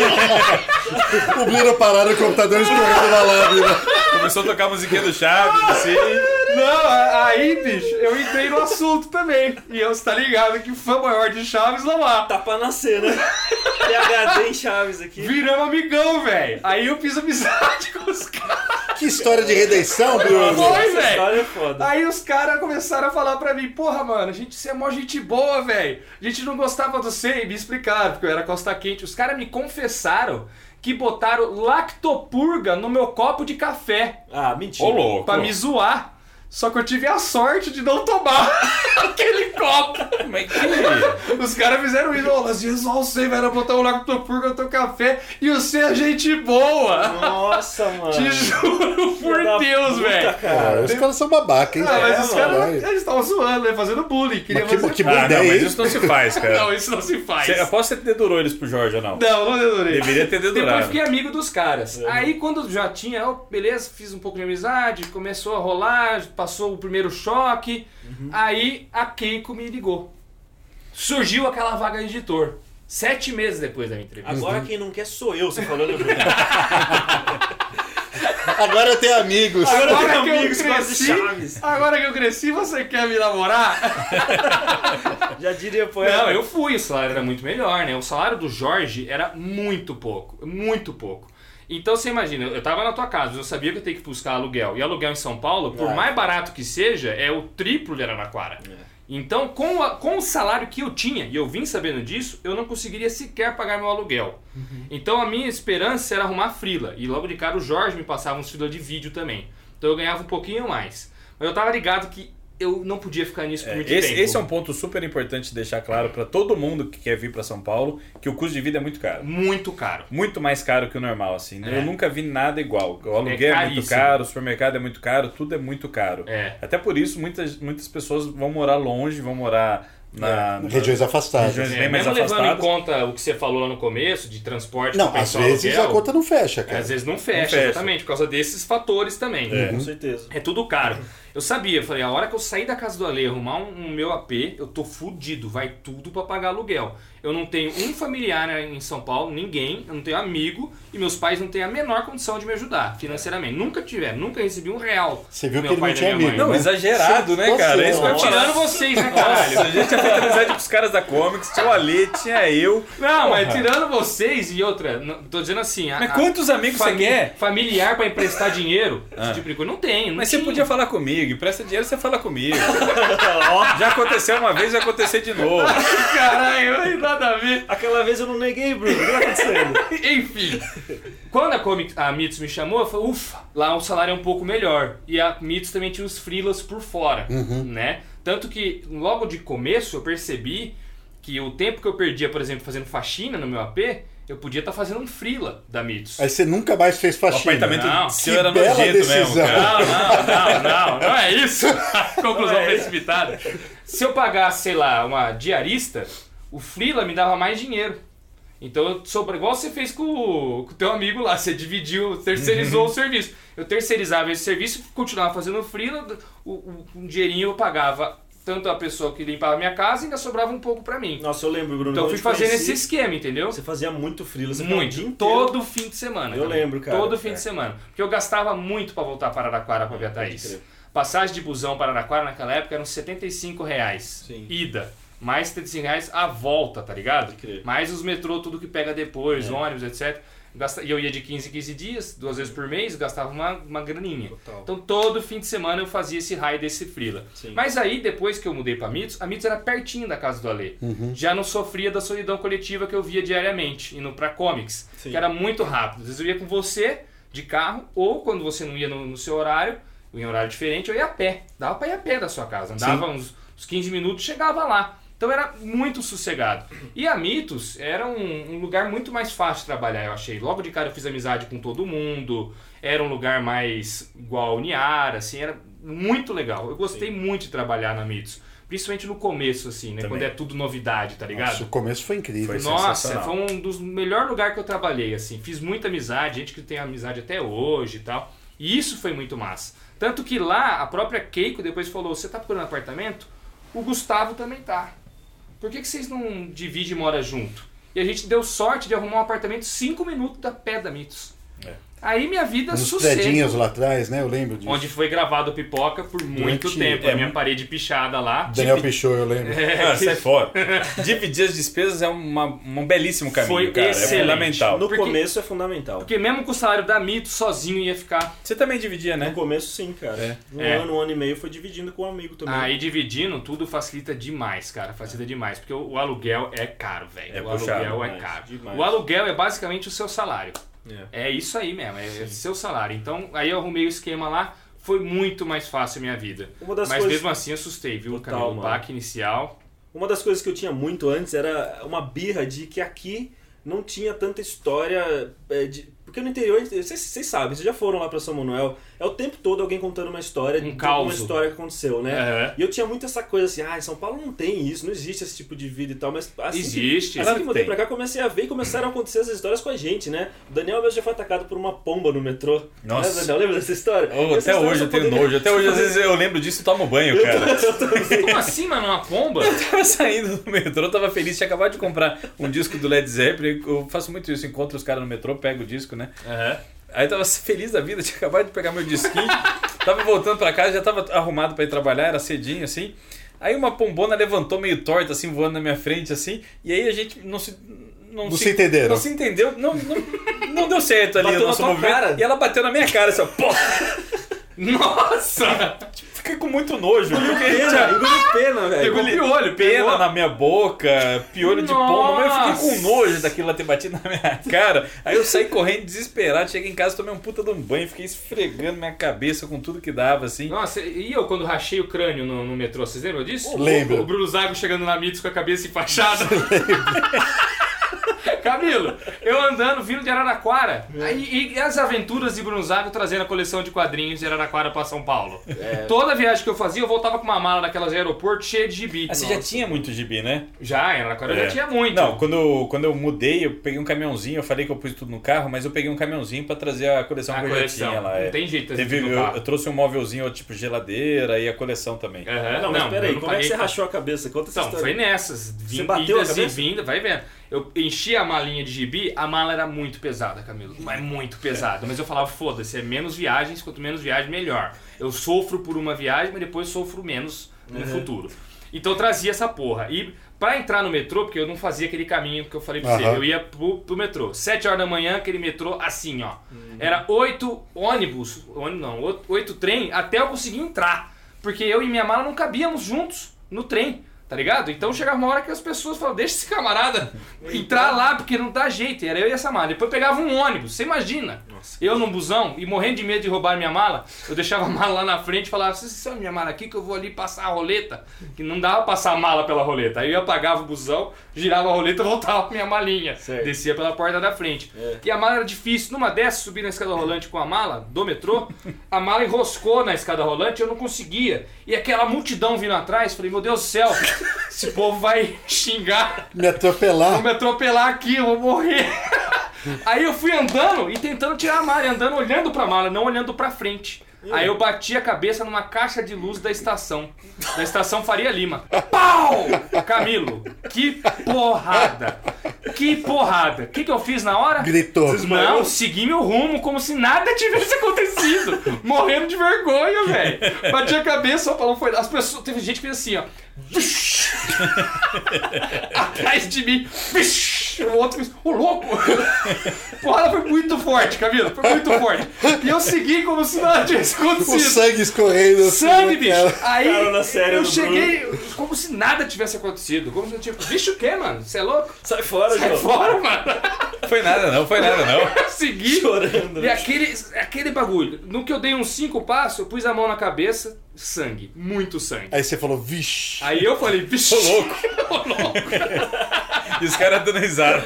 Speaker 3: O Bruno pararam o computador escorrendo na lábio.
Speaker 2: Começou a tocar a musiquinha do
Speaker 1: Ah,
Speaker 2: Chaves, assim.
Speaker 1: Não, a- aí, bicho, eu entrei no assunto também. E eu, você tá ligado que o fã maior de Chaves não mata.
Speaker 4: Tá pra nascer, né? PHD em Chaves aqui.
Speaker 1: Viramos amigão, velho. Aí eu fiz amizade com os caras.
Speaker 3: Que história de redenção, Bruno.
Speaker 1: Foi,
Speaker 4: Essa
Speaker 1: velho.
Speaker 4: história é foda.
Speaker 1: Aí os caras começaram a falar pra mim, porra, mano, gente, você é mó gente boa, velho. A gente não gostava do você e me explicaram, porque eu era Costa Quente. Os caras me confessaram que botaram lactopurga no meu copo de café
Speaker 4: Ah, mentira.
Speaker 2: louco.
Speaker 1: pra me zoar. Só que eu tive a sorte de não tomar aquele copo.
Speaker 2: Como é que...
Speaker 1: Os caras fizeram isso. Ô, Lazinha, só você, velho, botar um lactopurga no teu café e você é gente boa.
Speaker 4: Nossa, mano.
Speaker 1: Te juro
Speaker 4: Filho da
Speaker 1: por Deus,
Speaker 4: puta,
Speaker 1: velho.
Speaker 3: Ah,
Speaker 4: cara.
Speaker 3: os caras são babaca, hein? É,
Speaker 1: Ah, mas os
Speaker 4: mano.
Speaker 1: caras eles estavam zoando, né? Fazendo bullying. Queria
Speaker 3: Mas que-
Speaker 1: fazer...
Speaker 3: que
Speaker 2: Ah,
Speaker 3: Boa
Speaker 2: não,
Speaker 3: ideia,
Speaker 2: mas
Speaker 3: hein?
Speaker 2: isso não se faz, cara.
Speaker 1: Não, isso não se faz.
Speaker 2: Você, aposto que você dedurou eles pro Jorge ou não.
Speaker 1: Não, não dedurei.
Speaker 2: Deveria ter
Speaker 1: Depois
Speaker 2: dedurado.
Speaker 1: fiquei amigo dos caras. Aí quando já tinha, ó, beleza, fiz um pouco de amizade, começou a rolar, passou o primeiro choque. Aí a Keiko me ligou. Surgiu aquela vaga de editor. Sete meses depois da minha entrevista.
Speaker 4: Agora quem não quer sou eu, você falou, né, Bruno?
Speaker 3: Agora eu tenho amigos.
Speaker 1: Agora
Speaker 4: tem
Speaker 1: que eu
Speaker 4: amigos,
Speaker 1: cresci-
Speaker 4: gosta de Chaves.
Speaker 1: Agora que eu cresci, você quer me namorar?
Speaker 4: Já diria poeta.
Speaker 1: Não, eu fui, o salário era muito melhor, né? O salário do Jorge era muito pouco, muito pouco. Então você imagina, eu tava na tua casa, eu sabia que eu tenho que buscar aluguel. E aluguel em São Paulo, por
Speaker 4: Ah.
Speaker 1: mais barato que seja, é o triplo de Araraquara. Então, com, a- com o salário que eu tinha, e eu vim sabendo disso, eu não conseguiria sequer pagar meu aluguel.
Speaker 2: Uhum.
Speaker 1: Então, a minha esperança era arrumar frila. E logo de cara, o Jorge me passava uns frila de vídeo também. Então, eu ganhava um pouquinho mais. Mas eu tava ligado que eu não podia ficar nisso por muito
Speaker 2: Esse,
Speaker 1: tempo.
Speaker 2: esse é um ponto super importante de deixar claro para todo mundo que quer vir para São Paulo, que o custo de vida é muito caro.
Speaker 1: Muito caro.
Speaker 2: Muito mais caro que o normal, assim. né?
Speaker 1: É.
Speaker 2: Eu nunca vi nada igual. O aluguel é, muito
Speaker 1: caríssimo.
Speaker 2: caro, o supermercado é muito caro, tudo é muito caro.
Speaker 1: É.
Speaker 2: Até por isso, muitas, muitas pessoas vão morar longe, vão morar
Speaker 3: É.
Speaker 2: na... na-
Speaker 3: Regiões afastadas.
Speaker 2: Regiões- Mas
Speaker 1: É,
Speaker 2: bem mais
Speaker 1: mesmo levando em
Speaker 2: afastados.
Speaker 1: conta o que você falou lá no começo, de transporte,
Speaker 3: Não, às
Speaker 1: compensar o
Speaker 3: vezes
Speaker 1: aluguel,
Speaker 3: a conta não fecha, cara.
Speaker 1: Às vezes não fecha,
Speaker 2: fecha.
Speaker 1: exatamente, por causa desses fatores também.
Speaker 4: Com certeza.
Speaker 1: É tudo caro. Eu sabia, eu falei, a hora que eu sair da casa do Ale e arrumar um, um meu AP, eu tô fudido, vai tudo pra pagar aluguel. Eu não tenho um familiar em São Paulo, ninguém, eu não tenho amigo e meus pais não têm a menor condição de me ajudar financeiramente. Nunca tiveram, nunca recebi um real.
Speaker 3: Você viu
Speaker 1: do
Speaker 3: que
Speaker 1: meu pai e da
Speaker 3: ele não tinha
Speaker 1: minha mãe.
Speaker 3: amigo,
Speaker 2: Não,
Speaker 3: né?
Speaker 2: exagerado, né,
Speaker 3: Nossa,
Speaker 2: cara? É isso que eu
Speaker 1: Tô
Speaker 2: ia
Speaker 3: nossa.
Speaker 2: falar.
Speaker 1: tirando vocês, né, caralho?
Speaker 2: A gente tinha feito amizade com os caras da Comics, tinha o Ali, tinha eu.
Speaker 1: Não, mas
Speaker 2: Porra.
Speaker 1: tirando vocês e outra, não- tô dizendo assim... A,
Speaker 2: Mas
Speaker 1: a-
Speaker 2: quantos amigos você
Speaker 1: fami-
Speaker 2: quer?
Speaker 1: Familiar pra emprestar dinheiro, esse tipo de coisa, não tem. Não
Speaker 2: Mas você
Speaker 1: tinha.
Speaker 2: podia falar comigo, empresta dinheiro, você fala comigo. Ó, já aconteceu uma vez, vai acontecer de novo.
Speaker 1: Caralho, aí nada a ver.
Speaker 4: Aquela vez eu não neguei, Bruno. O que tá acontecendo?
Speaker 1: Enfim, quando a, Comic, a Mitsu me chamou, eu falei, ufa, lá o salário é um pouco melhor. E a Mitsu também tinha os freelas por fora, né? Tanto que logo de começo eu percebi que o tempo que eu perdia, por exemplo, fazendo faxina no meu AP, eu podia estar fazendo um freela da Mitsu.
Speaker 3: Aí você nunca mais fez
Speaker 2: O
Speaker 3: faxina. né?
Speaker 2: apartamento
Speaker 1: Não,
Speaker 2: do seu
Speaker 3: que
Speaker 2: era
Speaker 3: bela
Speaker 2: nojento mesmo,
Speaker 3: decisão.
Speaker 2: cara.
Speaker 1: Não, não, não, não, não é isso. Conclusão precipitada. Se eu pagasse, sei lá, uma diarista, o Freela me dava mais dinheiro. Então, eu sobra, igual você fez com o, com o teu amigo lá, você dividiu, terceirizou o serviço. Eu terceirizava esse serviço, continuava fazendo o Freela, o, o, um dinheirinho eu pagava tanto a pessoa que limpava a minha casa e ainda sobrava um pouco pra mim.
Speaker 4: Nossa, eu lembro, Bruno.
Speaker 1: Então, eu
Speaker 4: quando
Speaker 1: fui
Speaker 4: te
Speaker 1: fazendo
Speaker 4: conheci,
Speaker 1: esse esquema, entendeu?
Speaker 4: Você fazia muito frila. Você ficava o dia
Speaker 1: Muito.
Speaker 4: inteiro.
Speaker 1: Todo fim de semana.
Speaker 4: Eu lembro, cara.
Speaker 1: Todo fim
Speaker 4: É.
Speaker 1: de semana. Porque eu gastava muito pra voltar para Araraquara pra ver a Thaís.
Speaker 4: crer.
Speaker 1: Passagem de busão para Araraquara naquela época eram R$ 75 reais.
Speaker 4: Sim.
Speaker 1: Ida. Mais R$ 75 reais a volta, tá ligado?
Speaker 4: Pode crer. É.
Speaker 1: Mais os metrô, tudo que pega depois, ônibus, etc. Gasta- E eu ia de 15 em 15 dias, duas vezes por mês, gastava uma, uma graninha.
Speaker 4: Total.
Speaker 1: Então todo fim de semana eu fazia esse raio desse frila.
Speaker 4: Sim.
Speaker 1: Mas aí, depois que eu mudei pra Mitos, a Mitos era pertinho da casa do Ale. Já não sofria da solidão coletiva que eu via diariamente, indo pra comics,
Speaker 4: Sim.
Speaker 1: que era muito rápido. Às vezes eu ia com você de carro, ou quando você não ia no, no seu horário, ou em horário diferente, eu ia a pé. Dava pra ir a pé da sua casa. Andava uns, uns 15 minutos, chegava lá. Então era muito sossegado. E a Mitos era um, um lugar muito mais fácil de trabalhar, eu achei. Logo de cara eu fiz amizade com todo mundo, era um lugar mais igual ao Niara, assim, era muito legal. Eu gostei muito de trabalhar na Mitos. Principalmente no começo, assim, né?
Speaker 2: Também.
Speaker 1: Quando é tudo novidade, tá ligado?
Speaker 3: Nossa, o começo foi incrível. assim.
Speaker 2: Foi
Speaker 1: Nossa,
Speaker 2: sensacional.
Speaker 1: foi um dos melhores lugares que eu trabalhei, assim. Fiz muita amizade, gente que tem amizade até hoje e tal. E isso foi muito massa. Tanto que lá, a própria Keiko depois falou, você tá procurando apartamento? O Gustavo também tá. Por que, que vocês não dividem e moram junto? E a gente deu sorte de arrumar um apartamento 5 minutos da pé da Mitos.
Speaker 2: É.
Speaker 1: Aí minha vida
Speaker 3: Nos
Speaker 1: sossega.
Speaker 3: Um predinhos lá atrás, né? Eu lembro disso.
Speaker 1: Onde foi gravado o Pipoca por muito
Speaker 3: Durante-
Speaker 1: tempo.
Speaker 2: é,
Speaker 1: a minha parede pichada lá.
Speaker 3: Daniel Pichot, eu lembro.
Speaker 1: É,
Speaker 2: Ah, sai fora. Dividir as despesas é uma- um belíssimo caminho,
Speaker 1: Foi
Speaker 2: cara. É
Speaker 1: excelente.
Speaker 2: fundamental.
Speaker 4: No
Speaker 1: Porque-
Speaker 4: começo é fundamental.
Speaker 1: Porque mesmo com o salário da Mitos, sozinho ia ficar
Speaker 2: Você também dividia, né?
Speaker 4: No começo, sim, cara.
Speaker 2: É.
Speaker 4: Um
Speaker 1: É.
Speaker 4: ano, um ano e meio foi dividindo com um amigo também.
Speaker 1: Aí dividindo tudo facilita demais, cara. Facilita demais. Porque o, o aluguel é caro, velho.
Speaker 2: É
Speaker 1: o
Speaker 2: puxado
Speaker 1: aluguel é
Speaker 4: demais,
Speaker 1: caro.
Speaker 4: demais.
Speaker 1: O aluguel é basicamente o seu salário.
Speaker 4: É.
Speaker 1: É isso aí mesmo, é o seu salário. Então, aí eu arrumei o esquema lá, foi muito mais fácil a minha vida.
Speaker 4: Uma das
Speaker 1: Mas
Speaker 4: coisas-
Speaker 1: mesmo assim assustei, viu,
Speaker 4: Total,
Speaker 1: Camilo? O
Speaker 4: mano.
Speaker 1: baque inicial.
Speaker 4: Uma das coisas que eu tinha muito antes era uma birra de que aqui não tinha tanta história. é, de- Porque no interior, vocês vocês sabem, vocês já foram lá pra São Manuel, é o tempo todo alguém contando uma história,
Speaker 1: Um
Speaker 4: de
Speaker 1: caos.
Speaker 4: uma história que aconteceu, né?
Speaker 1: É.
Speaker 4: E eu tinha muito essa coisa assim, ah, em São Paulo não tem isso, não existe esse tipo de vida e tal, mas assim que-
Speaker 1: Existe.
Speaker 4: Assim
Speaker 2: Claro
Speaker 4: que
Speaker 2: que
Speaker 4: eu mudei
Speaker 2: tem.
Speaker 4: pra cá, comecei a ver e começaram a acontecer essas histórias com a gente, né? O Daniel mesmo já foi atacado por uma pomba no metrô.
Speaker 2: Nossa.
Speaker 4: Né, Daniel, lembra dessa história?
Speaker 2: Oh,
Speaker 4: Essa
Speaker 2: até
Speaker 4: história
Speaker 2: hoje
Speaker 4: só
Speaker 2: eu tenho
Speaker 4: poderia-
Speaker 2: nojo. Até hoje, às vezes, eu lembro disso e tomo banho,
Speaker 4: Eu
Speaker 2: cara.
Speaker 4: tô- eu tô-
Speaker 1: Como assim, mano? Uma pomba?
Speaker 2: tava saindo do metrô, tava feliz, tinha acabado de comprar um disco do Led Zeppelin. Eu faço muito isso, encontro os caras no metrô, pego o disco, né?
Speaker 4: É.
Speaker 2: Aí tava feliz da vida, tinha acabado de pegar meu disquinho, tava voltando pra casa, já tava arrumado pra ir trabalhar, era cedinho assim. Aí uma pombona levantou meio torta, assim, voando na minha frente, assim, e aí a gente não se. Não,
Speaker 3: se entenderam.
Speaker 2: Não se entendeu, não, não, não deu certo ali
Speaker 4: Bateu
Speaker 2: o nosso
Speaker 4: na tua
Speaker 2: movimento.
Speaker 4: cara.
Speaker 2: E ela bateu na minha cara, assim, ó, pô!
Speaker 1: Nossa!
Speaker 2: fiquei com muito nojo. Porque
Speaker 4: Pena,
Speaker 2: tinha-
Speaker 4: engoliu pena, velho.
Speaker 2: Pegou piolho, pena na minha boca, piolho de pombo. Mas eu fiquei
Speaker 1: Nossa.
Speaker 2: com nojo daquilo lá ter batido na minha cara. Aí eu saí correndo desesperado, cheguei em casa, tomei um puta de um banho, fiquei esfregando minha cabeça com tudo que dava, assim.
Speaker 1: Nossa, e eu quando rachei o crânio no, no metrô, vocês lembram
Speaker 2: Oh,
Speaker 1: disso?
Speaker 3: Lembro.
Speaker 1: O, o Bruno Zago chegando na Mitos com a cabeça enfaixada. Camilo, eu andando, vindo de Araraquara.
Speaker 4: É.
Speaker 1: Aí, e as aventuras de Bruno Zago trazendo a coleção de quadrinhos de Araraquara pra São Paulo.
Speaker 2: É.
Speaker 1: Toda viagem que eu fazia, eu voltava com uma mala daquelas de aeroporto cheia de gibi.
Speaker 2: Ah, você já tinha muito gibi, né?
Speaker 1: Já, em Araraquara eu
Speaker 2: É.
Speaker 1: já tinha muito.
Speaker 2: Não, quando eu, quando eu mudei, eu peguei um caminhãozinho, eu falei que eu pus tudo no carro, mas eu peguei um caminhãozinho pra trazer a coleção
Speaker 1: A
Speaker 2: que eu já
Speaker 1: coleção.
Speaker 2: tinha lá. é.
Speaker 1: Não tem jeito.
Speaker 2: Teve,
Speaker 1: assim,
Speaker 2: eu,
Speaker 1: no carro.
Speaker 2: eu trouxe um móvelzinho, tipo geladeira e a coleção também.
Speaker 1: Aham,
Speaker 4: Não, mas
Speaker 1: eu
Speaker 4: peraí, como é que
Speaker 1: paguei
Speaker 4: você rachou a cabeça? Conta essa
Speaker 1: Então,
Speaker 4: história.
Speaker 1: foi nessas. Vim,
Speaker 4: Você bateu a
Speaker 1: idas e
Speaker 4: cabeça?
Speaker 1: vinda, vai vendo. Eu enchi a malinha de gibi, a mala era muito pesada, Camilo. Mas muito pesada. Mas eu falava, foda-se, é menos viagens, quanto menos viagem, melhor. Eu sofro por uma viagem, mas depois sofro menos no
Speaker 4: Uhum.
Speaker 1: futuro. Então eu trazia essa porra. E pra entrar no metrô, porque eu não fazia aquele caminho que eu falei pra você,
Speaker 3: Aham.
Speaker 1: eu ia pro, pro metrô. Sete horas da manhã, aquele metrô assim, ó. Era oito ônibus, ônibus não, o- oito trem, até eu conseguir entrar. Porque eu e minha mala não cabíamos juntos no trem, tá ligado? Então chegava uma hora que as pessoas falavam, deixa esse camarada entrar lá, porque não dá jeito. E era eu e essa mala. Depois eu pegava um ônibus, você imagina. Eu num busão e morrendo de medo de roubar minha mala, eu deixava a mala lá na frente e falava, vocês são minha mala aqui que eu vou ali passar a roleta. Que não dava passar a mala pela roleta. Aí eu apagava o busão, girava a roleta e voltava com minha malinha.
Speaker 4: Certo.
Speaker 1: Descia pela porta da frente.
Speaker 4: É.
Speaker 1: E a mala era difícil. Numa dessas, subi na escada rolante com a mala do metrô, a mala enroscou na escada rolante, eu não conseguia. E aquela multidão vindo atrás, falei, meu Deus do céu, esse povo vai xingar
Speaker 3: Me
Speaker 1: vão
Speaker 3: atropelar.
Speaker 1: me atropelar aqui, eu vou morrer. Aí eu fui andando e tentando tirar a mala, e andando olhando pra mala, não olhando pra frente. Aí eu bati a cabeça numa caixa de luz da estação. Da estação Faria Lima. Pau! Camilo, que porrada! Que porrada! O que, que eu fiz na hora?
Speaker 3: Gritou.
Speaker 1: Não, segui meu rumo como se nada tivesse acontecido. Morrendo de vergonha, velho. Bati a cabeça, só falou, foi. As pessoas. Teve gente que fez assim, ó. Atrás de mim. O outro fez. Ô, louco! Porra, foi muito forte, Camila. Foi muito forte. E eu segui como se nada tivesse
Speaker 3: O
Speaker 1: acontecido.
Speaker 3: sangue escorrendo. assim
Speaker 1: Sangue,
Speaker 3: na
Speaker 1: bicho!
Speaker 3: tela.
Speaker 1: Aí
Speaker 4: Cara na série
Speaker 1: eu
Speaker 4: do
Speaker 1: cheguei como se nada tivesse acontecido. Como se eu tivesse. Bicho, o quê, mano? Você é louco?
Speaker 4: Sai fora,
Speaker 1: Sai
Speaker 4: João.
Speaker 1: fora, mano! É.
Speaker 2: Foi nada não, foi nada não.
Speaker 1: Eu segui.
Speaker 4: Chorando.
Speaker 1: E
Speaker 4: né?
Speaker 1: aquele, aquele bagulho. No que eu dei uns cinco passos, eu pus a mão na cabeça, sangue. Muito sangue.
Speaker 3: Aí você falou, vixe.
Speaker 1: Aí eu falei, bicho.
Speaker 2: Tô louco. E os caras dando risada.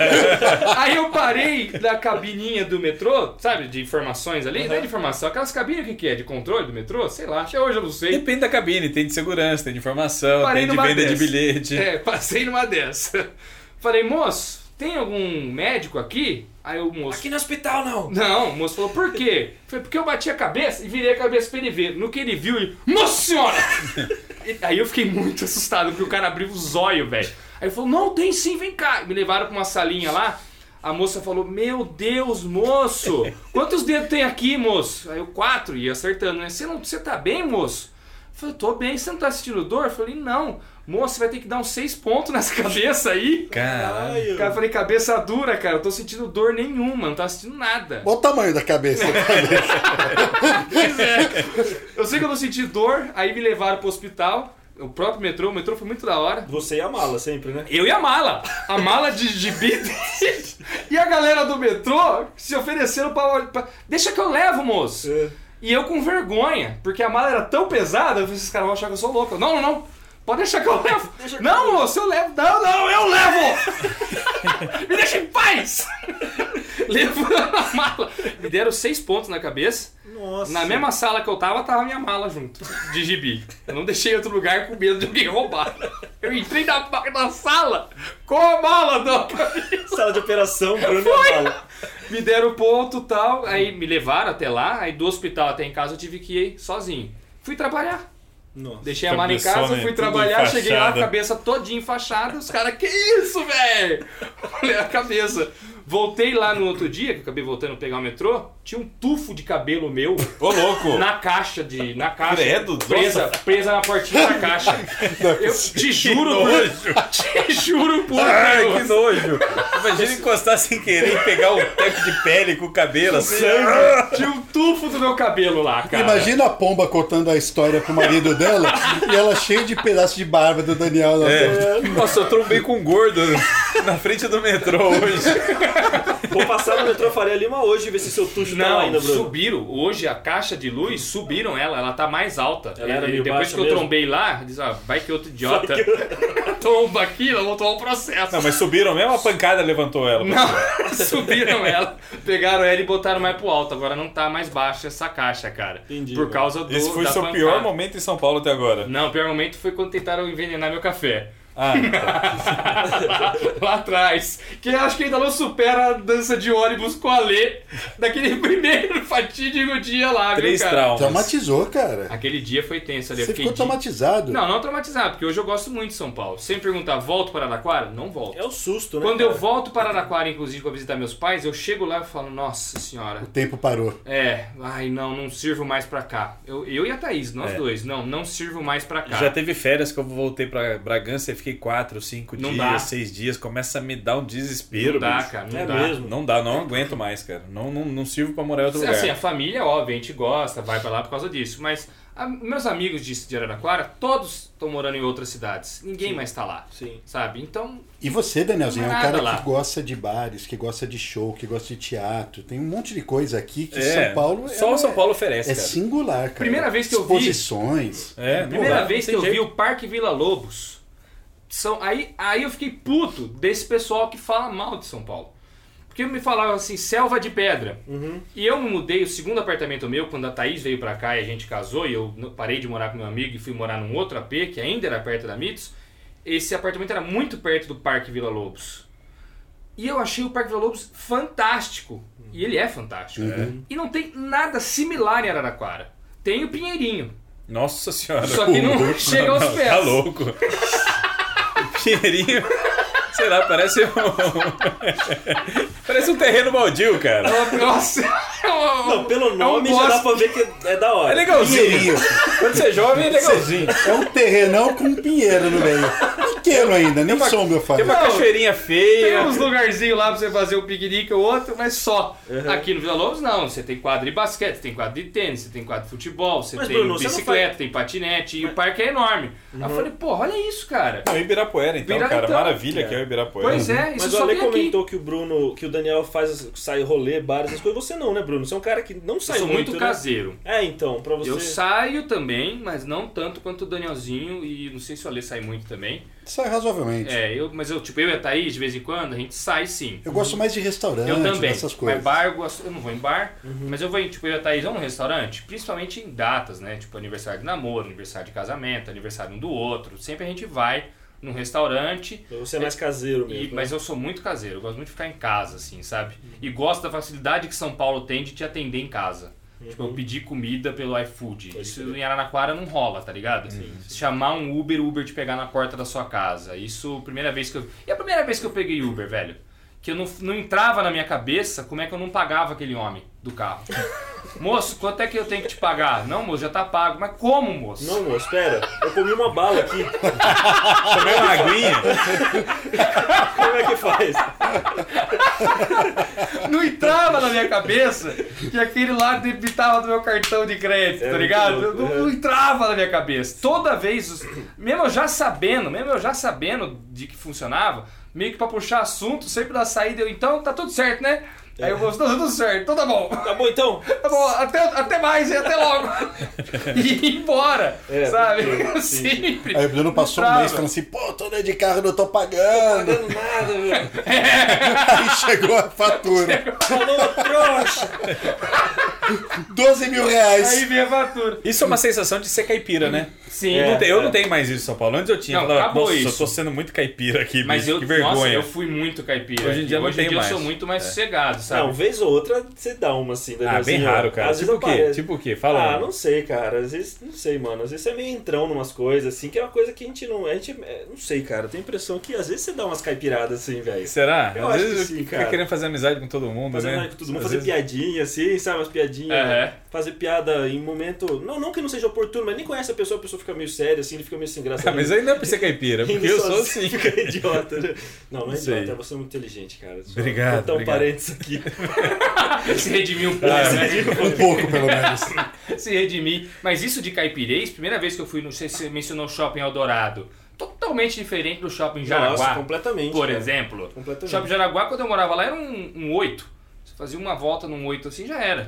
Speaker 1: Aí eu parei na cabininha do metrô, sabe? De informações ali. Não é de informação. Aquelas cabines, o que, que é? De controle do metrô? Sei lá. Até hoje eu não sei.
Speaker 2: Depende da cabine, tem de segurança, tem de informação,
Speaker 1: Parei
Speaker 2: tem de
Speaker 1: numa
Speaker 2: venda de
Speaker 1: dessa.
Speaker 2: bilhete.
Speaker 1: É, passei numa dessa. Falei, moço, tem algum médico aqui? Aí o moço.
Speaker 4: Aqui no hospital, não.
Speaker 1: Não, o moço falou, por quê? Foi porque eu bati a cabeça e virei a cabeça pra ele ver. No que ele viu, ele, nossa senhora! E- Aí eu fiquei muito assustado, porque o cara abriu os olhos, velho. Aí ele falou, não, tem sim, vem cá. Me levaram pra uma salinha lá. A moça falou, meu Deus, moço, quantos dedos tem aqui, moço? Aí eu, quatro, e ia acertando, né? Você não, você tá bem, moço? Eu falei, tô bem, você não tá sentindo dor? Eu falei, não. Moço, você vai ter que dar uns seis pontos nessa cabeça aí.
Speaker 2: Caralho.
Speaker 4: Ai, eu-
Speaker 1: Cara, eu falei, cabeça dura, cara, eu tô sentindo dor nenhuma, não tá sentindo nada.
Speaker 3: Olha o tamanho da cabeça.
Speaker 1: Pois é. Eu sei que eu não senti dor, aí me levaram pro hospital, o próprio metrô, o metrô foi muito da hora.
Speaker 4: Você e a mala sempre, né?
Speaker 1: Eu e a mala, a mala de gibi e a galera do metrô se ofereceram pra, olh- pra- Deixa que eu levo, moço.
Speaker 4: É.
Speaker 1: E eu com vergonha, porque a mala era tão pesada, eu falei, esses caras vão achar que eu sou louco. Eu, Não, não, não. Pode deixar que eu levo.
Speaker 4: Deixa que
Speaker 1: não, moço, eu levo. Não, não, eu levo. Me deixa em paz. Levando a mala. Me deram seis pontos na cabeça.
Speaker 4: Nossa.
Speaker 1: Na mesma sala que eu tava, tava minha mala junto, de gibi. Eu não deixei em outro lugar com medo de alguém roubar. Eu entrei na, na sala com a mala do
Speaker 4: Sala de operação, Bruno e a mala.
Speaker 1: Me deram ponto e tal, aí me levaram até lá, aí do hospital até em casa eu tive que ir sozinho. Fui trabalhar.
Speaker 4: Nossa.
Speaker 1: Deixei a mala em
Speaker 2: Cabeçona,
Speaker 1: casa, fui
Speaker 2: tudo
Speaker 1: trabalhar,
Speaker 2: enfaixada.
Speaker 1: cheguei lá, a cabeça todinha enfaixada, os caras, que isso, velho? Olha a cabeça. Voltei lá no outro dia, que eu acabei voltando a pegar o metrô, tinha um tufo de cabelo meu
Speaker 5: Ô, louco!
Speaker 1: na caixa de. Na caixa.
Speaker 5: Credo,
Speaker 1: presa, presa na portinha da caixa. Eu te juro, por, te juro por
Speaker 2: Ai,
Speaker 1: Deus.
Speaker 2: que nojo!
Speaker 5: Imagina encostar sem querer e pegar
Speaker 2: um
Speaker 5: o teco de pele com o cabelo assim.
Speaker 1: Tinha um tufo do meu cabelo lá, cara.
Speaker 3: Imagina a pomba contando a história pro marido dela e ela cheia de pedaço de barba do Daniel.
Speaker 1: É.
Speaker 3: lá dentro.
Speaker 2: Nossa, eu trombei com um gordo na frente do metrô hoje.
Speaker 4: Vou passar no metrô Faria Lima hoje e ver se seu tucho tá lá
Speaker 1: Não,
Speaker 4: ainda, Bruno.
Speaker 1: subiram. Hoje a caixa de luz subiram ela, ela tá mais alta.
Speaker 4: Ela era
Speaker 1: E
Speaker 4: meio
Speaker 1: depois
Speaker 4: baixa
Speaker 1: que eu
Speaker 4: mesmo.
Speaker 1: trombei lá, diz, ah, vai que outro idiota tomba aqui, ela voltou ao um processo.
Speaker 5: Não, mas subiram mesmo, a pancada levantou ela.
Speaker 1: Não, subiram ela, pegaram ela e botaram mais pro alto. Agora não tá mais baixa essa caixa, cara.
Speaker 4: Entendi, né?
Speaker 1: Por
Speaker 4: mano.
Speaker 1: causa do.
Speaker 5: Esse foi
Speaker 1: da
Speaker 5: seu
Speaker 1: pancada.
Speaker 5: pior momento em São Paulo até agora.
Speaker 1: Não, o pior momento foi quando tentaram envenenar meu café.
Speaker 5: Ah,
Speaker 1: lá, lá atrás. Que eu acho que ainda não supera a dança de ônibus com a Lê daquele primeiro fatídico dia lá,
Speaker 2: Três
Speaker 1: viu, cara?
Speaker 2: traumas.
Speaker 3: Traumatizou, cara.
Speaker 1: Aquele dia foi tenso ali. eu
Speaker 3: Você
Speaker 1: fiquei
Speaker 3: ficou
Speaker 1: de-
Speaker 3: traumatizado.
Speaker 1: Não, não traumatizado, porque hoje eu gosto muito de São Paulo. Sem perguntar, volto para Araraquara? Não volto.
Speaker 4: É o susto, né?
Speaker 1: Quando eu
Speaker 4: cara?
Speaker 1: volto para Araraquara, inclusive, para visitar meus pais, eu chego lá e falo, nossa senhora,
Speaker 3: O tempo parou.
Speaker 1: é, ai não, não sirvo mais pra cá. Eu, eu e a Thaís, nós dois, não, não sirvo mais pra cá.
Speaker 2: É. Já teve férias que eu voltei pra Bragança e fiquei quatro, cinco
Speaker 1: Não
Speaker 2: dias,
Speaker 1: dá.
Speaker 2: seis dias. Começa a me dar um desespero,
Speaker 1: não dá,
Speaker 2: bicho.
Speaker 1: cara, Tá. não
Speaker 4: É
Speaker 1: dá.
Speaker 4: mesmo.
Speaker 2: Não dá, não aguento mais, cara. Não, não, não sirvo pra morar em outro lugar.
Speaker 1: Assim, a família, óbvio, a gente gosta, vai pra lá por causa disso, mas a- meus amigos de, de Araraquara, todos estão morando em outras cidades. Ninguém mais tá lá,
Speaker 4: Sim.
Speaker 1: sabe? Então,
Speaker 3: E você, Danielzinho, é um
Speaker 1: Nada
Speaker 3: cara
Speaker 1: lá.
Speaker 3: que gosta de bares, que gosta de show, que gosta de teatro. Tem um monte de coisa aqui que
Speaker 2: É,
Speaker 3: São Paulo
Speaker 2: Só
Speaker 3: é,
Speaker 2: o São Paulo
Speaker 3: é
Speaker 2: oferece, cara.
Speaker 3: singular, cara.
Speaker 1: Primeira vez que eu vi-
Speaker 3: Exposições.
Speaker 2: É, não
Speaker 1: Primeira
Speaker 2: dá,
Speaker 1: vez que
Speaker 2: não
Speaker 1: eu
Speaker 2: tem
Speaker 1: vi o Parque Vila Lobos. São, aí, aí eu fiquei puto desse pessoal que fala mal de São Paulo. Porque me falavam assim, selva de pedra.
Speaker 2: Uhum.
Speaker 1: E eu me mudei, o segundo apartamento meu, quando a Thaís veio pra cá e a gente casou, e eu n- parei de morar com meu amigo e fui morar num outro AP, que ainda era perto da Mitos, esse apartamento era muito perto do Parque Vila Lobos. E eu achei o Parque Vila Lobos fantástico. E ele é fantástico.
Speaker 2: Uhum.
Speaker 1: E não tem nada similar em Araraquara. Tem o Pinheirinho,
Speaker 2: Nossa senhora.
Speaker 1: só que não
Speaker 2: Não,
Speaker 1: chega aos
Speaker 2: não,
Speaker 1: pés.
Speaker 2: Tá louco. Pinheirinho, sei lá, parece um... parece um terreno baldio, cara.
Speaker 1: Nossa, é um-
Speaker 4: Não, pelo
Speaker 1: é um
Speaker 4: nome já dá
Speaker 1: bosta.
Speaker 4: pra ver que é da hora.
Speaker 2: É legalzinho.
Speaker 3: Pinheirinho.
Speaker 2: Quando você é jovem, é legalzinho.
Speaker 3: É um terrenão com um pinheiro no meio. Pequeno ainda, nem
Speaker 2: uma-
Speaker 3: sombra eu
Speaker 2: Tem
Speaker 3: falei.
Speaker 2: uma cachoeirinha feia.
Speaker 1: Tem uns lugarzinhos lá pra você fazer um piquenique ou outro, mas só. Aqui no Vila Lobos, não. Você tem quadro de basquete, você tem quadro de tênis, você tem quadro de futebol, você
Speaker 4: Mas,
Speaker 1: tem
Speaker 4: Bruno, você não Uhum.
Speaker 1: bicicleta, tem patinete, e o parque é enorme. Aí eu falei, porra, olha isso, cara.
Speaker 5: não, Ibirapuera, então,
Speaker 1: Ibirapuera,
Speaker 5: cara.
Speaker 4: um
Speaker 1: então.
Speaker 5: Maravilha que é o Ibirapuera.
Speaker 1: Pois é, isso
Speaker 4: Mas o
Speaker 1: só
Speaker 4: Ale
Speaker 1: tem aqui.
Speaker 4: comentou que o Bruno, que o Daniel faz, sai rolê, bares, essas coisas. Você não, né, Bruno? Você é um cara que não
Speaker 1: Eu
Speaker 4: sai
Speaker 1: sou muito
Speaker 4: né?
Speaker 1: caseiro.
Speaker 4: É, então, pra você.
Speaker 1: Eu saio também, mas não tanto quanto o Danielzinho e não sei se o Ale sai muito também.
Speaker 3: Sai razoavelmente.
Speaker 1: É, eu, mas eu, tipo, eu e a Thaís, de vez em quando, a gente sai sim.
Speaker 3: Eu gosto mais de restaurante,
Speaker 1: Eu também.
Speaker 3: dessas coisas.
Speaker 1: Mas
Speaker 3: Uhum.
Speaker 1: bar, eu, gosto- eu não vou em bar, mas eu vou em, tipo, eu e a Thaís vamos num restaurante, principalmente em datas, né? Tipo, aniversário de namoro, aniversário de casamento, aniversário um do outro. Sempre a gente vai num restaurante.
Speaker 4: Você é mais caseiro
Speaker 1: e-
Speaker 4: mesmo. né?
Speaker 1: mas eu sou muito caseiro, eu gosto muito de ficar em casa, assim, sabe? E gosto da facilidade que São Paulo tem de te atender em casa. Tipo, eu pedir comida pelo iFood.
Speaker 4: Uhum. Pode
Speaker 1: Isso
Speaker 4: crer.
Speaker 1: em Araraquara não rola, tá ligado? Chamar um Uber, o Uber te pegar na porta da sua casa. Isso, primeira vez que eu. E a primeira vez que eu peguei Uber, velho? Que eu não, não entrava na minha cabeça como é que eu não pagava aquele homem do carro. moço, quanto é que eu tenho que te pagar? Não, moço, já tá pago. Mas como, moço?
Speaker 4: Não, amor, espera. Eu comi uma bala aqui.
Speaker 2: Tomei uma aguinha.
Speaker 4: Como é que faz?
Speaker 2: Tá
Speaker 1: não entrava na minha cabeça que aquele lá debitava do meu cartão de crédito,
Speaker 4: É,
Speaker 1: tá ligado?
Speaker 4: muito louco,
Speaker 1: Não, não entrava na minha cabeça. Toda vez, os- mesmo eu já sabendo, mesmo eu já sabendo de que funcionava, meio que pra puxar assunto, sempre na saída eu, então tá tudo certo, né?
Speaker 4: É.
Speaker 1: Aí eu vou, tá tudo certo, então tá bom.
Speaker 4: Tá bom então?
Speaker 1: Tá bom, até, até mais e até logo. E ir embora,
Speaker 4: É,
Speaker 1: sabe?
Speaker 4: sim, sim.
Speaker 1: Sempre.
Speaker 3: Aí o Bruno passou um
Speaker 1: Entrava.
Speaker 3: mês falando assim, pô, tô dentro de carro, não tô pagando.
Speaker 4: Não nada, velho.
Speaker 3: Aí chegou a fatura.
Speaker 4: Falou, trouxa.
Speaker 3: 12 mil reais.
Speaker 1: Aí vem a fatura.
Speaker 2: Isso é uma sensação de ser caipira, né?
Speaker 1: Sim,
Speaker 2: Não tem- eu
Speaker 4: é.
Speaker 2: não tenho mais isso em São Paulo. Antes eu tinha.
Speaker 1: Não,
Speaker 2: eu falava,
Speaker 1: acabou
Speaker 2: nossa,
Speaker 1: isso.
Speaker 2: eu tô sendo muito caipira aqui,
Speaker 1: mas
Speaker 2: bicho,
Speaker 1: eu,
Speaker 2: que
Speaker 1: nossa,
Speaker 2: vergonha.
Speaker 1: eu fui muito caipira.
Speaker 2: Hoje em dia
Speaker 1: E
Speaker 2: não
Speaker 1: hoje em
Speaker 2: tem
Speaker 1: dia
Speaker 2: mais. É.
Speaker 1: eu sou muito mais sossegado, sabe?
Speaker 4: Não, vez ou outra você dá uma assim.
Speaker 2: ah, bem
Speaker 4: assim, ó.
Speaker 2: raro, cara.
Speaker 4: Às
Speaker 2: Tipo
Speaker 4: vezes
Speaker 2: o quê?
Speaker 4: aparece.
Speaker 2: Tipo o quê? Fala.
Speaker 4: Ah, não sei, cara. Às vezes, não sei, mano. Às vezes você é meio entrão numas coisas, assim, que é uma coisa que a gente não. A gente, é, não sei, cara. Eu tenho a impressão que às vezes você dá umas caipiradas assim, velho.
Speaker 2: Será?
Speaker 4: Eu
Speaker 2: Às
Speaker 4: acho
Speaker 2: vezes
Speaker 4: que sim,
Speaker 2: fica
Speaker 4: cara.
Speaker 2: querendo fazer amizade com todo mundo,
Speaker 4: Fazer,
Speaker 2: né?
Speaker 4: né, com todo mundo,
Speaker 2: Às
Speaker 4: fazer
Speaker 2: vezes-
Speaker 4: piadinha assim, sabe? Umas piadinhas.
Speaker 1: Aham.
Speaker 4: Fazer piada em momento. Não, não que não seja oportuno, mas nem conhece a pessoa, a pessoa fica meio séria, assim, ele fica meio sem graça.
Speaker 2: Ah, mas ainda é pra ser caipira, porque
Speaker 4: Rindo
Speaker 2: eu
Speaker 4: sozinho,
Speaker 2: sou assim.
Speaker 4: Fica idiota, né? Não, não é
Speaker 2: Sei.
Speaker 4: idiota, você é muito inteligente, cara. Só
Speaker 2: Obrigado,
Speaker 4: Botar um
Speaker 2: obrigado.
Speaker 4: parênteses aqui.
Speaker 1: Se redimir um pouco,
Speaker 2: É.
Speaker 1: né?
Speaker 3: Um pouco, pelo menos.
Speaker 1: Se redimir. Mas isso de caipirês, primeira vez que eu fui no. Você você mencionou o shopping Eldorado. Totalmente diferente do shopping
Speaker 4: Nossa,
Speaker 1: Jaraguá.
Speaker 4: completamente.
Speaker 1: por
Speaker 4: cara.
Speaker 1: exemplo. O
Speaker 4: Completamente.
Speaker 1: Shopping Jaraguá, quando eu morava lá, era um, um 8. Você fazia uma volta num 8 assim, já era.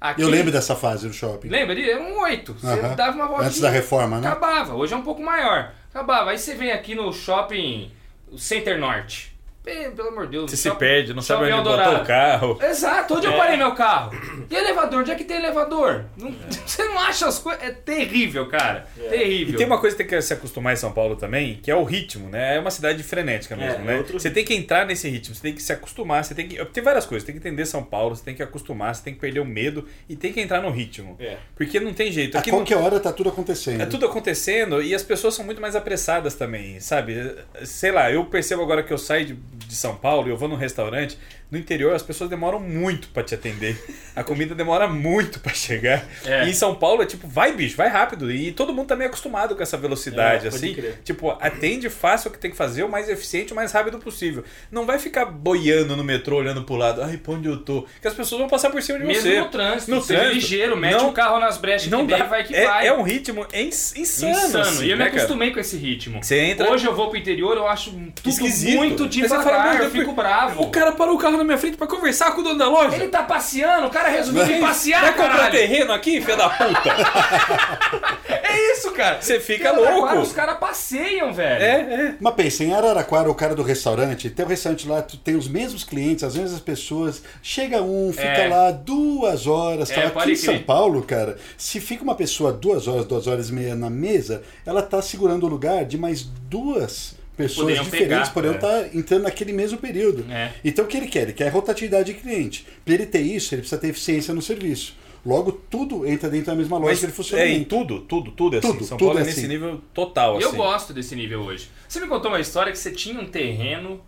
Speaker 1: Aqui-
Speaker 3: Eu lembro dessa fase do shopping.
Speaker 1: Lembra? Ele era um 8. Você
Speaker 3: Aham.
Speaker 1: dava uma voltinha.
Speaker 3: Antes da reforma, né?
Speaker 1: Acabava. Hoje é um pouco maior. Acabava. Aí você vem aqui no shopping Center Norte. Pe- Pelo amor de Deus.
Speaker 2: Você se
Speaker 1: shopping-
Speaker 2: perde, não sabe
Speaker 1: shopping
Speaker 2: onde botar
Speaker 1: Eldorado.
Speaker 2: o carro. É.
Speaker 1: Exato, onde eu parei meu carro? E elevador? Onde é que tem elevador? Não- Você não acha as coisas. É terrível, cara. Terrível.
Speaker 2: É. E tem uma coisa que tem que se acostumar em São Paulo também, que é o ritmo, né? É uma cidade frenética mesmo,
Speaker 4: É, é
Speaker 2: né?
Speaker 4: outro
Speaker 2: Você tem que entrar nesse ritmo, você tem que se acostumar, você tem que. Tem várias coisas, tem que entender São Paulo, você tem que acostumar, você tem que perder o medo e tem que entrar no ritmo.
Speaker 4: É. Ah,
Speaker 2: Porque não tem jeito.
Speaker 3: A
Speaker 2: Aqui não-
Speaker 3: qualquer hora tá tudo acontecendo.
Speaker 2: é tudo acontecendo e as pessoas são muito mais apressadas também, sabe? Sei lá, eu percebo agora que eu saio de, de São Paulo e eu vou num restaurante, no interior as pessoas demoram muito pra te atender. A comida demora muito pra chegar.
Speaker 1: É.
Speaker 2: E em São Paulo é tipo, vai bicho, vai rápido. E todo mundo tá meio acostumado com essa velocidade,
Speaker 4: É, pode
Speaker 2: assim.
Speaker 4: crer.
Speaker 2: Tipo, atende, faça o que tem que fazer, o mais eficiente, o mais rápido possível. Não vai ficar boiando no metrô, olhando pro lado, ai, pra onde eu tô? Que as pessoas vão passar por cima de
Speaker 1: Mesmo
Speaker 2: você.
Speaker 1: no trânsito.
Speaker 2: No
Speaker 1: você
Speaker 2: trânsito.
Speaker 1: ligeiro, mete
Speaker 2: Não-
Speaker 1: o carro nas brechas
Speaker 2: Não
Speaker 1: que
Speaker 2: dá.
Speaker 1: vem, vai que
Speaker 2: é,
Speaker 1: vai.
Speaker 2: é um ritmo ins- insano.
Speaker 1: Insano.
Speaker 2: assim,
Speaker 1: e eu me
Speaker 2: né, cara?
Speaker 1: acostumei com esse ritmo.
Speaker 2: Você entra-
Speaker 1: Hoje eu vou pro interior, eu acho tudo
Speaker 2: Esquisito.
Speaker 1: muito
Speaker 2: Aí você fala, meu
Speaker 1: devagar,
Speaker 2: Deus,
Speaker 1: eu fico
Speaker 2: por-
Speaker 1: bravo.
Speaker 2: O cara parou o carro na minha frente pra conversar com o dono da loja.
Speaker 1: Ele tá passeando, o cara resolveu ir passear,
Speaker 2: Vai comprar
Speaker 1: caralho.
Speaker 2: terreno aqui, filho da puta?
Speaker 1: É isso, cara.
Speaker 2: Você fica
Speaker 1: Cara, agora Os
Speaker 2: louco.
Speaker 1: caras passeiam, velho.
Speaker 2: É, é.
Speaker 3: Mas pensa, em Araraquara, o cara do restaurante, tem o restaurante lá, tu tem os mesmos clientes, as mesmas pessoas. Chega um, fica
Speaker 1: É.
Speaker 3: lá duas horas.
Speaker 1: É,
Speaker 3: tal.
Speaker 1: pode
Speaker 3: Aqui em São
Speaker 1: crer.
Speaker 3: Paulo, cara, se fica uma pessoa duas horas, duas horas e meia na mesa, ela tá segurando o lugar de mais duas pessoas
Speaker 1: Poderiam
Speaker 3: diferentes,
Speaker 1: pegar,
Speaker 3: poderiam estar entrando naquele mesmo período.
Speaker 1: É.
Speaker 3: Então o que ele quer? Ele quer rotatividade de cliente. Para ele ter isso, ele precisa ter eficiência no serviço. Logo, tudo entra dentro da mesma lógica de
Speaker 2: é, em
Speaker 3: funcionamento.
Speaker 2: tudo, tudo, tudo é assim.
Speaker 3: Tudo,
Speaker 2: São
Speaker 3: tudo
Speaker 2: Paulo é
Speaker 3: é
Speaker 2: nesse
Speaker 3: assim.
Speaker 2: nível total, assim.
Speaker 1: Eu gosto desse nível hoje. Você me contou uma história que você tinha um terreno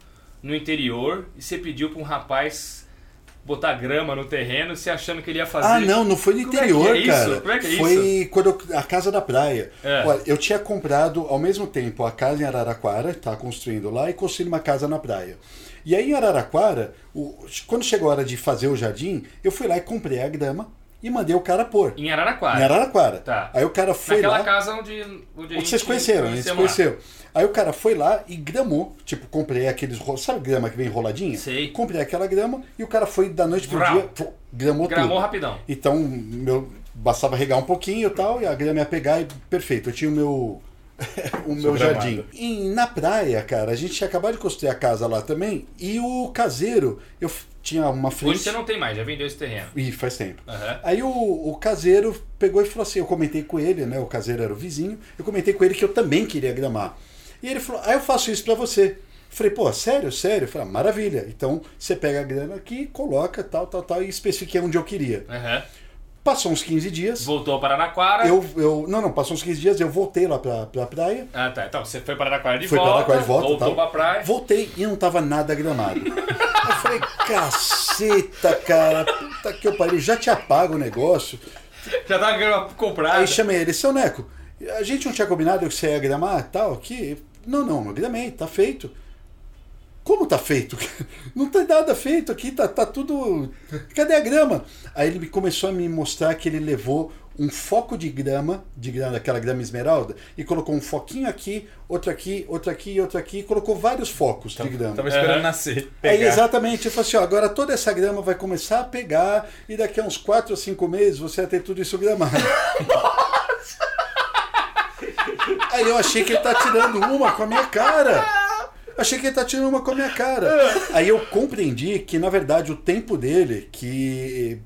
Speaker 1: no interior e você pediu pra um rapaz botar grama no terreno, se achando que ele ia fazer.
Speaker 3: Ah, não, não foi no
Speaker 1: Como é que
Speaker 3: interior,
Speaker 1: é isso?
Speaker 3: cara.
Speaker 1: Como é que é
Speaker 3: foi quando eu- a casa da praia.
Speaker 1: É.
Speaker 3: Olha, eu tinha comprado ao mesmo tempo a casa em Araraquara, estava construindo lá e construindo uma casa na praia. E aí em Araraquara, o- quando chegou a hora de fazer o jardim, eu fui lá e comprei a grama e mandei o cara pôr.
Speaker 1: Em Araraquara.
Speaker 3: Em Araraquara.
Speaker 1: Tá.
Speaker 3: Aí o cara foi
Speaker 1: Naquela
Speaker 3: lá.
Speaker 1: casa onde, onde a
Speaker 3: Onde vocês
Speaker 1: gente
Speaker 3: conheceram, a gente se
Speaker 1: conhecemos lá.
Speaker 3: conheceu. Aí o cara foi lá e gramou. Tipo, comprei aqueles. ro- Sabe grama que vem enroladinha?
Speaker 1: Sei.
Speaker 3: Comprei aquela grama e o cara foi da noite pro
Speaker 1: Vrau.
Speaker 3: dia. pô, Gramou,
Speaker 1: Gramou
Speaker 3: tudo.
Speaker 1: rapidão.
Speaker 3: Então, meu, bastava regar um pouquinho e tal, e a grama ia pegar e perfeito. Eu tinha o meu. o meu
Speaker 2: gramado.
Speaker 3: jardim. E na praia, cara, a gente tinha acabado de construir a casa lá também, e o caseiro, eu f- tinha uma frente.
Speaker 1: Hoje você não tem mais, já vendeu esse terreno.
Speaker 3: Ih, faz tempo.
Speaker 1: Aham.
Speaker 3: Aí o, o caseiro pegou e falou assim: eu comentei com ele, né? O caseiro era o vizinho, eu comentei com ele que eu também queria gramar. E ele falou: ah, eu faço isso pra você. Falei, pô, sério, sério? Eu Falei, ah, maravilha. Então você pega a grana aqui, coloca, tal, tal, tal, e especifiquei onde eu queria.
Speaker 1: Aham.
Speaker 3: Passou uns 15 dias.
Speaker 1: Voltou para Araraquara.
Speaker 3: Eu, eu, não, não, passou uns 15 dias, eu voltei lá pra, pra praia,
Speaker 1: Ah, tá. Então, você foi para Araraquara de
Speaker 3: Foi pra
Speaker 1: volta.
Speaker 3: Araraquara de volta,
Speaker 1: Voltou
Speaker 3: tal.
Speaker 1: pra praia.
Speaker 3: voltei e não tava nada gramado. Eu falei, caceta, cara, puta que eu parei, já te apago o negócio.
Speaker 1: Já tava grama comprada.
Speaker 3: Aí chamei ele, seu Neco, a gente não tinha combinado que você ia gramar e tal aqui? Não, não, eu gramei, tá feito. Como tá feito? Não tem nada feito aqui, tá, tá tudo. Cadê a grama? Aí ele me- começou a me mostrar que ele levou um foco de grama, de grama, aquela grama esmeralda, e colocou um foquinho aqui, outro aqui, outro aqui, outro aqui, e colocou vários focos de grama.
Speaker 2: Tava esperando
Speaker 1: É.
Speaker 2: nascer.
Speaker 3: Aí,
Speaker 2: pegar.
Speaker 3: exatamente, eu falei assim, ó, agora toda essa grama vai começar a pegar e daqui a uns 4 ou 5 meses você vai ter tudo isso gramado. Aí eu achei que ele tá tirando uma com a minha cara. Achei que ele tá tirando uma com a minha cara. Aí eu compreendi que, na verdade, o tempo dele, que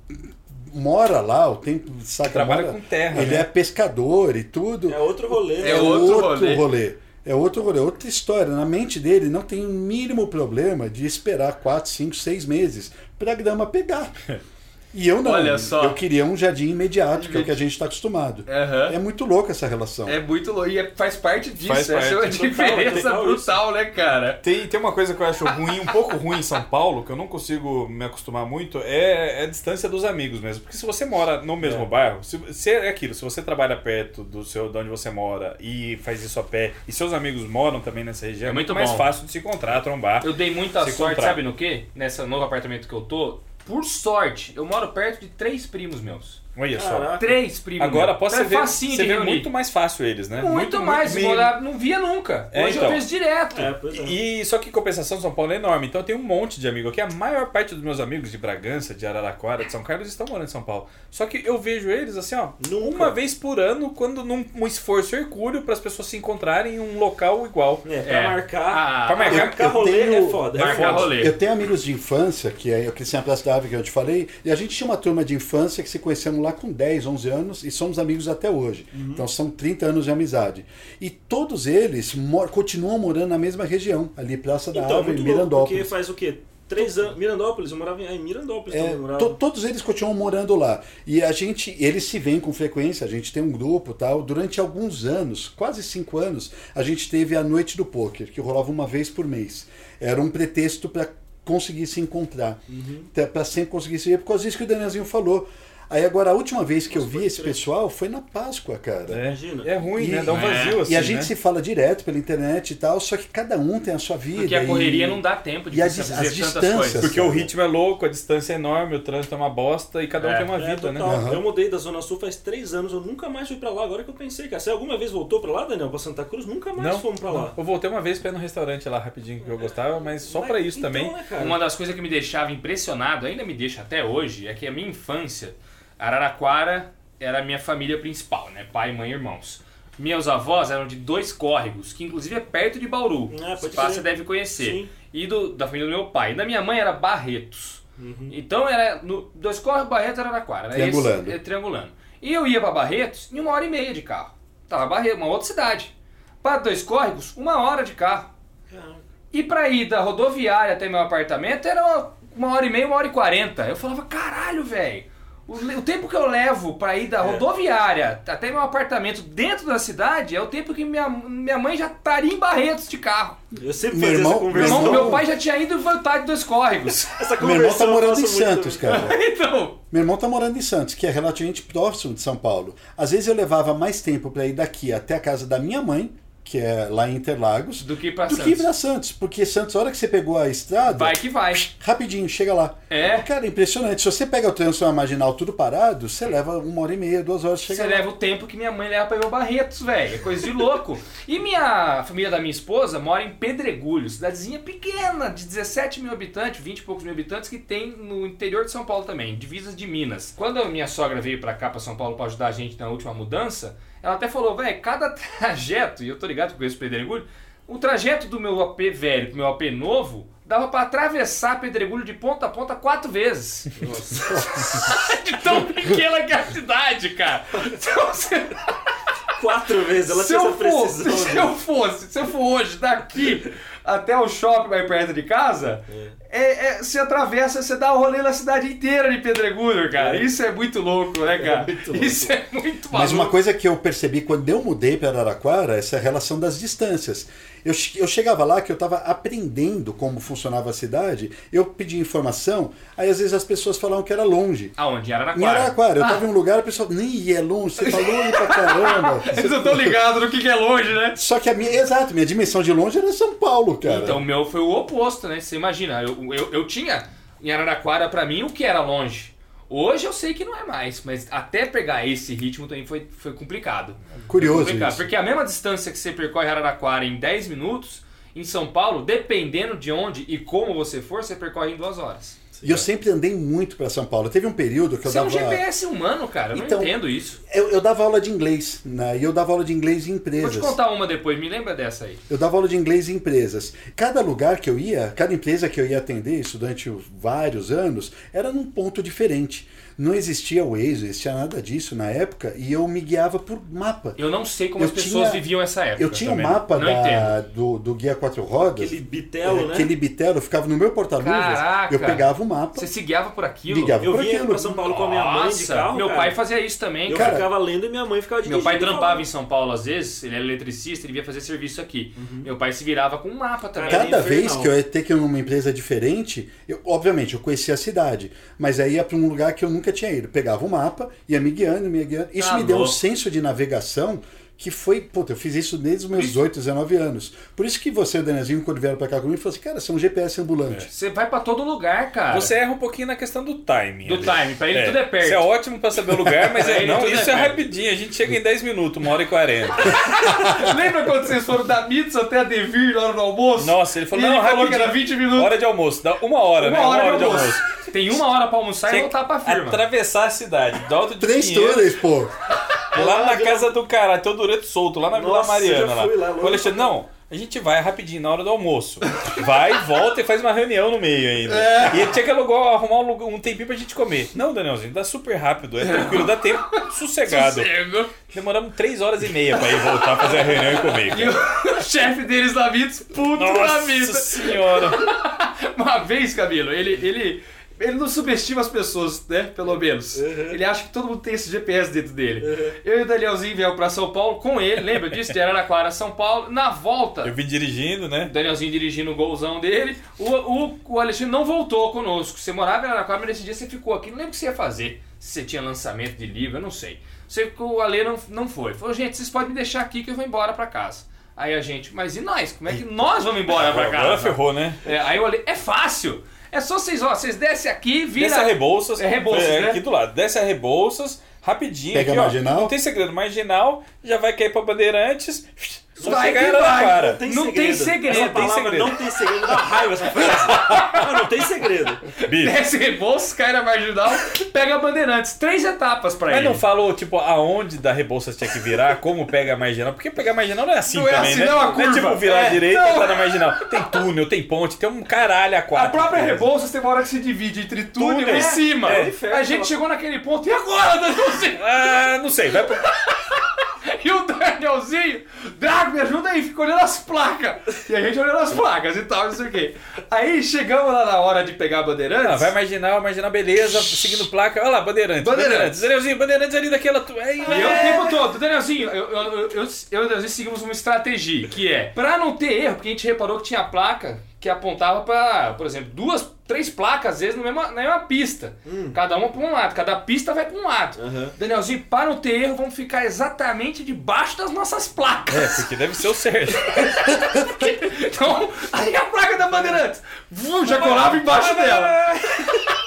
Speaker 3: mora lá o tempo, saca?
Speaker 2: Trabalha
Speaker 3: mora-
Speaker 2: com terra,
Speaker 3: Ele
Speaker 2: né?
Speaker 3: é pescador e tudo.
Speaker 4: É outro rolê.
Speaker 2: É
Speaker 4: né?
Speaker 2: outro rolê.
Speaker 3: É outro rolê, outra história. Na mente dele não tem o mínimo problema de esperar 4, 5, 6 meses pra grama pegar. E eu não.
Speaker 1: Olha só.
Speaker 3: Eu queria um jardim imediato, que é o que a gente tá acostumado.
Speaker 1: Aham.
Speaker 3: É muito louco essa relação.
Speaker 1: É muito louco. E é- faz parte disso.
Speaker 5: Faz
Speaker 1: Essa é uma
Speaker 5: parte.
Speaker 1: diferença
Speaker 4: Total,
Speaker 1: brutal, né, cara?
Speaker 5: Tem, tem uma coisa que eu acho ruim, um pouco ruim em São Paulo, que eu não consigo me acostumar muito, é, é a distância dos amigos mesmo. Porque se você mora no mesmo bairro, se, se é aquilo, se você trabalha perto do seu, de onde você mora e faz isso a pé, e seus amigos moram também nessa região,
Speaker 1: É muito
Speaker 5: mais
Speaker 1: bom.
Speaker 5: fácil de se encontrar, trombar.
Speaker 1: Eu dei muita
Speaker 5: Se
Speaker 1: sorte,
Speaker 5: comprar.
Speaker 1: sabe no quê? Nessa novo apartamento que eu tô. Por sorte, eu moro perto de três primos meus.
Speaker 5: Olha só.
Speaker 4: Caraca.
Speaker 1: Três primos.
Speaker 5: Agora
Speaker 1: meus.
Speaker 5: posso
Speaker 1: Então
Speaker 5: ver,
Speaker 1: É facinho
Speaker 5: você
Speaker 1: de
Speaker 5: vê
Speaker 1: reunir.
Speaker 5: muito mais fácil eles, né?
Speaker 1: Muito mais.
Speaker 5: mesmo.
Speaker 1: morar- não via nunca.
Speaker 5: É,
Speaker 1: Hoje eu
Speaker 5: então.
Speaker 1: vejo direto.
Speaker 4: É, pois é.
Speaker 5: E só que em compensação São Paulo é enorme, então eu tenho um monte de amigo aqui. A maior parte dos meus amigos de Bragança, de Araraquara, de São Carlos estão morando em São Paulo. Só que eu vejo eles assim, ó,
Speaker 4: Nunca.
Speaker 5: uma vez por ano, quando num um esforço hercúleo para as pessoas se encontrarem em um local igual.
Speaker 4: É, pra
Speaker 1: É.
Speaker 4: marcar.
Speaker 1: Ah,
Speaker 5: Pra marcar-
Speaker 4: marcar
Speaker 3: eu
Speaker 4: rolê
Speaker 3: tenho-
Speaker 4: é foda.
Speaker 1: Marcar
Speaker 4: é foda.
Speaker 1: rolê.
Speaker 3: Eu tenho amigos de infância, que é, eu cresci na Praça da Árvore, que eu te falei, e a gente tinha uma turma de infância que se conhecemos lá com 10, 11 anos e somos amigos até hoje. Então são 30 anos de amizade. E todos eles mor- continuam morando na mesma região, ali Praça da
Speaker 4: Então, é
Speaker 3: Árvore,
Speaker 4: muito louco, porque
Speaker 3: Mirandópolis.
Speaker 4: faz o quê? Três anos. Mirandópolis, eu morava em, em Mirandópolis
Speaker 3: É,
Speaker 4: também, eu morava.
Speaker 3: to- todos eles continuam morando lá. E a gente, eles se veem com frequência, a gente tem um grupo tal. Durante alguns anos, quase cinco anos, a gente teve a noite do poker, que rolava uma vez por mês. Era um pretexto para conseguir se encontrar, para sempre conseguir se ver, por causa disso que o Danielzinho falou. Aí agora, a última vez que eu vi esse pessoal foi na Páscoa, cara.
Speaker 5: É,
Speaker 4: Imagina.
Speaker 5: é ruim,
Speaker 3: E-
Speaker 5: né? Dá um vazio assim.
Speaker 3: E a gente
Speaker 5: né?
Speaker 3: se fala direto pela internet e tal, só que cada um tem a sua vida.
Speaker 1: Porque a correria
Speaker 3: e...
Speaker 1: não dá tempo de
Speaker 3: e
Speaker 1: você
Speaker 3: as dis-
Speaker 1: fazer
Speaker 3: as
Speaker 1: tantas
Speaker 3: distâncias.
Speaker 1: coisas.
Speaker 5: Porque o ritmo é louco, a distância é enorme, o trânsito é uma bosta e cada um
Speaker 1: É.
Speaker 5: tem uma
Speaker 4: É,
Speaker 5: vida, né?
Speaker 4: total.
Speaker 3: Aham.
Speaker 4: Eu mudei da Zona Sul faz três anos, eu nunca mais fui pra lá. Agora que eu pensei, cara. Você alguma vez voltou pra lá, Daniel, pra Santa Cruz? Nunca mais fomos pra lá.
Speaker 5: Eu voltei uma vez pra ir no restaurante lá rapidinho que eu gostava,
Speaker 2: É
Speaker 5: mas só pra isso
Speaker 4: Então,
Speaker 5: também.
Speaker 4: né, cara?
Speaker 1: Uma das coisas que me deixava impressionado, ainda me deixa até hoje, é que a minha infância, Araraquara era a minha família principal, né? Pai, mãe e irmãos. Meus avós eram de dois córregos, que inclusive é perto de Bauru.
Speaker 4: Ah,
Speaker 1: Se
Speaker 4: pode
Speaker 1: passa,
Speaker 4: crer.
Speaker 1: deve conhecer.
Speaker 4: Sim.
Speaker 1: E do- da família do meu pai. E da minha mãe era Barretos.
Speaker 4: Uhum.
Speaker 1: Então era no, dois córregos, Barretos era Araraquara. Era esse-
Speaker 3: Triangulando.
Speaker 1: é, triangulando. E eu ia pra Barretos em uma hora e meia de carro. Tava Barretos, uma outra cidade. Pra dois córregos, uma hora de carro.
Speaker 4: Caraca.
Speaker 1: E pra ir da rodoviária até meu apartamento era uma, uma hora e meia, uma hora e quarenta. Eu falava, caralho, velho. O, le- o tempo que eu levo pra ir da
Speaker 3: É.
Speaker 1: rodoviária até meu apartamento dentro da cidade é o tempo que minha, minha mãe já estaria em Barretos de carro.
Speaker 4: Eu sempre
Speaker 3: Meu
Speaker 4: fazia
Speaker 3: irmão-
Speaker 4: essa
Speaker 1: Meu, irmão-
Speaker 4: conversão.
Speaker 3: Não.
Speaker 1: meu pai já tinha ido voltar de dois córregos.
Speaker 3: Meu irmão tá
Speaker 4: Essa conversão eu
Speaker 3: morando
Speaker 4: faço
Speaker 3: em
Speaker 4: muito né?
Speaker 3: Santos,
Speaker 4: também.
Speaker 3: cara.
Speaker 1: então,
Speaker 3: Meu irmão tá morando em Santos, que é relativamente próximo de São Paulo. Às vezes eu levava mais tempo para ir daqui até a casa da minha mãe, que é lá em Interlagos,
Speaker 1: do que ir pra
Speaker 3: do que ir
Speaker 1: Santos.
Speaker 3: pra Santos. Porque Santos, a hora que você pegou a estrada,
Speaker 1: Vai que vai.
Speaker 3: rapidinho, chega lá.
Speaker 1: É.
Speaker 3: Cara, impressionante. Se você pega o trânsito na marginal tudo parado, você leva uma hora e meia, duas horas,
Speaker 1: Você
Speaker 3: chega lá.
Speaker 1: leva o tempo que minha mãe leva pra ir ao Barretos, velho. É coisa de louco. E minha a família da minha esposa mora em Pedregulho, cidadezinha pequena, de 17 mil habitantes, 20 e poucos mil habitantes, que tem no interior de São Paulo também, divisas de Minas. Quando a minha sogra veio pra cá, pra São Paulo, pra ajudar a gente na última mudança, ela até falou, velho, cada trajeto, e eu tô ligado que eu conheço Pedregulho, o trajeto do meu AP velho pro meu AP novo dava pra atravessar Pedregulho de ponta a ponta quatro vezes. de tão pequena que é a cidade, cara. Então, se,
Speaker 4: Quatro vezes, ela
Speaker 1: se
Speaker 4: tinha
Speaker 1: eu
Speaker 4: essa
Speaker 1: fosse,
Speaker 4: precisão.
Speaker 1: se
Speaker 4: né?
Speaker 1: eu fosse, se eu for hoje daqui até o shopping mais perto de casa, é, é, você atravessa, você dá o rolê na cidade inteira de Pedregulho, cara. Isso é muito louco, né, cara?
Speaker 4: muito louco.
Speaker 1: Isso é muito maluco.
Speaker 3: Mas uma coisa que eu percebi quando eu mudei para Araraquara, essa relação das distâncias. Eu, che- eu chegava lá que eu estava aprendendo como funcionava a cidade, eu pedi informação, aí às vezes as pessoas falavam que era longe.
Speaker 1: Aonde? Em Araraquara. Ah.
Speaker 3: Em Araraquara, eu tava em um lugar, a pessoa, nem é longe, você tá longe pra caramba.
Speaker 1: Vocês não estão ligados no que que é longe, né?
Speaker 3: Só que a minha, exato, minha dimensão de longe era São Paulo, cara.
Speaker 1: Então o meu foi o oposto, né? Você imagina, eu, eu, eu tinha em Araraquara pra mim o que era longe. Hoje eu sei que não é mais, mas até pegar esse ritmo também foi, foi complicado.
Speaker 3: Curioso
Speaker 1: complicado,
Speaker 3: isso.
Speaker 1: Porque a mesma distância que você percorre Araraquara em 10 minutos, em São Paulo, dependendo de onde e como você for, você percorre em duas horas.
Speaker 3: E eu sempre andei muito pra São Paulo. Teve um período que eu
Speaker 1: Você é um
Speaker 3: dava.
Speaker 1: GPS humano, cara. Eu
Speaker 3: Então,
Speaker 1: não entendo isso.
Speaker 3: Eu, eu dava aula de inglês, né? E eu dava aula de inglês em
Speaker 1: Vou te
Speaker 3: empresas.
Speaker 1: contar uma depois, me lembra dessa aí.
Speaker 3: Eu dava aula de inglês em empresas. Cada lugar que eu ia, cada empresa que eu ia atender isso durante vários anos, era num ponto diferente. Não existia Waze, não existia nada disso na época, e eu me guiava por mapa.
Speaker 1: Eu não sei como
Speaker 3: Eu
Speaker 1: as pessoas
Speaker 3: tinha-
Speaker 1: viviam essa época.
Speaker 3: Eu tinha um
Speaker 1: também.
Speaker 3: mapa
Speaker 1: Não
Speaker 3: da-
Speaker 1: entendo.
Speaker 3: do, do Guia Quatro Rodas. é,
Speaker 4: Aquele bitelo, né?
Speaker 3: Aquele bitelo ficava no meu porta-luvas.
Speaker 1: Caraca.
Speaker 3: Eu pegava o mapa.
Speaker 1: Você se guiava por aquilo?
Speaker 3: Ligava.
Speaker 4: Eu
Speaker 3: Por
Speaker 4: vinha
Speaker 3: aquilo.
Speaker 4: pra São Paulo com a minha mãe de
Speaker 1: Nossa,
Speaker 4: carro,
Speaker 1: meu
Speaker 4: cara.
Speaker 1: pai fazia isso também.
Speaker 4: Eu
Speaker 1: cara.
Speaker 4: ficava lendo e minha mãe ficava de
Speaker 1: Meu pai trampava em São Paulo às vezes, ele era eletricista, ele via fazer serviço aqui. Meu pai se virava com um mapa também.
Speaker 4: Uhum. Cara,
Speaker 3: Cada
Speaker 4: era
Speaker 3: vez
Speaker 4: infernal.
Speaker 3: que eu ia ter que ir numa empresa diferente, eu, obviamente eu conhecia a cidade, mas aí ia para um lugar que eu nunca tinha ido. Pegava o mapa, ia me guiando, me guiando. Isso
Speaker 1: Tá
Speaker 3: me deu um
Speaker 1: louco.
Speaker 3: senso de navegação que foi. Puta, eu fiz isso desde os meus 18, 19 anos. Por isso que você, Danielzinho, quando vieram para cá comigo, falou assim: cara, você é um GPS ambulante.
Speaker 1: Você vai pra todo lugar, cara.
Speaker 2: Você erra um pouquinho na questão do timing.
Speaker 1: Do
Speaker 2: ali.
Speaker 1: timing, pra ele tudo é perto.
Speaker 2: Você é ótimo pra saber o lugar, mas
Speaker 1: Pra
Speaker 2: é,
Speaker 1: ele
Speaker 2: não,
Speaker 1: tudo
Speaker 2: isso
Speaker 1: é
Speaker 2: é,
Speaker 1: perto.
Speaker 2: rapidinho. A gente chega em 10 minutos, uma hora e 40.
Speaker 1: Lembra quando vocês foram da Mitz até a Devir na hora do almoço?
Speaker 2: Nossa, ele falou,
Speaker 1: E
Speaker 2: não,
Speaker 1: ele falou que
Speaker 2: rapidinho.
Speaker 1: era 20 minutos.
Speaker 2: Hora de almoço, dá uma hora, né?
Speaker 1: uma hora, de almoço. é Tem uma hora pra almoçar e
Speaker 2: Tem que
Speaker 1: voltar pra firma.
Speaker 2: Atravessar a cidade, do alto
Speaker 1: É.
Speaker 2: de
Speaker 3: Três
Speaker 2: Pinheiros,
Speaker 3: túneis, pô.
Speaker 2: Lá na casa do cara, Teodoreto Solto, lá na Vila
Speaker 4: Nossa,
Speaker 2: Mariana.
Speaker 4: já fui lá,
Speaker 2: lá.
Speaker 4: louco.
Speaker 2: O Alexandre, não, a gente vai rapidinho na hora do almoço. Vai, volta e faz uma reunião no meio ainda.
Speaker 4: É.
Speaker 2: E ele tinha que alugar, arrumar um, lugar- um tempinho pra gente comer. Não, Danielzinho, dá super rápido, é tranquilo, dá tempo, sossegado.
Speaker 1: Sossego.
Speaker 2: Demoramos três horas e meia pra ir voltar, fazer a reunião e comer.
Speaker 1: E
Speaker 2: cara.
Speaker 1: o chefe deles da Mitz, puto da
Speaker 2: Nossa
Speaker 1: Mitz.
Speaker 2: senhora.
Speaker 1: Uma vez, Camilo, ele, ele, ele não subestima as pessoas, né? Pelo menos. Ele acha que todo mundo tem esse GPS dentro dele. Eu e o Danielzinho viemos pra São Paulo com ele, lembra disso? De Araraquara a São Paulo. Na volta,
Speaker 2: Eu vim dirigindo, né?
Speaker 1: o Danielzinho dirigindo o golzão dele. O, o, o Alexandre não voltou conosco. Você morava em Araraquara, mas nesse dia você ficou aqui. Não lembro o que você ia fazer. Se você tinha lançamento de livro, eu não sei. Sei que o Ale não, não foi. Falou, gente, vocês podem me deixar aqui que eu vou embora pra casa. Aí a gente, mas e nós? Como é que nós vamos embora pra casa?
Speaker 2: Agora ferrou, né?
Speaker 1: É, aí eu olhei, é fácil. É só vocês, ó, vocês descem aqui, vira.
Speaker 2: Desce a Rebouças.
Speaker 1: É Rebouças, né?
Speaker 2: Aqui do lado. Desce a Rebouças, rapidinho.
Speaker 3: Pega
Speaker 2: aqui,
Speaker 3: a
Speaker 2: ó.
Speaker 3: Marginal.
Speaker 2: Não tem segredo. Marginal, já vai cair pra Bandeirantes. Só
Speaker 1: Vai
Speaker 2: chegar
Speaker 1: que
Speaker 2: em
Speaker 1: vai.
Speaker 2: Araraquara.
Speaker 1: Não tem segredo,
Speaker 4: Essa
Speaker 1: não tem
Speaker 4: palavra
Speaker 2: segredo.
Speaker 4: não tem segredo. Dá raiva essa frase. Não, não tem segredo.
Speaker 2: Bicho.
Speaker 1: Desce Rebouças, cai na marginal, pega a Bandeirantes. Três etapas pra
Speaker 2: Mas
Speaker 1: ele.
Speaker 2: não falou, tipo, aonde da Rebouças tinha que virar, como pega a marginal. Porque pegar a marginal não é assim
Speaker 1: Não é
Speaker 2: também,
Speaker 1: assim,
Speaker 2: né?
Speaker 1: não, a
Speaker 2: é
Speaker 1: curva.
Speaker 2: tipo virar
Speaker 1: É,
Speaker 2: à direita
Speaker 1: não.
Speaker 2: e tá na marginal. Tem túnel, tem ponte, tem um caralho a
Speaker 1: A
Speaker 2: quatro.
Speaker 1: própria Rebouças tem uma hora que se divide entre túnel,
Speaker 2: Túnel,
Speaker 1: e um
Speaker 2: é.
Speaker 1: cima.
Speaker 2: É, inferno.
Speaker 1: a gente chegou naquele ponto, e agora, Danielzinho?
Speaker 2: Ah, não sei. Vai pro...
Speaker 1: E o Danielzinho, Drago, me ajuda aí, fica olhando as placas. E a gente olhando as placas e tal, não sei o quê. Aí chegamos lá na hora de pegar a Bandeirantes.
Speaker 2: Ah, vai marginal, marginal, beleza. Seguindo placa. Olha lá, Bandeirantes.
Speaker 1: Bandeirantes.
Speaker 2: Danielzinho, Bandeirantes ali daquela... tu- É,
Speaker 1: E eu o tempo todo, Danielzinho, eu, eu, eu, eu, eu e o Danielzinho seguimos uma estratégia, que é, pra não ter erro, porque a gente reparou que tinha placa que apontava pra, por exemplo, duas, três placas, às vezes, na mesma, na mesma pista.
Speaker 2: Hum.
Speaker 1: Cada uma pra um lado, cada pista vai pra um lado.
Speaker 4: Aham.
Speaker 1: Danielzinho, pra não ter erro, vamos ficar exatamente debaixo das nossas placas.
Speaker 2: É, porque deve ser o Sérgio.
Speaker 1: Então, aí a placa da Bandeirantes, vum, já colava embaixo dela.
Speaker 2: Ah,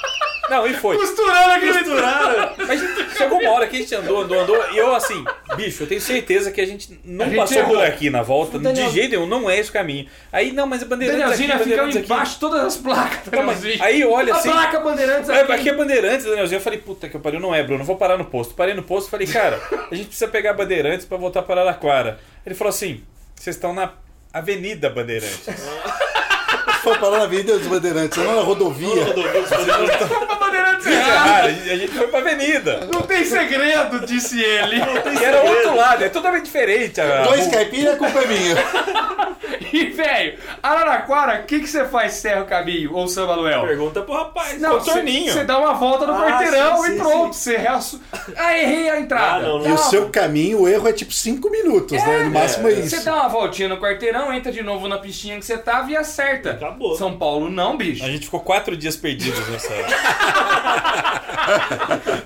Speaker 2: Não, e foi.
Speaker 1: Costurando aquele...
Speaker 4: Misturaram.
Speaker 2: Mas chegou uma hora que a gente andou, andou, andou. E eu, assim, bicho, eu tenho certeza que a gente não
Speaker 1: A gente
Speaker 2: passou
Speaker 1: errou.
Speaker 2: por aqui na volta.
Speaker 1: Daniel-
Speaker 2: De jeito nenhum, não é esse o caminho. Aí, não, mas a bandeirante.
Speaker 1: Danielzinho, nós
Speaker 2: aqui,
Speaker 1: ficamos
Speaker 2: Bandeirantes aqui.
Speaker 1: embaixo de todas as placas,
Speaker 2: Não, mas
Speaker 1: Danielzinho.
Speaker 2: aí olha assim.
Speaker 1: A placa Bandeirantes
Speaker 2: É, Aqui é Bandeirantes, Danielzinho. Eu falei, puta que pariu, não é, Bruno. Vou parar no posto. Parei no posto e falei, cara, a gente precisa pegar a Bandeirantes pra voltar para Araraquara. Ele falou assim: vocês estão na Avenida Bandeirantes.
Speaker 3: Foi parar na Avenida dos Bandeirantes, não na rodovia.
Speaker 1: A Bandeirantes errada.
Speaker 2: Cara, "Ah, a gente a gente foi pra Avenida.
Speaker 1: Não tem segredo, disse ele.
Speaker 2: E era outro lado, é totalmente diferente. A...
Speaker 3: Dois caipiras, a culpa é minha.
Speaker 1: E, velho, Araraquara, o que que você faz Serra o Caminho ou São Manuel?
Speaker 4: Pergunta pro rapaz.
Speaker 2: é o torninho.
Speaker 1: Você dá uma volta no
Speaker 4: Ah,
Speaker 1: quarteirão
Speaker 4: sim,
Speaker 1: e
Speaker 4: sim,
Speaker 1: pronto, você reaço. Ah, errei a entrada.
Speaker 4: Ah, não, não.
Speaker 3: E o seu caminho, o erro é tipo cinco minutos, né? No máximo é
Speaker 1: Você tá-
Speaker 3: isso.
Speaker 1: dá uma voltinha no quarteirão, entra de novo na pistinha que você tava e acerta.
Speaker 4: Acabou.
Speaker 1: São Paulo não, bicho.
Speaker 2: A gente ficou quatro dias perdidos nessa.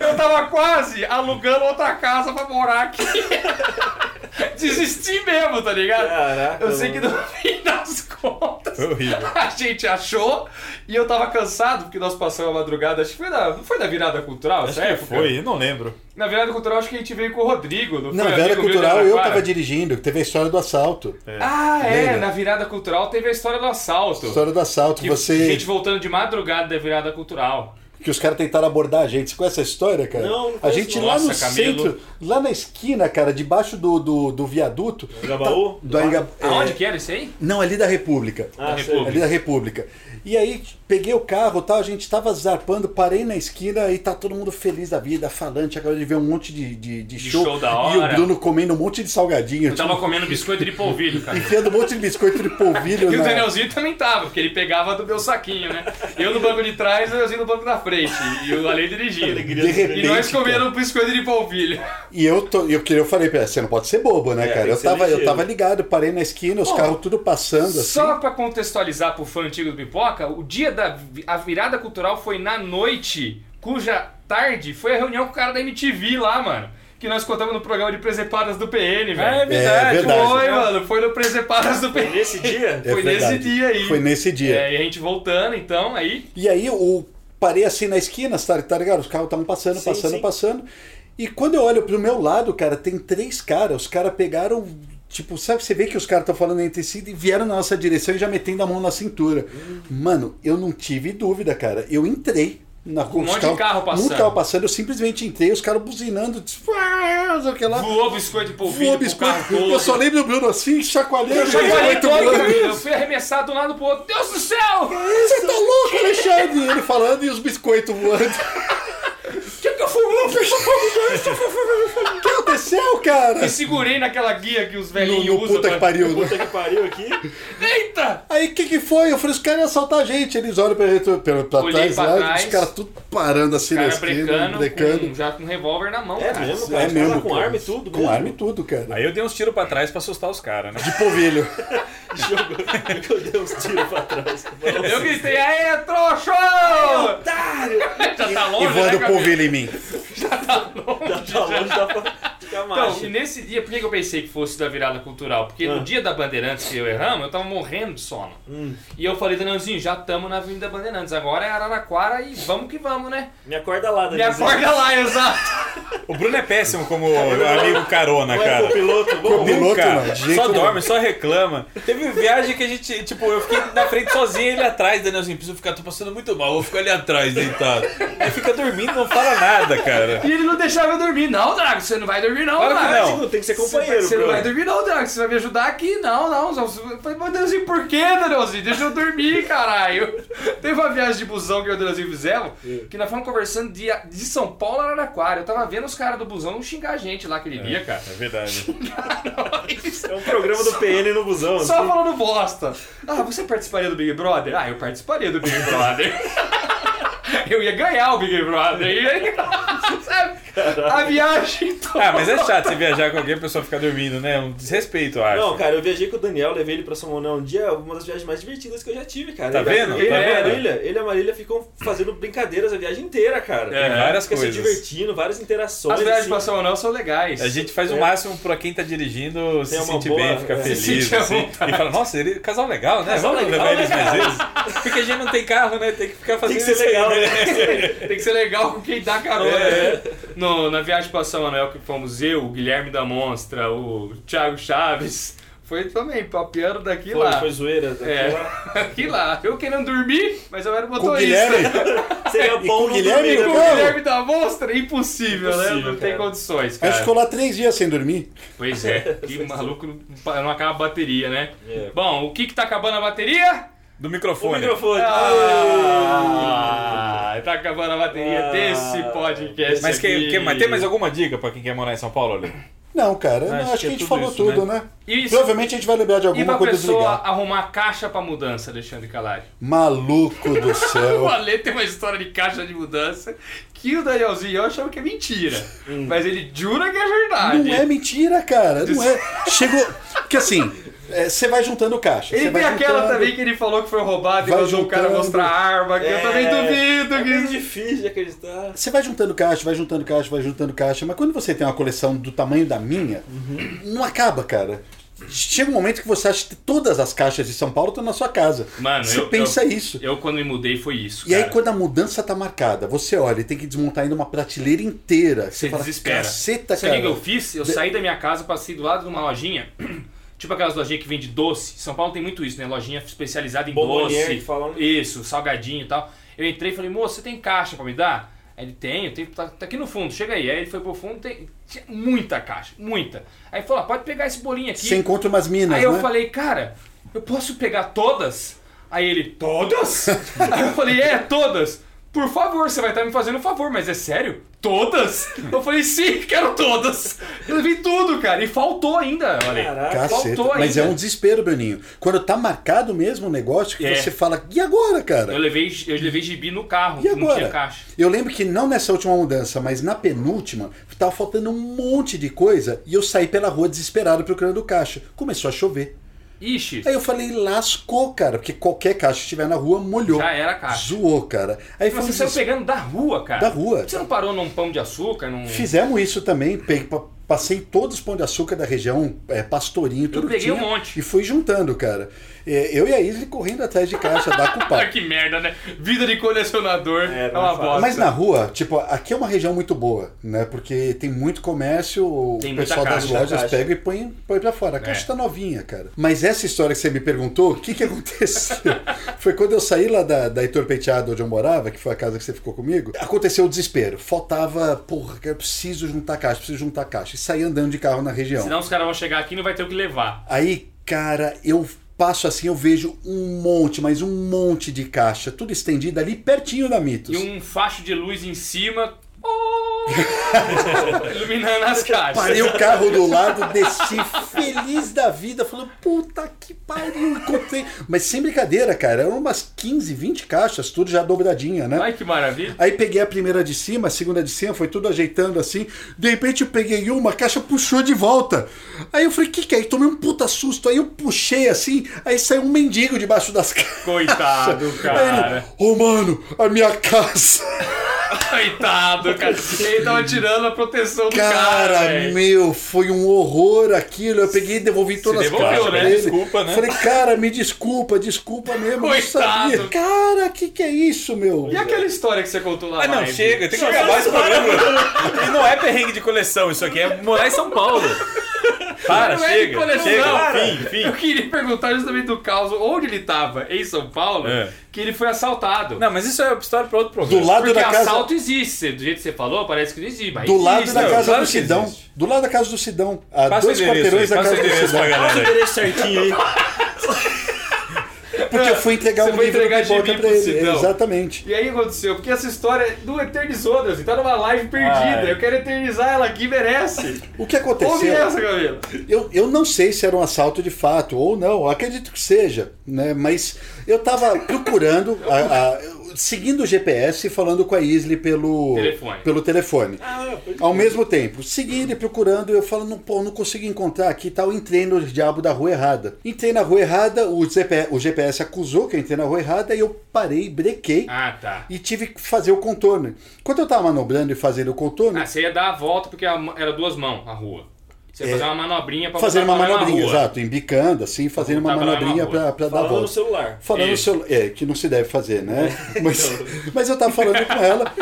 Speaker 1: Eu tava quase alugando outra casa pra morar aqui. Desisti mesmo, tá ligado?
Speaker 4: Caraca,
Speaker 1: eu sei que
Speaker 4: mano.
Speaker 1: no fim das contas.
Speaker 2: Foi horrível.
Speaker 1: A gente achou e eu tava cansado porque nós passamos a madrugada. Acho que foi na, não foi na virada cultural,
Speaker 2: Acho
Speaker 1: essa
Speaker 2: que
Speaker 1: época?
Speaker 2: É, foi, eu não lembro.
Speaker 1: Na virada cultural, acho que a gente veio com o Rodrigo. Não,
Speaker 3: Não,
Speaker 1: foi
Speaker 3: Vera
Speaker 1: Amigo meu de
Speaker 3: Cultural, eu
Speaker 1: Araraquara?
Speaker 3: tava dirigindo, teve a história do assalto.
Speaker 1: Ah, é,
Speaker 3: Lembra?
Speaker 1: na virada cultural teve a história do assalto.
Speaker 3: História do assalto,
Speaker 1: Que
Speaker 3: você.
Speaker 1: Gente voltando de madrugada da virada cultural.
Speaker 3: que os caras tentaram abordar a gente. Você conhece essa história, cara?
Speaker 4: Não, não
Speaker 3: A
Speaker 4: conheço,
Speaker 3: gente
Speaker 4: não.
Speaker 3: lá no
Speaker 5: Nossa, Camilo.
Speaker 3: centro, lá na esquina, cara, debaixo do, do, do viaduto. Tá-
Speaker 4: Engabaú?
Speaker 3: Do Enga-
Speaker 1: Ah, Aonde
Speaker 3: é,
Speaker 1: que era isso aí?
Speaker 3: Não, ali da República.
Speaker 4: Ah, sei.
Speaker 5: República.
Speaker 3: Ali da República. E aí, peguei o carro tal, a gente tava zarpando, parei na esquina e tá todo mundo feliz da vida, falante, acabou de ver um monte de, de, de
Speaker 1: De
Speaker 3: show.
Speaker 1: show da
Speaker 3: E
Speaker 1: hora.
Speaker 3: o Bruno comendo um monte de salgadinho,
Speaker 1: Eu
Speaker 3: tipo,
Speaker 1: tava comendo biscoito de polvilho, cara.
Speaker 3: enfiando um monte de biscoito de polvilho.
Speaker 1: E o
Speaker 3: na-
Speaker 1: Danielzinho também tava, porque ele pegava do meu saquinho, né? Eu no banco de trás, o Danielzinho no banco da frente. E o Ale dirigindo.
Speaker 3: De repente,
Speaker 1: E nós
Speaker 3: cara.
Speaker 1: comendo um biscoito de polvilho.
Speaker 3: E eu, tô, eu, que- eu falei pra ela, você não pode ser bobo, né,
Speaker 4: É,
Speaker 3: cara?
Speaker 4: tem que
Speaker 3: Eu
Speaker 4: ser
Speaker 3: tava, eu
Speaker 4: ligeiro.
Speaker 3: tava ligado, parei na esquina, os carros tudo passando, assim.
Speaker 1: Só pra contextualizar pro fã antigo do Pipoca, o dia da vi- a virada cultural foi na noite, cuja tarde foi a reunião com o cara da MTV lá, mano. Que nós contamos no programa de Presepadas do PN, velho.
Speaker 2: É verdade.
Speaker 3: É verdade.
Speaker 1: Foi, mano. Foi no Presepadas do PN.
Speaker 4: Nesse dia?
Speaker 3: É
Speaker 1: foi nesse
Speaker 3: verdade.
Speaker 1: dia aí.
Speaker 3: Foi nesse dia.
Speaker 1: É, e a gente voltando, então, aí...
Speaker 3: E aí eu parei assim na esquina, tá, tá ligado? Os carros estavam passando,
Speaker 4: Sim,
Speaker 3: passando,
Speaker 4: sim.
Speaker 3: passando. E quando eu olho pro meu lado, cara, tem três caras. Os caras pegaram. Tipo, sabe, você vê que os caras estão falando entre si e vieram na nossa direção e já metendo a mão na cintura.
Speaker 1: Hum.
Speaker 3: Mano, eu não tive dúvida, cara. Eu entrei na
Speaker 1: Um
Speaker 3: os
Speaker 1: monte de
Speaker 3: carros-
Speaker 1: carro passando.
Speaker 3: Um carro passando, eu simplesmente entrei, os caras buzinando, tipo, "Ah", sei o que lá.
Speaker 1: Voou biscoito de polvilho
Speaker 3: Voou
Speaker 1: pro
Speaker 3: biscoito.
Speaker 1: carro todo.
Speaker 3: Eu só lembro do Bruno assim, chacoalhei.
Speaker 1: Eu chacoalhei
Speaker 3: chacoalhei
Speaker 1: todo,
Speaker 3: Bruno.
Speaker 1: eu fui arremessado de um lado pro outro. Deus do céu!
Speaker 3: Você tá louco, Alexandre? Ele falando e os biscoitos voando.
Speaker 1: O que, que eu fui?
Speaker 3: O que aconteceu, cara?
Speaker 1: Me segurei naquela guia que os
Speaker 3: No,
Speaker 1: velhinhos
Speaker 3: no
Speaker 1: usam.
Speaker 3: puta que
Speaker 1: pra-
Speaker 3: pariu. né?
Speaker 4: Puta que pariu aqui.
Speaker 1: Eita!
Speaker 3: Aí o que, que foi? Eu falei, os caras iam assaltar a gente. Eles olham pra, retro- pra, pra
Speaker 1: Olhei
Speaker 3: trás
Speaker 1: pra
Speaker 3: lá,
Speaker 1: trás.
Speaker 3: os caras tudo parando assim na
Speaker 1: Cara
Speaker 3: esquina,
Speaker 1: brecando,
Speaker 3: brecando.
Speaker 1: com- já com um revólver na mão,
Speaker 4: É
Speaker 1: cara.
Speaker 4: mesmo, cara? Os caras lá com
Speaker 3: cara.
Speaker 4: arma e tudo
Speaker 3: Com
Speaker 4: mesmo?
Speaker 3: arma e tudo, cara.
Speaker 5: Aí eu dei uns tiros pra trás pra assustar os caras, né?
Speaker 3: De polvilho.
Speaker 4: Jogou. Meu Deus, tiro pra trás.
Speaker 1: Eu gritei, aê, trouxa! Já
Speaker 4: Otário!
Speaker 1: tá
Speaker 3: E
Speaker 1: longe, né,
Speaker 3: voando
Speaker 1: Gabriel?
Speaker 3: polvilho em mim.
Speaker 4: Já tá longe, dá pra ficar
Speaker 1: Então, e
Speaker 4: mágico.
Speaker 1: nesse dia, por que que eu pensei que fosse da virada cultural? Porque
Speaker 4: Ah.
Speaker 1: no dia da Bandeirantes que eu erramos, eu tava morrendo de sono. E eu falei, Danielzinho, já estamos na Avenida Bandeirantes, agora é Araraquara e vamos que vamos, né?
Speaker 4: Me acorda lá,
Speaker 1: Me
Speaker 4: Daniel.
Speaker 1: acorda lá, exato!
Speaker 5: O Bruno é péssimo como amigo carona,
Speaker 4: Não é
Speaker 5: cara.
Speaker 4: copiloto? Vamos.
Speaker 3: Copiloto?
Speaker 5: Nunca.
Speaker 3: não, de jeito
Speaker 2: Só
Speaker 3: nenhum.
Speaker 2: dorme, só reclama. Teve viagem que a gente, tipo, eu fiquei na frente sozinho e ele atrás,
Speaker 5: assim,
Speaker 2: Danielzinho. Preciso ficar, tô passando muito mal, vou ficar ali atrás, deitado. Aí fica dormindo, não fala nada, cara.
Speaker 1: E ele não deixava eu dormir. Não, Drago, você não vai dormir, não,
Speaker 2: Claro que
Speaker 1: Drago.
Speaker 2: não.
Speaker 4: Segundo, tipo, tem que ser
Speaker 1: Você,
Speaker 4: companheiro,
Speaker 1: você não
Speaker 4: Bruno.
Speaker 1: vai dormir, não, Drago. Você vai me ajudar aqui? Não, não. Só- Eu falei, meu Deusinho, por quê, Danielzinho? Deixa eu dormir, caralho. Teve uma viagem de busão que eu e o Danielzinho fizemos,
Speaker 5: É.
Speaker 1: que nós fomos conversando de, de São Paulo a Araraquara. Eu tava vendo os caras do busão xingar a gente lá aquele dia, cara.
Speaker 5: É verdade.
Speaker 4: É um programa do PN no busão.
Speaker 1: Só
Speaker 4: assim.
Speaker 1: falando bosta. Ah, você participaria do Big Brother? Ah, eu participaria do Big Brother. eu ia ganhar o Big Brother. E aí, sabe? A viagem toda.
Speaker 5: Ah, mas é chato você viajar com alguém e a pessoa ficar dormindo, né? Um desrespeito, eu acho.
Speaker 4: Não, cara, eu viajei com o Daniel, levei ele pra São Manuel um dia, uma das viagens mais divertidas que eu já tive, cara.
Speaker 5: Tá
Speaker 4: Ele- é-
Speaker 5: vendo?
Speaker 4: Ele,
Speaker 5: Tá
Speaker 4: e a
Speaker 5: vendo?
Speaker 4: Marília, ele e a Marília ficam fazendo brincadeiras a viagem inteira, cara.
Speaker 5: É. Tem várias
Speaker 4: Fica
Speaker 5: coisas.
Speaker 4: se divertindo, várias interações.
Speaker 1: As viagens
Speaker 4: assim.
Speaker 1: pra São Manuel são legais.
Speaker 5: A gente faz
Speaker 4: É.
Speaker 5: o máximo pra quem tá dirigindo se
Speaker 4: uma
Speaker 5: sentir
Speaker 4: boa-
Speaker 5: bem, ficar
Speaker 4: é.
Speaker 5: feliz.
Speaker 1: Se sentir à
Speaker 5: assim.
Speaker 1: vontade.
Speaker 5: E fala, nossa, ele casal legal, né?
Speaker 4: Casal
Speaker 5: Vamos
Speaker 4: legal,
Speaker 5: levar eles mais
Speaker 4: legal."
Speaker 5: vezes. Porque a gente não tem carro, né? Tem que ficar
Speaker 4: Tem
Speaker 5: fazendo
Speaker 4: que ser
Speaker 5: isso aí,
Speaker 4: legal, né?
Speaker 1: Tem que ser legal com quem dá carona.
Speaker 4: É.
Speaker 1: né? No- na viagem pra São Manuel que fomos eu, o Guilherme da Monstra, o Thiago Chaves. Foi também, papiando daqui
Speaker 4: Foi,
Speaker 1: lá.
Speaker 4: foi zoeira. né? daqui
Speaker 1: É.
Speaker 4: lá.
Speaker 1: Aqui lá. Eu querendo dormir, mas eu era
Speaker 3: Com o
Speaker 1: motorista.
Speaker 3: Guilherme.
Speaker 4: Seria
Speaker 3: com
Speaker 4: bom
Speaker 3: o
Speaker 4: no né?
Speaker 3: Guilherme,
Speaker 4: Guilherme,
Speaker 1: Com
Speaker 3: Não.
Speaker 1: o Guilherme da Monstra, impossível, né?
Speaker 4: Impossível,
Speaker 1: Não tem
Speaker 4: cara.
Speaker 1: condições,
Speaker 3: A gente
Speaker 1: cara.
Speaker 3: ficou lá três dias sem dormir.
Speaker 1: Pois é, que maluco não, não acaba a bateria, né?
Speaker 4: É.
Speaker 1: Bom, o que que tá acabando a bateria?
Speaker 5: Do
Speaker 4: O
Speaker 5: microfone.
Speaker 4: microfone.
Speaker 1: Ah, tá acabando a bateria
Speaker 4: Ah.
Speaker 1: desse podcast.
Speaker 5: Mas, que,
Speaker 1: aqui.
Speaker 5: que- mas tem mais alguma dica pra quem quer morar em São Paulo ali?
Speaker 3: Não, cara,
Speaker 5: Acho que
Speaker 3: acho, que
Speaker 5: é
Speaker 3: a gente
Speaker 5: tudo
Speaker 3: falou
Speaker 5: isso,
Speaker 3: tudo, né?
Speaker 1: E se-
Speaker 3: Provavelmente a gente vai lembrar de
Speaker 1: E pra
Speaker 3: alguma coisa
Speaker 1: pessoa
Speaker 3: desligada.
Speaker 1: arrumar caixa pra mudança, Alexandre Calari?
Speaker 3: Maluco do
Speaker 1: O
Speaker 3: céu.
Speaker 1: Ale tem uma história de caixa de mudança que o Danielzinho eu achava que é mentira. mas ele jura que é verdade.
Speaker 3: Hum. Não é mentira, cara. Não é. Chegou. Porque assim, é, você vai juntando caixa.
Speaker 1: Ele
Speaker 3: você vai
Speaker 1: tem aquela
Speaker 3: juntando.
Speaker 1: também que ele falou que foi roubado e
Speaker 3: Vai
Speaker 1: mandou o cara
Speaker 3: juntando.
Speaker 1: mostrar a arma, que eu
Speaker 4: É.
Speaker 1: também duvido.
Speaker 4: É meio
Speaker 1: Que...
Speaker 4: difícil de acreditar.
Speaker 3: Você vai juntando caixa, vai juntando caixa, vai juntando caixa, mas quando você tem uma coleção do tamanho da minha,
Speaker 1: Uhum.
Speaker 3: não acaba, cara. Chega um momento que você acha que todas as caixas de São Paulo estão na sua casa.
Speaker 1: Mano,
Speaker 3: você
Speaker 1: eu-
Speaker 3: pensa isso.
Speaker 1: Eu, quando me mudei, foi isso.
Speaker 3: E aí, quando a mudança tá marcada, você olha e tem que desmontar ainda uma prateleira inteira.
Speaker 1: Você
Speaker 3: fala,
Speaker 1: desespera.
Speaker 3: Caceta,
Speaker 1: Sabe o
Speaker 3: cara.
Speaker 1: que que eu fiz? Eu saí da minha casa, passei do lado de uma lojinha, tipo aquelas lojinhas que vende doce. São Paulo tem muito isso, né? Lojinha especializada em
Speaker 4: Bomboniere,
Speaker 1: doce.
Speaker 4: que falam.
Speaker 1: Isso, salgadinho e tal. Eu entrei e falei, moço, você tem caixa pra me dar? Aí ele, tenho, tem, tá, tá aqui no fundo, chega aí. Aí ele foi pro fundo, tem, tinha muita caixa, muita. Aí ele falou, ah, pode pegar esse bolinho aqui.
Speaker 3: Você encontra umas minas,
Speaker 1: Aí eu
Speaker 3: né?
Speaker 1: falei, cara, eu posso pegar todas? Aí ele, todas? Aí eu falei, é, todas. Por favor, você vai estar me fazendo um favor, mas é sério? Todas? Eu falei, sim, quero todas. Eu levei tudo, cara. E faltou ainda, olha. aí.
Speaker 4: Caraca.
Speaker 3: Caceta.
Speaker 1: faltou
Speaker 3: Mas é
Speaker 1: ainda.
Speaker 3: um desespero, Bruninho. Quando tá marcado mesmo o negócio, que
Speaker 1: É.
Speaker 3: você fala, e agora, cara?
Speaker 1: Eu levei, eu levei gibi no carro,
Speaker 3: E
Speaker 1: não tinha
Speaker 3: agora?
Speaker 1: caixa.
Speaker 3: Eu lembro que não nessa última mudança, mas na penúltima, tava faltando um monte de coisa e eu saí pela rua desesperado procurando caixa. Começou a chover.
Speaker 1: Ixi,
Speaker 3: Aí eu falei, lascou, cara, porque qualquer caixa que estiver na rua molhou.
Speaker 1: já era a caixa.
Speaker 3: Zoou, cara. Aí
Speaker 1: Mas
Speaker 3: foi um
Speaker 1: você saiu
Speaker 3: desespero.
Speaker 1: pegando da rua, cara.
Speaker 3: Da rua.
Speaker 1: Você não parou num pão de açúcar, num...
Speaker 3: Fizemos isso também, pe- pa- passei em todos os pão de açúcar da região, é, pastorinho, tudo
Speaker 1: peguei
Speaker 3: tinha,
Speaker 1: um monte.
Speaker 3: E fui juntando, cara. É, Eu e a Isley correndo atrás de caixa da
Speaker 1: Ah,
Speaker 3: culpa.
Speaker 1: que merda, né? Vida de colecionador é,
Speaker 4: É, não é
Speaker 1: uma
Speaker 4: fácil.
Speaker 1: bosta.
Speaker 3: Mas na rua, tipo, aqui é uma região muito boa, né? Porque tem muito comércio, o
Speaker 1: Tem muita
Speaker 3: pessoal das
Speaker 1: caixa, É.
Speaker 3: lojas
Speaker 4: caixa.
Speaker 3: pega e põe, põe pra fora. A caixa tá novinha, cara. Mas essa história que você me perguntou, o que que aconteceu? foi quando eu saí lá da, da Heitor Penteado, onde eu morava, que foi a casa que você ficou comigo, aconteceu o desespero. Faltava, porra, eu preciso juntar caixa, preciso juntar caixa. E saí andando de carro na região.
Speaker 1: Senão os caras vão chegar aqui e não vai ter o que levar.
Speaker 3: Aí, cara, eu passo assim, eu vejo um monte, mas um monte de caixa, tudo estendido ali pertinho da Mitos.
Speaker 1: E um facho de luz em cima... Oh! iluminando as caixas.
Speaker 3: Parei o carro do lado, desci feliz da vida, falando, puta que pariu, encontrei. Mas sem brincadeira, cara, eram umas 15, 20 caixas, tudo já dobradinha, né?
Speaker 1: Ai, que maravilha.
Speaker 3: Aí peguei a primeira de cima, a segunda de cima, foi tudo ajeitando assim. De repente eu peguei uma, a caixa puxou de volta. Aí eu falei, que que é? E Tomei um puta susto. Aí eu puxei assim, aí saiu um mendigo debaixo das caixas.
Speaker 1: Coitado,
Speaker 3: Aí ele,
Speaker 1: cara.
Speaker 3: Ô, mano, a minha casa.
Speaker 1: Coitado, cara. Ele tava tirando a proteção do cara, é.
Speaker 3: Cara,
Speaker 1: velho.
Speaker 3: meu, foi um horror aquilo. Eu peguei e devolvi todas
Speaker 1: devolveu,
Speaker 3: as caixas
Speaker 1: né?
Speaker 3: pra ele.
Speaker 5: Desculpa, né?
Speaker 3: Falei, cara, me desculpa, desculpa mesmo. eu Não
Speaker 1: Coitado.
Speaker 3: sabia. Cara, que que é isso, meu?
Speaker 1: E aquela história que você contou lá
Speaker 2: Ah, não,
Speaker 1: live?
Speaker 2: chega, tem que acabar esse programa. E não é perrengue de coleção isso aqui, é morar em São Paulo. Para,
Speaker 1: Não é de
Speaker 2: chega,
Speaker 1: coleção,
Speaker 2: chega,
Speaker 1: não, cara.
Speaker 2: fim, fim.
Speaker 1: Eu queria perguntar justamente do caos onde ele tava, em São Paulo,
Speaker 2: É.
Speaker 1: que ele foi assaltado.
Speaker 2: Não, mas isso é história para outro
Speaker 3: Do
Speaker 2: programa.
Speaker 3: lado
Speaker 1: Porque
Speaker 3: da casa.
Speaker 1: assalto é né? existe, do jeito que você falou, parece que não existe, mas
Speaker 3: Do
Speaker 1: existe.
Speaker 3: lado da
Speaker 2: não,
Speaker 3: casa
Speaker 2: claro
Speaker 3: do
Speaker 2: que
Speaker 3: Sidão.
Speaker 2: existe.
Speaker 3: Do lado da casa do Sidão. A
Speaker 2: Passa o
Speaker 3: dois
Speaker 2: endereço, aí,
Speaker 3: quarteirões da
Speaker 2: passa o
Speaker 3: casa do
Speaker 2: endereço
Speaker 3: Sidão.
Speaker 2: pra
Speaker 4: Fala o
Speaker 2: galera aí.
Speaker 4: endereço certinho aí.
Speaker 3: Porque eu fui entregar
Speaker 1: Você
Speaker 3: um
Speaker 1: foi
Speaker 3: livro
Speaker 1: entregar
Speaker 3: de boca
Speaker 1: gibi
Speaker 3: pra
Speaker 1: pro
Speaker 3: ele.
Speaker 1: Sidão.
Speaker 3: Exatamente.
Speaker 1: E aí aconteceu, porque essa história não eternizou, Deus, tá numa live perdida.
Speaker 2: Ai.
Speaker 1: Eu quero eternizar ela aqui, merece.
Speaker 3: O
Speaker 1: Ouve
Speaker 3: que aconteceu?
Speaker 1: essa, Camila.
Speaker 3: Eu, eu não sei se era um assalto de fato ou não, acredito que seja, né? Mas eu tava procurando, a- a- seguindo o GPS e falando com a Isley pelo
Speaker 1: Telefone.
Speaker 3: Pelo telefone.
Speaker 4: Ah, pois
Speaker 3: Ao mesmo tempo, seguindo e procurando, eu falo, não, pô, não consigo encontrar aqui e tal. Entrei no diabo da rua errada. Entrei na rua errada, o GPS, o GPS acusou que eu entrei na rua errada e eu parei, brequei
Speaker 1: Ah, tá.
Speaker 3: e tive que fazer o contorno. Quando eu tava manobrando e fazendo o contorno,
Speaker 1: Ah, você ia dar a volta porque a- era duas mãos a rua. Você ia fazer uma manobrinha pra
Speaker 3: fazendo
Speaker 1: voltar
Speaker 3: É. uma
Speaker 1: pra lá na
Speaker 3: manobrinha,
Speaker 1: rua.
Speaker 3: exato, embicando, assim, fazendo uma
Speaker 1: Voltar pra lá na
Speaker 3: manobrinha
Speaker 1: rua.
Speaker 3: pra, pra dar a
Speaker 4: Falando no
Speaker 3: volta.
Speaker 4: celular.
Speaker 3: Falando
Speaker 1: Isso.
Speaker 3: seu... É, que não se deve fazer, né? Mas, mas eu tava falando com ela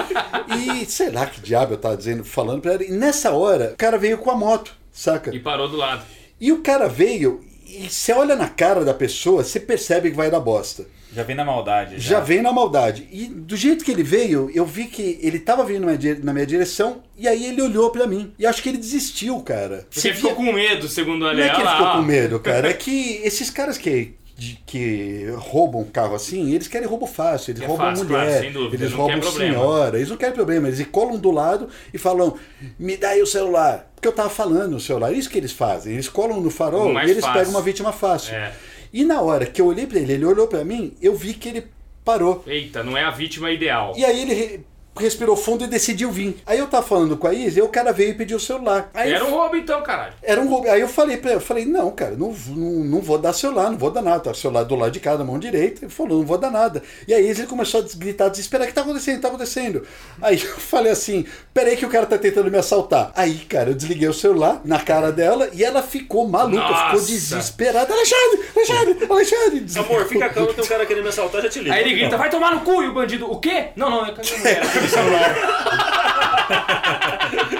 Speaker 3: e sei lá que diabo eu tava dizendo, falando pra ela. E nessa hora, o cara veio com a moto, saca?
Speaker 1: E parou do lado.
Speaker 3: E o cara veio e você olha na cara da pessoa, você percebe que vai dar bosta.
Speaker 2: Já vem na maldade.
Speaker 3: Já
Speaker 1: É.
Speaker 3: vem na maldade. E do jeito que ele veio, eu vi que ele tava vindo na minha dire- na minha direção e aí ele olhou pra mim. E acho que ele desistiu, cara.
Speaker 1: Você ficou com medo, segundo ah, a
Speaker 3: Não é
Speaker 1: Leal.
Speaker 3: que ele
Speaker 1: lá,
Speaker 3: ficou
Speaker 1: ó.
Speaker 3: com medo, cara. É que esses caras que, de- que roubam carro assim, eles querem roubo fácil. Eles
Speaker 1: É
Speaker 3: roubam
Speaker 1: fácil,
Speaker 3: mulher,
Speaker 1: claro, sem dúvida,
Speaker 3: eles
Speaker 1: não
Speaker 3: roubam
Speaker 1: quer problema.
Speaker 3: senhora. Eles não querem problema. Eles colam do lado e falam, me dá aí o celular. Porque eu tava falando o celular. Isso que eles fazem. Eles colam no farol
Speaker 1: O mais
Speaker 3: e eles
Speaker 1: fácil.
Speaker 3: pegam uma vítima fácil.
Speaker 1: É.
Speaker 3: E na hora que eu olhei pra ele, ele olhou pra mim, eu vi que ele parou.
Speaker 1: Eita, não é a vítima ideal.
Speaker 3: E aí ele re- respirou fundo e decidiu vir. Aí eu tava falando com a Isa e o cara veio e pediu o celular. Aí
Speaker 1: Era um roubo então, caralho.
Speaker 3: era um roubo. Aí eu falei pra ele, eu falei, não, cara, não, v- não, não vou dar celular, não vou dar nada. Tá celular do lado de cá, da mão direita. Ele falou, não vou dar nada. E aí ele começou a des- gritar, desesperar, o que tá acontecendo, o que tá acontecendo? Aí eu falei assim, peraí que o cara tá tentando me assaltar. Aí, cara, eu desliguei o celular na cara dela e ela ficou maluca, ficou
Speaker 1: Nossa!
Speaker 3: desesperada. Alexandre, Alexandre, Alexandre. desligou.
Speaker 4: Amor, fica calmo, tem um cara querendo me assaltar, já te ligo.
Speaker 1: Aí ele grita, vai tomar no cu, e o bandido, o quê? Não, não, é com a minha mulher.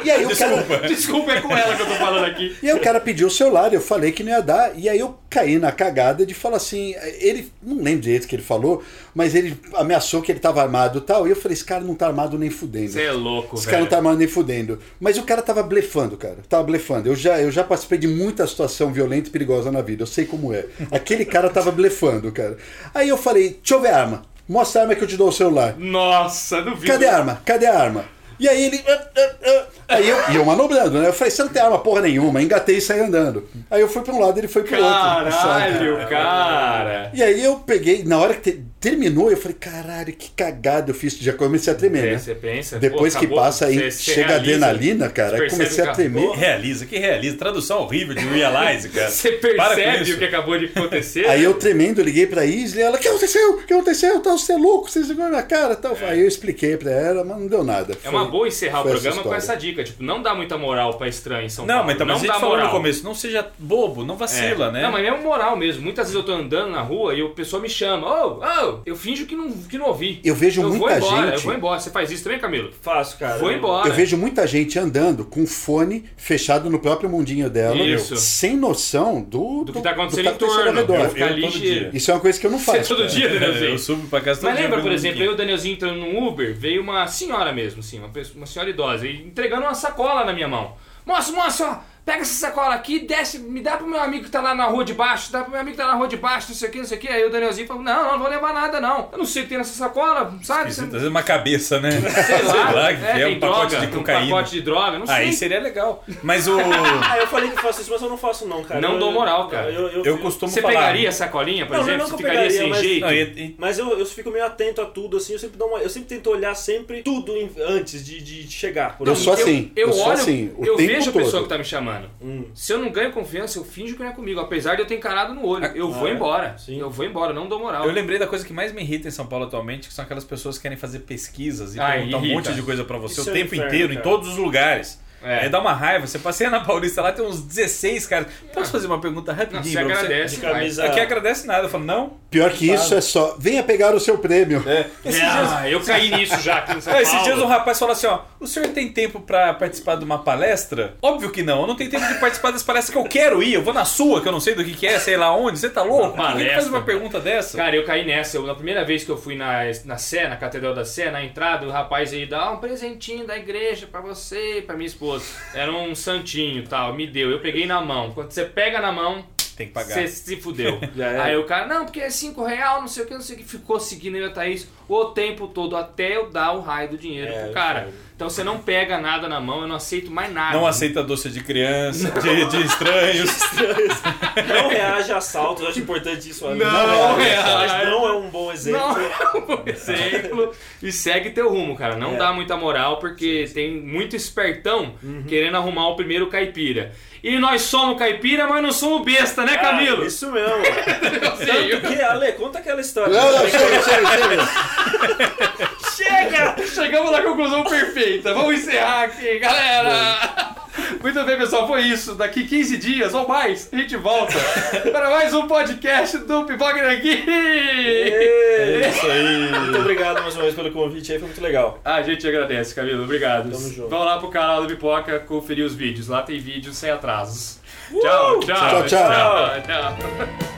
Speaker 3: E aí o cara,
Speaker 2: Desculpa.
Speaker 1: Desculpa, é com ela que eu tô falando aqui.
Speaker 3: E aí o cara pediu o celular, eu falei que não ia dar, e aí eu caí na cagada de falar assim, ele, não lembro direito o que ele falou, mas ele ameaçou que ele tava armado e tal, e eu falei, esse cara não tá armado nem fudendo.
Speaker 1: Você é louco,
Speaker 3: Esse
Speaker 1: velho.
Speaker 3: cara não tá armado nem fudendo. Mas o cara tava blefando, cara. Tava blefando. Eu já, eu já participei de muita situação violenta e perigosa na vida. Eu sei como é. Aquele cara tava blefando, cara. Aí eu falei, deixa eu ver a arma. Mostra a arma que eu te dou o celular.
Speaker 1: Nossa, duvido.
Speaker 3: Cadê a arma? Cadê a arma? E aí ele. "Ah, ah, ah." Aí eu, e eu manobrando, né? Eu falei, você não tem arma porra nenhuma. Engatei e saí andando. Aí eu fui pra um lado ele foi pro outro. sabe?
Speaker 1: Caralho, cara.
Speaker 3: E aí eu peguei, na hora que te- terminou, eu falei, caralho, que cagada eu fiz. Já comecei a tremer,
Speaker 1: Aí
Speaker 3: né?
Speaker 1: Você pensa.
Speaker 3: Depois
Speaker 1: pô,
Speaker 3: que
Speaker 1: acabou,
Speaker 3: passa aí,
Speaker 1: você- você
Speaker 3: chega a
Speaker 1: realiza.
Speaker 3: adrenalina, cara,
Speaker 1: Você
Speaker 3: aí comecei
Speaker 1: percebe
Speaker 3: a
Speaker 1: que acabou.
Speaker 3: tremer.
Speaker 2: Realiza, que realiza. Tradução horrível de realize, cara.
Speaker 1: Você
Speaker 2: Para com
Speaker 1: percebe
Speaker 2: isso.
Speaker 1: o que acabou de acontecer?
Speaker 3: Aí eu tremendo, liguei pra Isley, ela, o que aconteceu? O que aconteceu? Tal, você é louco, você segurou na cara, tal. Aí eu expliquei pra ela, mas não deu nada.
Speaker 1: É uma boa encerrar o
Speaker 3: foi essa
Speaker 1: programa com
Speaker 3: história.
Speaker 1: essa dica. Tipo, não dá muita moral pra estranho em São
Speaker 2: Não,
Speaker 1: Paulo.
Speaker 2: mas então, mas
Speaker 1: não
Speaker 2: a gente
Speaker 1: dá
Speaker 2: falou
Speaker 1: moral.
Speaker 2: no começo, não seja bobo, não vacila,
Speaker 1: É.
Speaker 2: né?
Speaker 1: Não, mas é um moral mesmo. Muitas vezes eu tô andando na rua e o pessoal me chama. Ô, ô, eu finjo que não, que não ouvi.
Speaker 3: Eu vejo
Speaker 1: vou
Speaker 3: muita
Speaker 1: embora,
Speaker 3: gente-
Speaker 1: Eu vou embora. Você faz isso também, Camilo?
Speaker 4: Faço, cara.
Speaker 1: Vou embora.
Speaker 3: Eu vejo muita gente andando com fone fechado no próprio mundinho dela,
Speaker 1: Isso.
Speaker 3: sem noção do,
Speaker 1: Do que tá acontecendo em
Speaker 3: acontecendo ao
Speaker 1: torno.
Speaker 3: redor.
Speaker 1: Vai
Speaker 2: eu
Speaker 1: ficar
Speaker 2: todo
Speaker 1: ligeiro.
Speaker 2: dia.
Speaker 3: Isso é uma coisa que eu não
Speaker 1: Você
Speaker 3: faço.
Speaker 1: é todo
Speaker 3: cara.
Speaker 1: dia, né,
Speaker 2: É,
Speaker 1: Danielzinho?
Speaker 2: eu subo pra casa todo
Speaker 1: Mas
Speaker 2: um dia,
Speaker 1: lembra,
Speaker 2: eu
Speaker 1: por
Speaker 2: brinco.
Speaker 1: exemplo, eu, Danielzinho, entrando num Uber, veio uma senhora mesmo, assim, uma, pessoa- uma senhora idosa, e entregando uma sacola na minha mão. Moço, moço, ó, pega essa sacola aqui, desce, me dá pro meu amigo que tá lá na rua de baixo, dá pro meu amigo que tá na rua de baixo, não sei o que, não sei o que. Aí o Danielzinho falou, não, não, não vou levar nada, não. Eu não sei o que tem nessa sacola, sabe?
Speaker 2: Às
Speaker 1: Você-
Speaker 2: vezes uma cabeça, né?
Speaker 1: Sei lá,
Speaker 2: que
Speaker 1: é,
Speaker 2: é,
Speaker 1: tem
Speaker 2: um pacote
Speaker 1: droga,
Speaker 2: de cocaína.
Speaker 1: um pacote de droga, não
Speaker 2: Aí
Speaker 1: sei.
Speaker 2: seria legal. Mas o.
Speaker 4: Ah, eu falei que faço isso, mas eu não faço não, cara.
Speaker 1: Não
Speaker 4: eu,
Speaker 1: dou moral,
Speaker 4: eu-
Speaker 1: cara.
Speaker 4: Eu, eu,
Speaker 2: Eu costumo
Speaker 1: Você
Speaker 2: falar.
Speaker 1: pegaria a sacolinha, por
Speaker 4: Não,
Speaker 1: exemplo?
Speaker 4: não que
Speaker 1: Você
Speaker 4: eu
Speaker 1: ficaria
Speaker 4: pegaria,
Speaker 1: sem
Speaker 4: mas-
Speaker 1: jeito?
Speaker 2: Não, e- e-
Speaker 4: Mas eu, eu fico meio atento a tudo, assim, eu sempre, dou uma, eu sempre tento olhar sempre tudo em- antes de, de chegar. Por
Speaker 3: Eu
Speaker 4: exemplo.
Speaker 3: sou assim.
Speaker 1: Eu,
Speaker 3: Eu, sou
Speaker 1: olho,
Speaker 3: assim. O
Speaker 1: eu
Speaker 3: tempo
Speaker 1: vejo a
Speaker 3: todo.
Speaker 1: pessoa que tá me chamando.
Speaker 4: Hum.
Speaker 1: Se eu não ganho confiança, eu finjo que não é comigo, apesar de eu ter encarado no olho. Eu vou
Speaker 4: é.
Speaker 1: embora.
Speaker 4: Sim.
Speaker 1: Eu vou embora, eu não dou moral.
Speaker 2: Eu lembrei da coisa que mais me irrita em São Paulo atualmente, que são aquelas pessoas que querem fazer pesquisas e
Speaker 1: Ai,
Speaker 2: perguntar um
Speaker 1: Ah, irrita.
Speaker 2: monte de coisa pra você
Speaker 4: Isso
Speaker 2: o
Speaker 4: é um
Speaker 2: tempo
Speaker 4: inferno,
Speaker 2: inteiro, em
Speaker 4: cara.
Speaker 2: todos os lugares.
Speaker 1: É.
Speaker 2: Aí dá uma raiva, você passeia na Paulista lá, tem uns 16 caras. Posso fazer uma pergunta
Speaker 1: É. Não,
Speaker 2: rapidinho
Speaker 1: você
Speaker 2: pra
Speaker 1: agradece.
Speaker 4: de
Speaker 1: vai.
Speaker 4: camisa-
Speaker 2: você? Aqui agradece nada, eu falo, não.
Speaker 3: Pior que isso é só, venha pegar o seu prêmio.
Speaker 1: Ah, eu caí nisso já aqui em São
Speaker 2: Ah,
Speaker 1: Paulo.
Speaker 2: esses dias um rapaz falou assim, ó, o senhor tem tempo pra participar de uma palestra? Óbvio que não, eu não tenho tempo de participar das palestras que eu quero ir, eu vou na sua, que eu não sei do que que é, sei lá onde, você tá louco?
Speaker 1: Uma
Speaker 2: Por que que faz
Speaker 1: palestra.
Speaker 2: uma pergunta dessa?
Speaker 1: Cara, eu caí nessa. Eu, na primeira vez que eu fui na, na Sé, na Catedral da Sé, na entrada, o rapaz aí dá um presentinho da igreja pra você e pra minha esposa. Era um santinho e tal, me deu. Eu peguei na mão. Quando você pega na mão,
Speaker 2: tem que pagar.
Speaker 1: você se fudeu.
Speaker 4: Já era.
Speaker 1: aí o cara, não, porque é 5 real, não sei o que, não sei o que. Ficou seguindo ele a Thaís o tempo todo, até eu dar o raio do dinheiro
Speaker 4: É,
Speaker 1: pro
Speaker 4: eu
Speaker 1: cara.
Speaker 4: sei.
Speaker 1: Então você não pega nada na mão, eu não aceito mais nada.
Speaker 2: Não aceita doce de criança, de, de estranhos.
Speaker 4: Não reaja a assaltos, eu acho importante isso. Não,
Speaker 1: Não
Speaker 4: reaja a assaltos,
Speaker 1: reaja.
Speaker 4: Não é um bom exemplo.
Speaker 1: Não, por exemplo. E segue teu rumo, cara. Não
Speaker 4: É.
Speaker 1: dá muita moral, porque tem muito espertão
Speaker 4: Uhum.
Speaker 1: querendo arrumar o primeiro caipira. E nós somos caipira, mas não somos besta, né, Camilo?
Speaker 4: Ah, isso mesmo.
Speaker 1: Eu sei, eu-
Speaker 4: Tanto que, Ale, conta aquela história.
Speaker 3: Não, não, chega, chega, chega.
Speaker 1: Chega! Chegamos na conclusão perfeita. Vamos encerrar aqui, galera. Muito bem, pessoal, foi isso. Daqui 15 dias ou mais, a gente volta para mais um podcast do Pipoca aqui.
Speaker 4: É
Speaker 2: Isso aí.
Speaker 4: Muito obrigado mais uma vez pelo convite aí, foi muito legal.
Speaker 1: A gente agradece, Camilo. Obrigado.
Speaker 4: Tamo junto.
Speaker 1: Vão lá pro canal do Pipoca conferir os vídeos. Lá tem vídeos sem atrasos. Uh! Tchau, tchau.
Speaker 3: Tchau, tchau.
Speaker 1: tchau.